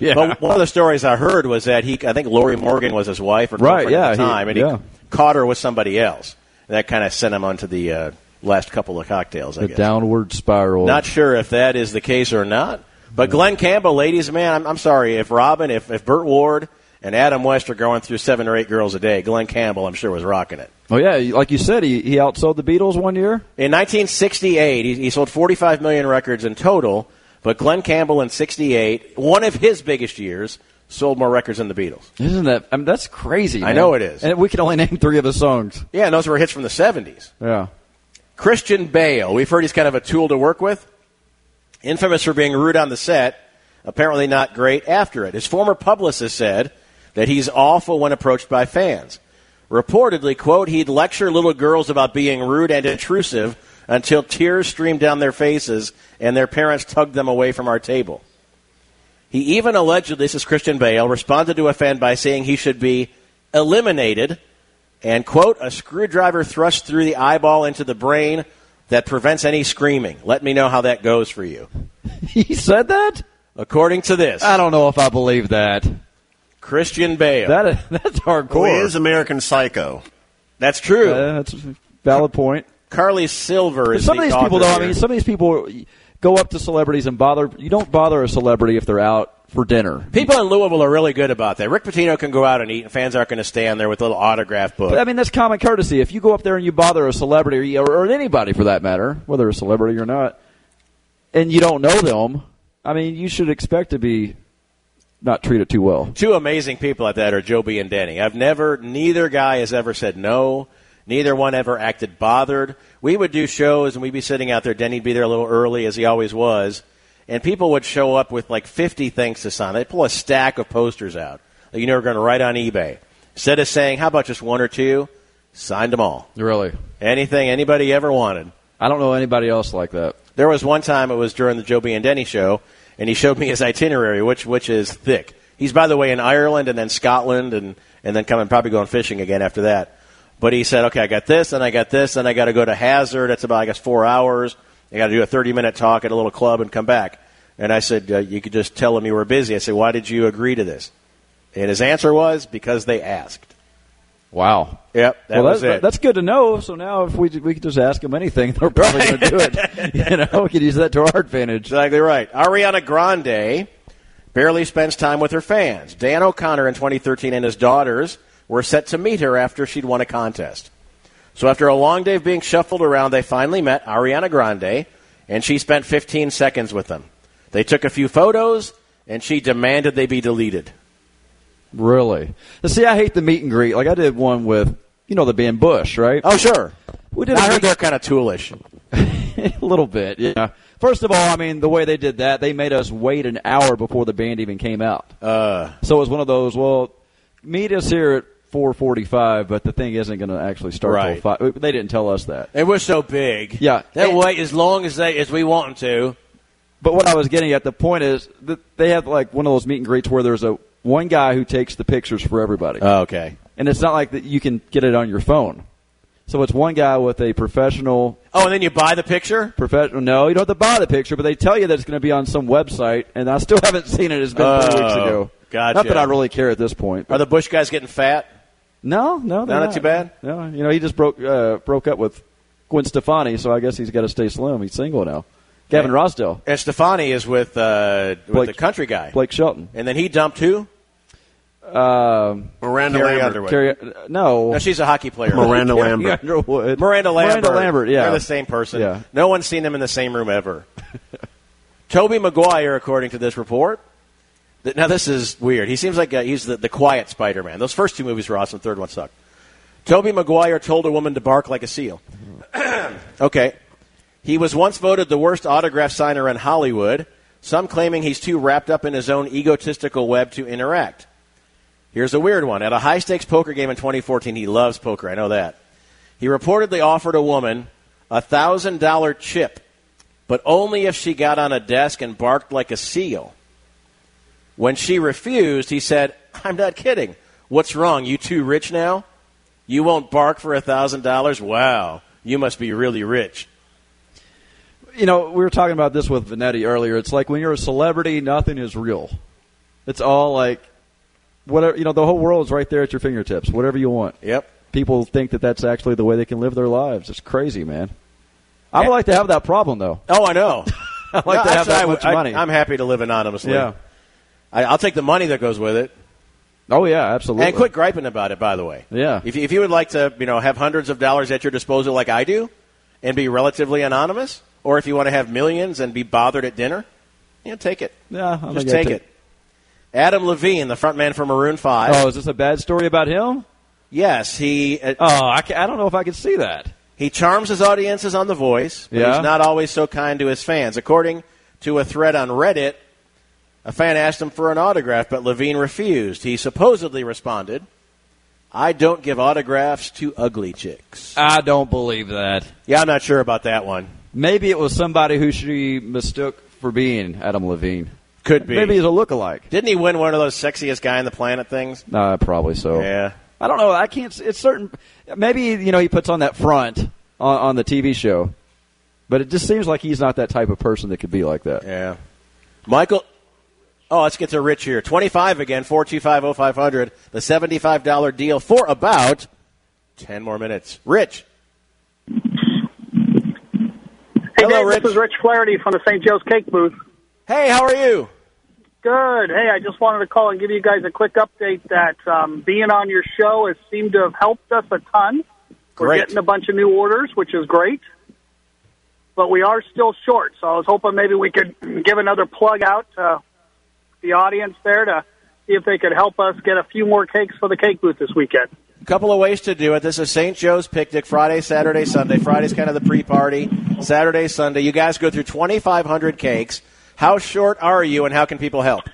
N: [LAUGHS] Yeah.
C: But one of the stories I heard was that he, I think Lori Morgan was his wife or
N: Right,
C: girlfriend
N: yeah,
C: at the
N: he-
C: time, and
N: yeah.
C: he caught her with somebody else. And that kind of sent him onto the uh, last couple of cocktails, I
N: the
C: guess.
N: downward spiral.
C: Not sure if that is the case or not. But Glenn Campbell, ladies, man, I'm, I'm sorry. If Robin, if, if Burt Ward and Adam West are going through seven or eight girls a day, Glenn Campbell, I'm sure, was rocking it.
N: oh yeah, like you said, he he outsold the Beatles one year.
C: In 1968, he, he sold 45 million records in total, but Glenn Campbell in 68, one of his biggest years, sold more records than the Beatles.
N: Isn't that? I mean, that's crazy.
C: I
N: man.
C: know it is.
N: And we can only name three of his songs.
C: Yeah, and those were hits from the 70s.
N: Yeah.
C: Christian Bale, we've heard he's kind of a tool to work with. Infamous for being rude on the set. apparently not great after it. His former publicist said that he's awful when approached by fans. Reportedly, quote, he'd lecture little girls about being rude and intrusive until tears streamed down their faces and their parents tugged them away from our table. He even allegedly, this is Christian Bale, responded to a fan by saying he should be eliminated and, quote, a screwdriver thrust through the eyeball into the brain that prevents any screaming. Let me know how that goes for you.
N: [LAUGHS] he said that?
C: According to this.
N: I don't know if I believe that.
C: Christian Bale.
N: That, that's hardcore.
D: Well, Oh, he is American Psycho.
C: That's true.
N: Uh, that's a valid point.
C: Carly Silver
N: But
C: is
N: some
C: the
N: of these people,
C: author
N: though, I
C: here.
N: mean, some of these people go up to celebrities and bother. You don't bother a celebrity if they're out for dinner.
C: People in Louisville are really good about that. Rick Pitino can go out and eat, and fans aren't going to stand there with a little autograph book.
N: But, I mean, that's common courtesy. If you go up there and you bother a celebrity or, you- or anybody for that matter, whether a celebrity or not, and you don't know them, I mean, you should expect to be not treated too well.
C: Two amazing people at that are Joby and Denny. I've never, neither guy has ever said no. Neither one ever acted bothered. We would do shows and we'd be sitting out there. Denny'd be there a little early, as he always was. And people would show up with like 50 things to sign. They'd pull a stack of posters out that you know are going to write on eBay. Instead of saying, how about just one or two, signed them all.
N: Really?
C: Anything anybody ever wanted.
N: I don't know anybody else like that.
C: There was one time it was during the Joe B. and Denny show, and he showed me his itinerary, which which is thick. He's by the way in Ireland and then Scotland and and then coming probably going fishing again after that. But he said, okay, I got this, and I got this, and I got to go to Hazard. That's about I guess four hours. I got to do a thirty minute talk at a little club and come back. And I said, uh, you could just tell him you were busy. I said, why did you agree to this? And his answer was because they asked.
N: Wow.
C: Yep, that
N: well,
C: was
N: that-
C: it.
N: That's good to know. So now, if we we could just ask them anything, [LAUGHS] they're probably going to do
C: [LAUGHS]
N: it. You know, we could use that to our advantage.
C: Exactly right. Ariana Grande barely spends time with her fans. Dan O'Connor in 2013 and his daughters were set to meet her after she'd won a contest. So after a long day of being shuffled around, they finally met Ariana Grande, and she spent 15 seconds with them. They took a few photos, and she demanded they be deleted.
N: Really? Now, See, I hate the meet and greet. Like I did one with you know the band Bush, right?
C: Oh, sure.
N: We did.
C: I
N: a
C: heard
N: meet-
C: they're kind of toolish.
N: [LAUGHS] a little bit. Yeah. First of all, I mean, the way they did that, they made us wait an hour before the band even came out.
C: Uh,
N: so it was one of those. Well, meet us here at 4:45, but the thing isn't going to actually start
C: Right.
N: till five. They didn't tell us that.
C: They were so big.
N: Yeah.
C: They wait as long as they as we want them to.
N: But what I was getting at, the point is that they have like one of those meet and greets where there's a one guy who takes the pictures for everybody.
C: Oh, okay.
N: And it's not like that you can get it on your phone. So it's one guy with a professional
C: Oh, and then you buy the picture?
N: professional. No, you don't have to buy the picture, but they tell you that it's going to be on some website, and I still [LAUGHS] haven't seen it. It's been three weeks
C: Oh,
N: ago.
C: gotcha.
N: Not that I really care at this point.
C: Are the Bush guys getting fat?
N: No, no, they're
C: Not too bad?
N: No, you know he just broke uh, broke up with Gwen Stefani, so I guess he's got to stay slim. He's single now. Gavin Rossdale,
C: And Stefani is with uh, with
N: Blake-
C: the country guy,
N: Blake Shelton,
C: and then he dumped who?
N: um,
C: Miranda Carrie Lambert. Underwood.
N: Carrie- uh, no,
C: No, she's a hockey
N: [LAUGHS]
C: player. [LAUGHS]
D: Miranda
N: Carrie
D: Lambert.
N: Underwood.
C: Miranda Lambert.
N: Miranda Lambert. Yeah,
C: they're the same person.
N: Yeah.
C: No one's seen them in the same
N: [LAUGHS]
C: room ever. Toby Maguire, according to this report. Th- Now this is weird. He seems like uh he's the, the quiet Spider-Man. Those first two movies were awesome. Third one sucked. Toby Maguire told a woman to bark like a seal.
N: Mm-hmm.
C: [CLEARS THROAT] okay. He was once voted the worst autograph signer in Hollywood, some claiming he's too wrapped up in his own egotistical web to interact. Here's a weird one. At a high stakes poker game in 2014, he loves poker, I know that. He reportedly offered a woman a $1,000 chip, but only if she got on a desk and barked like a seal. When she refused, he said, I'm not kidding. What's wrong? You too rich now? You won't bark for a $1,000? Wow. You must be really rich.
N: you know, we were talking about this with Vanetti earlier. It's like when you're a celebrity, nothing is real. It's all like whatever you know. The whole world's right there at your fingertips. Whatever you want.
C: Yep.
N: People think that that's actually the way they can live their lives. It's crazy, man. I would like to have that problem though.
C: Oh, I [LAUGHS] know.
N: I like to have that much money.
C: am happy to live anonymously.
N: Yeah.
C: I, I'll take the money that goes with it.
N: Oh yeah, absolutely.
C: And quit griping about it, by the way.
N: Yeah.
C: If you, if you would like to, you know, have hundreds of dollars at your disposal like I do and be relatively anonymous, or if you want to have millions and be bothered at dinner, you know, take it.
N: Yeah, I think
C: Just
N: I'd
C: take it. Adam Levine, the frontman for Maroon 5.
N: Oh, is this a bad story about him?
C: Yes, he uh,
N: Oh, I, ca- I don't know if I can see that.
C: he charms his audiences on The Voice, but
N: Yeah.
C: he's not always so kind to his fans. According to a thread on Reddit, A fan asked him for an autograph, but Levine refused. He supposedly responded, I don't give autographs to ugly chicks.
N: I don't believe that.
C: Yeah, I'm not sure about that one.
N: Maybe it was somebody who she mistook for being Adam Levine.
C: Could be.
N: Maybe he's a lookalike.
C: Didn't he win one of those sexiest guy on the planet things?
N: Uh, probably so.
C: Yeah.
N: I don't know. I can't. It's certain. Maybe you know he puts on that front on, on the TV show, but it just seems like he's not that type of person that could be like that.
C: Yeah. Michael. Oh, let's get to Rich here. Twenty-five again. Four two five oh five hundred. The seventy-five dollar deal for about ten more minutes. Rich.
Q: Hey, Hello, Dave, Rich. This is Rich Flaherty from the St. Joe's Cake booth.
C: Hey, how are you?
Q: Good. Hey, I just wanted to call and give you guys a quick update that um, being on your show has seemed to have helped us a ton. We're
C: Great.
Q: getting a bunch of new orders, which is great. But we are still short, so I was hoping maybe we could give another plug out to the audience there to see if they could help us get a few more cakes for the cake booth this weekend.
C: A couple of ways to do it. This is St. Joe's Picnic, Friday, Saturday, Sunday. Friday's kind of the pre-party. Saturday, Sunday. You guys go through 2,500 cakes. How short are you, and how can people help?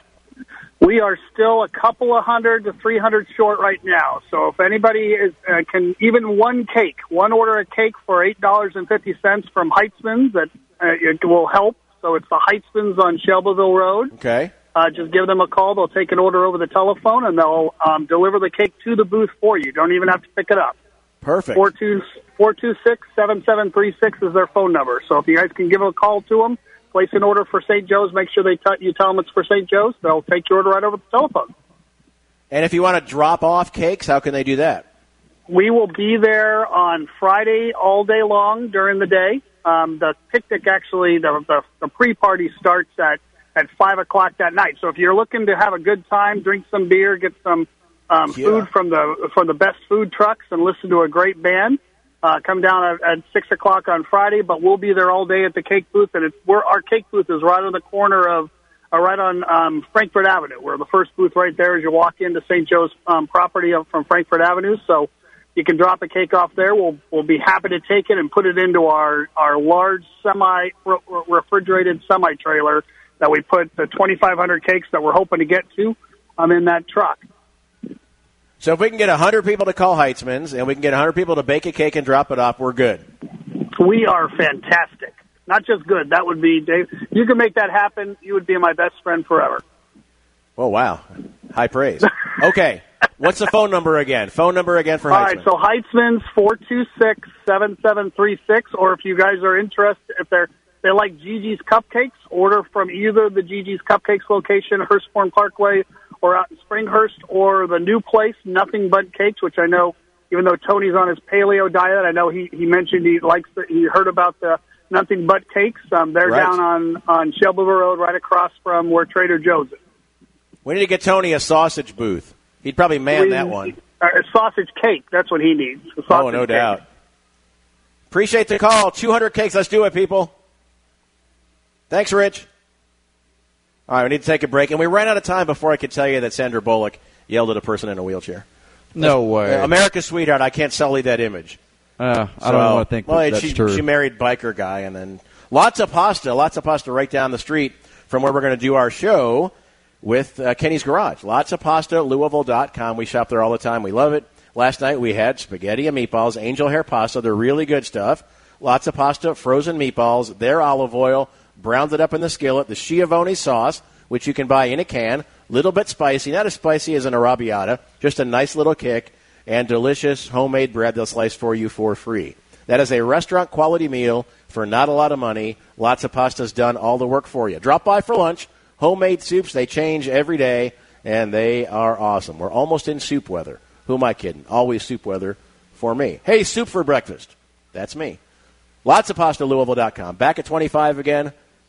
Q: We are still a couple of hundred to 300 short right now. So if anybody is, uh, can, even one cake, one order of cake for $8.50 from Heitzman's, that uh, it will help. So it's the Heitzman's on Shelbyville Road.
C: Okay.
Q: Uh, just give them a call. They'll take an order over the telephone and they'll um, deliver the cake to the booth for you. Don't even have to pick it up.
C: Perfect.
Q: Four two four two six seven seven three six is their phone number. So if you guys can give a call to them, place an order for St. Joe's. Make sure they t- you tell them it's for St. Joe's. They'll take your order right over the telephone.
C: And if you want to drop off cakes, how can they do that?
Q: We will be there on Friday all day long during the day. Um, the picnic actually, the, the, the pre-party starts at, at 5 o'clock that night. So if you're looking to have a good time, drink some beer, get some um,
R: Yeah.
Q: food from the, from the best food trucks and listen to a great band, uh, come down at, at 6 o'clock on Friday. But we'll be there all day at the cake booth. And it's, we're, our cake booth is right on the corner of, uh, right on um, Frankfurt Avenue. We're the first booth right there as you walk into St. Joe's um, property up from Frankfurt Avenue. So you can drop a cake off there. We'll we'll be happy to take it and put it into our our large semi re- re- refrigerated semi trailer that we put the 2,500 cakes that we're hoping to get to um, in that truck.
C: So if we can get 100 people to call Heitzman's and we can get 100 people to bake a cake and drop it off, we're good.
Q: We are fantastic. Not just good. That would be Dave. You can make that happen. You would be my best friend forever.
C: Oh, wow. High praise. Okay. What's the phone number again? Phone number again for
Q: All right,
C: Heitzman's.
Q: so Heitzman's four two six seven seven three six, or if you guys are interested, if they're they like Gigi's Cupcakes, order from either the Gigi's Cupcakes location, Hurstbourne Parkway, or out in Springhurst, or the new place, Nothing But Cakes, which I know, even though Tony's on his paleo diet, I know he he mentioned he likes the, he heard about the Nothing But Cakes. Um, they're
C: Right.
Q: down on on Shelbyville Road, right across from where Trader Joe's is.
C: we need to get Tony a sausage booth. He'd probably man
Q: We-
C: that one.
Q: Uh, sausage cake, that's what he needs. a
C: Oh,
Q: sausage
C: no
Q: cake.
C: doubt. Appreciate the call. 200 cakes. Let's do it, people. Thanks, Rich. All right, we need to take a break. And we ran out of time before I could tell you that Sandra Bullock yelled at a person in a wheelchair.
N: No way.
C: America's sweetheart. I can't sully that image.
N: Uh, I
C: So-
N: don't know. I think
C: well,
N: that that's
C: she,
N: true.
C: she married biker guy, and then lots of pasta, lots of pasta right down the street from where we're going to do our show with uh, Kenny's Garage. Lots of pasta, Louisville.com. We shop there all the time. We love it. Last night we had spaghetti and meatballs, angel hair pasta. They're really good stuff. Lots of pasta, frozen meatballs, their olive oil, browned it up in the skillet, the Schiavone sauce, which you can buy in a can, little bit spicy, not as spicy as an arrabbiata, just a nice little kick, and delicious homemade bread they'll slice for you for free. That is a restaurant quality meal for not a lot of money. Lots of pastas done, all the work for you. Drop by for lunch. Homemade soups, they change every day, and they are awesome. We're almost in soup weather. Who am I kidding? Always soup weather for me. Hey, soup for breakfast. That's me. Lots of pasta, Louisville.com. Back at 25 again.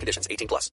S: conditions. 18 plus.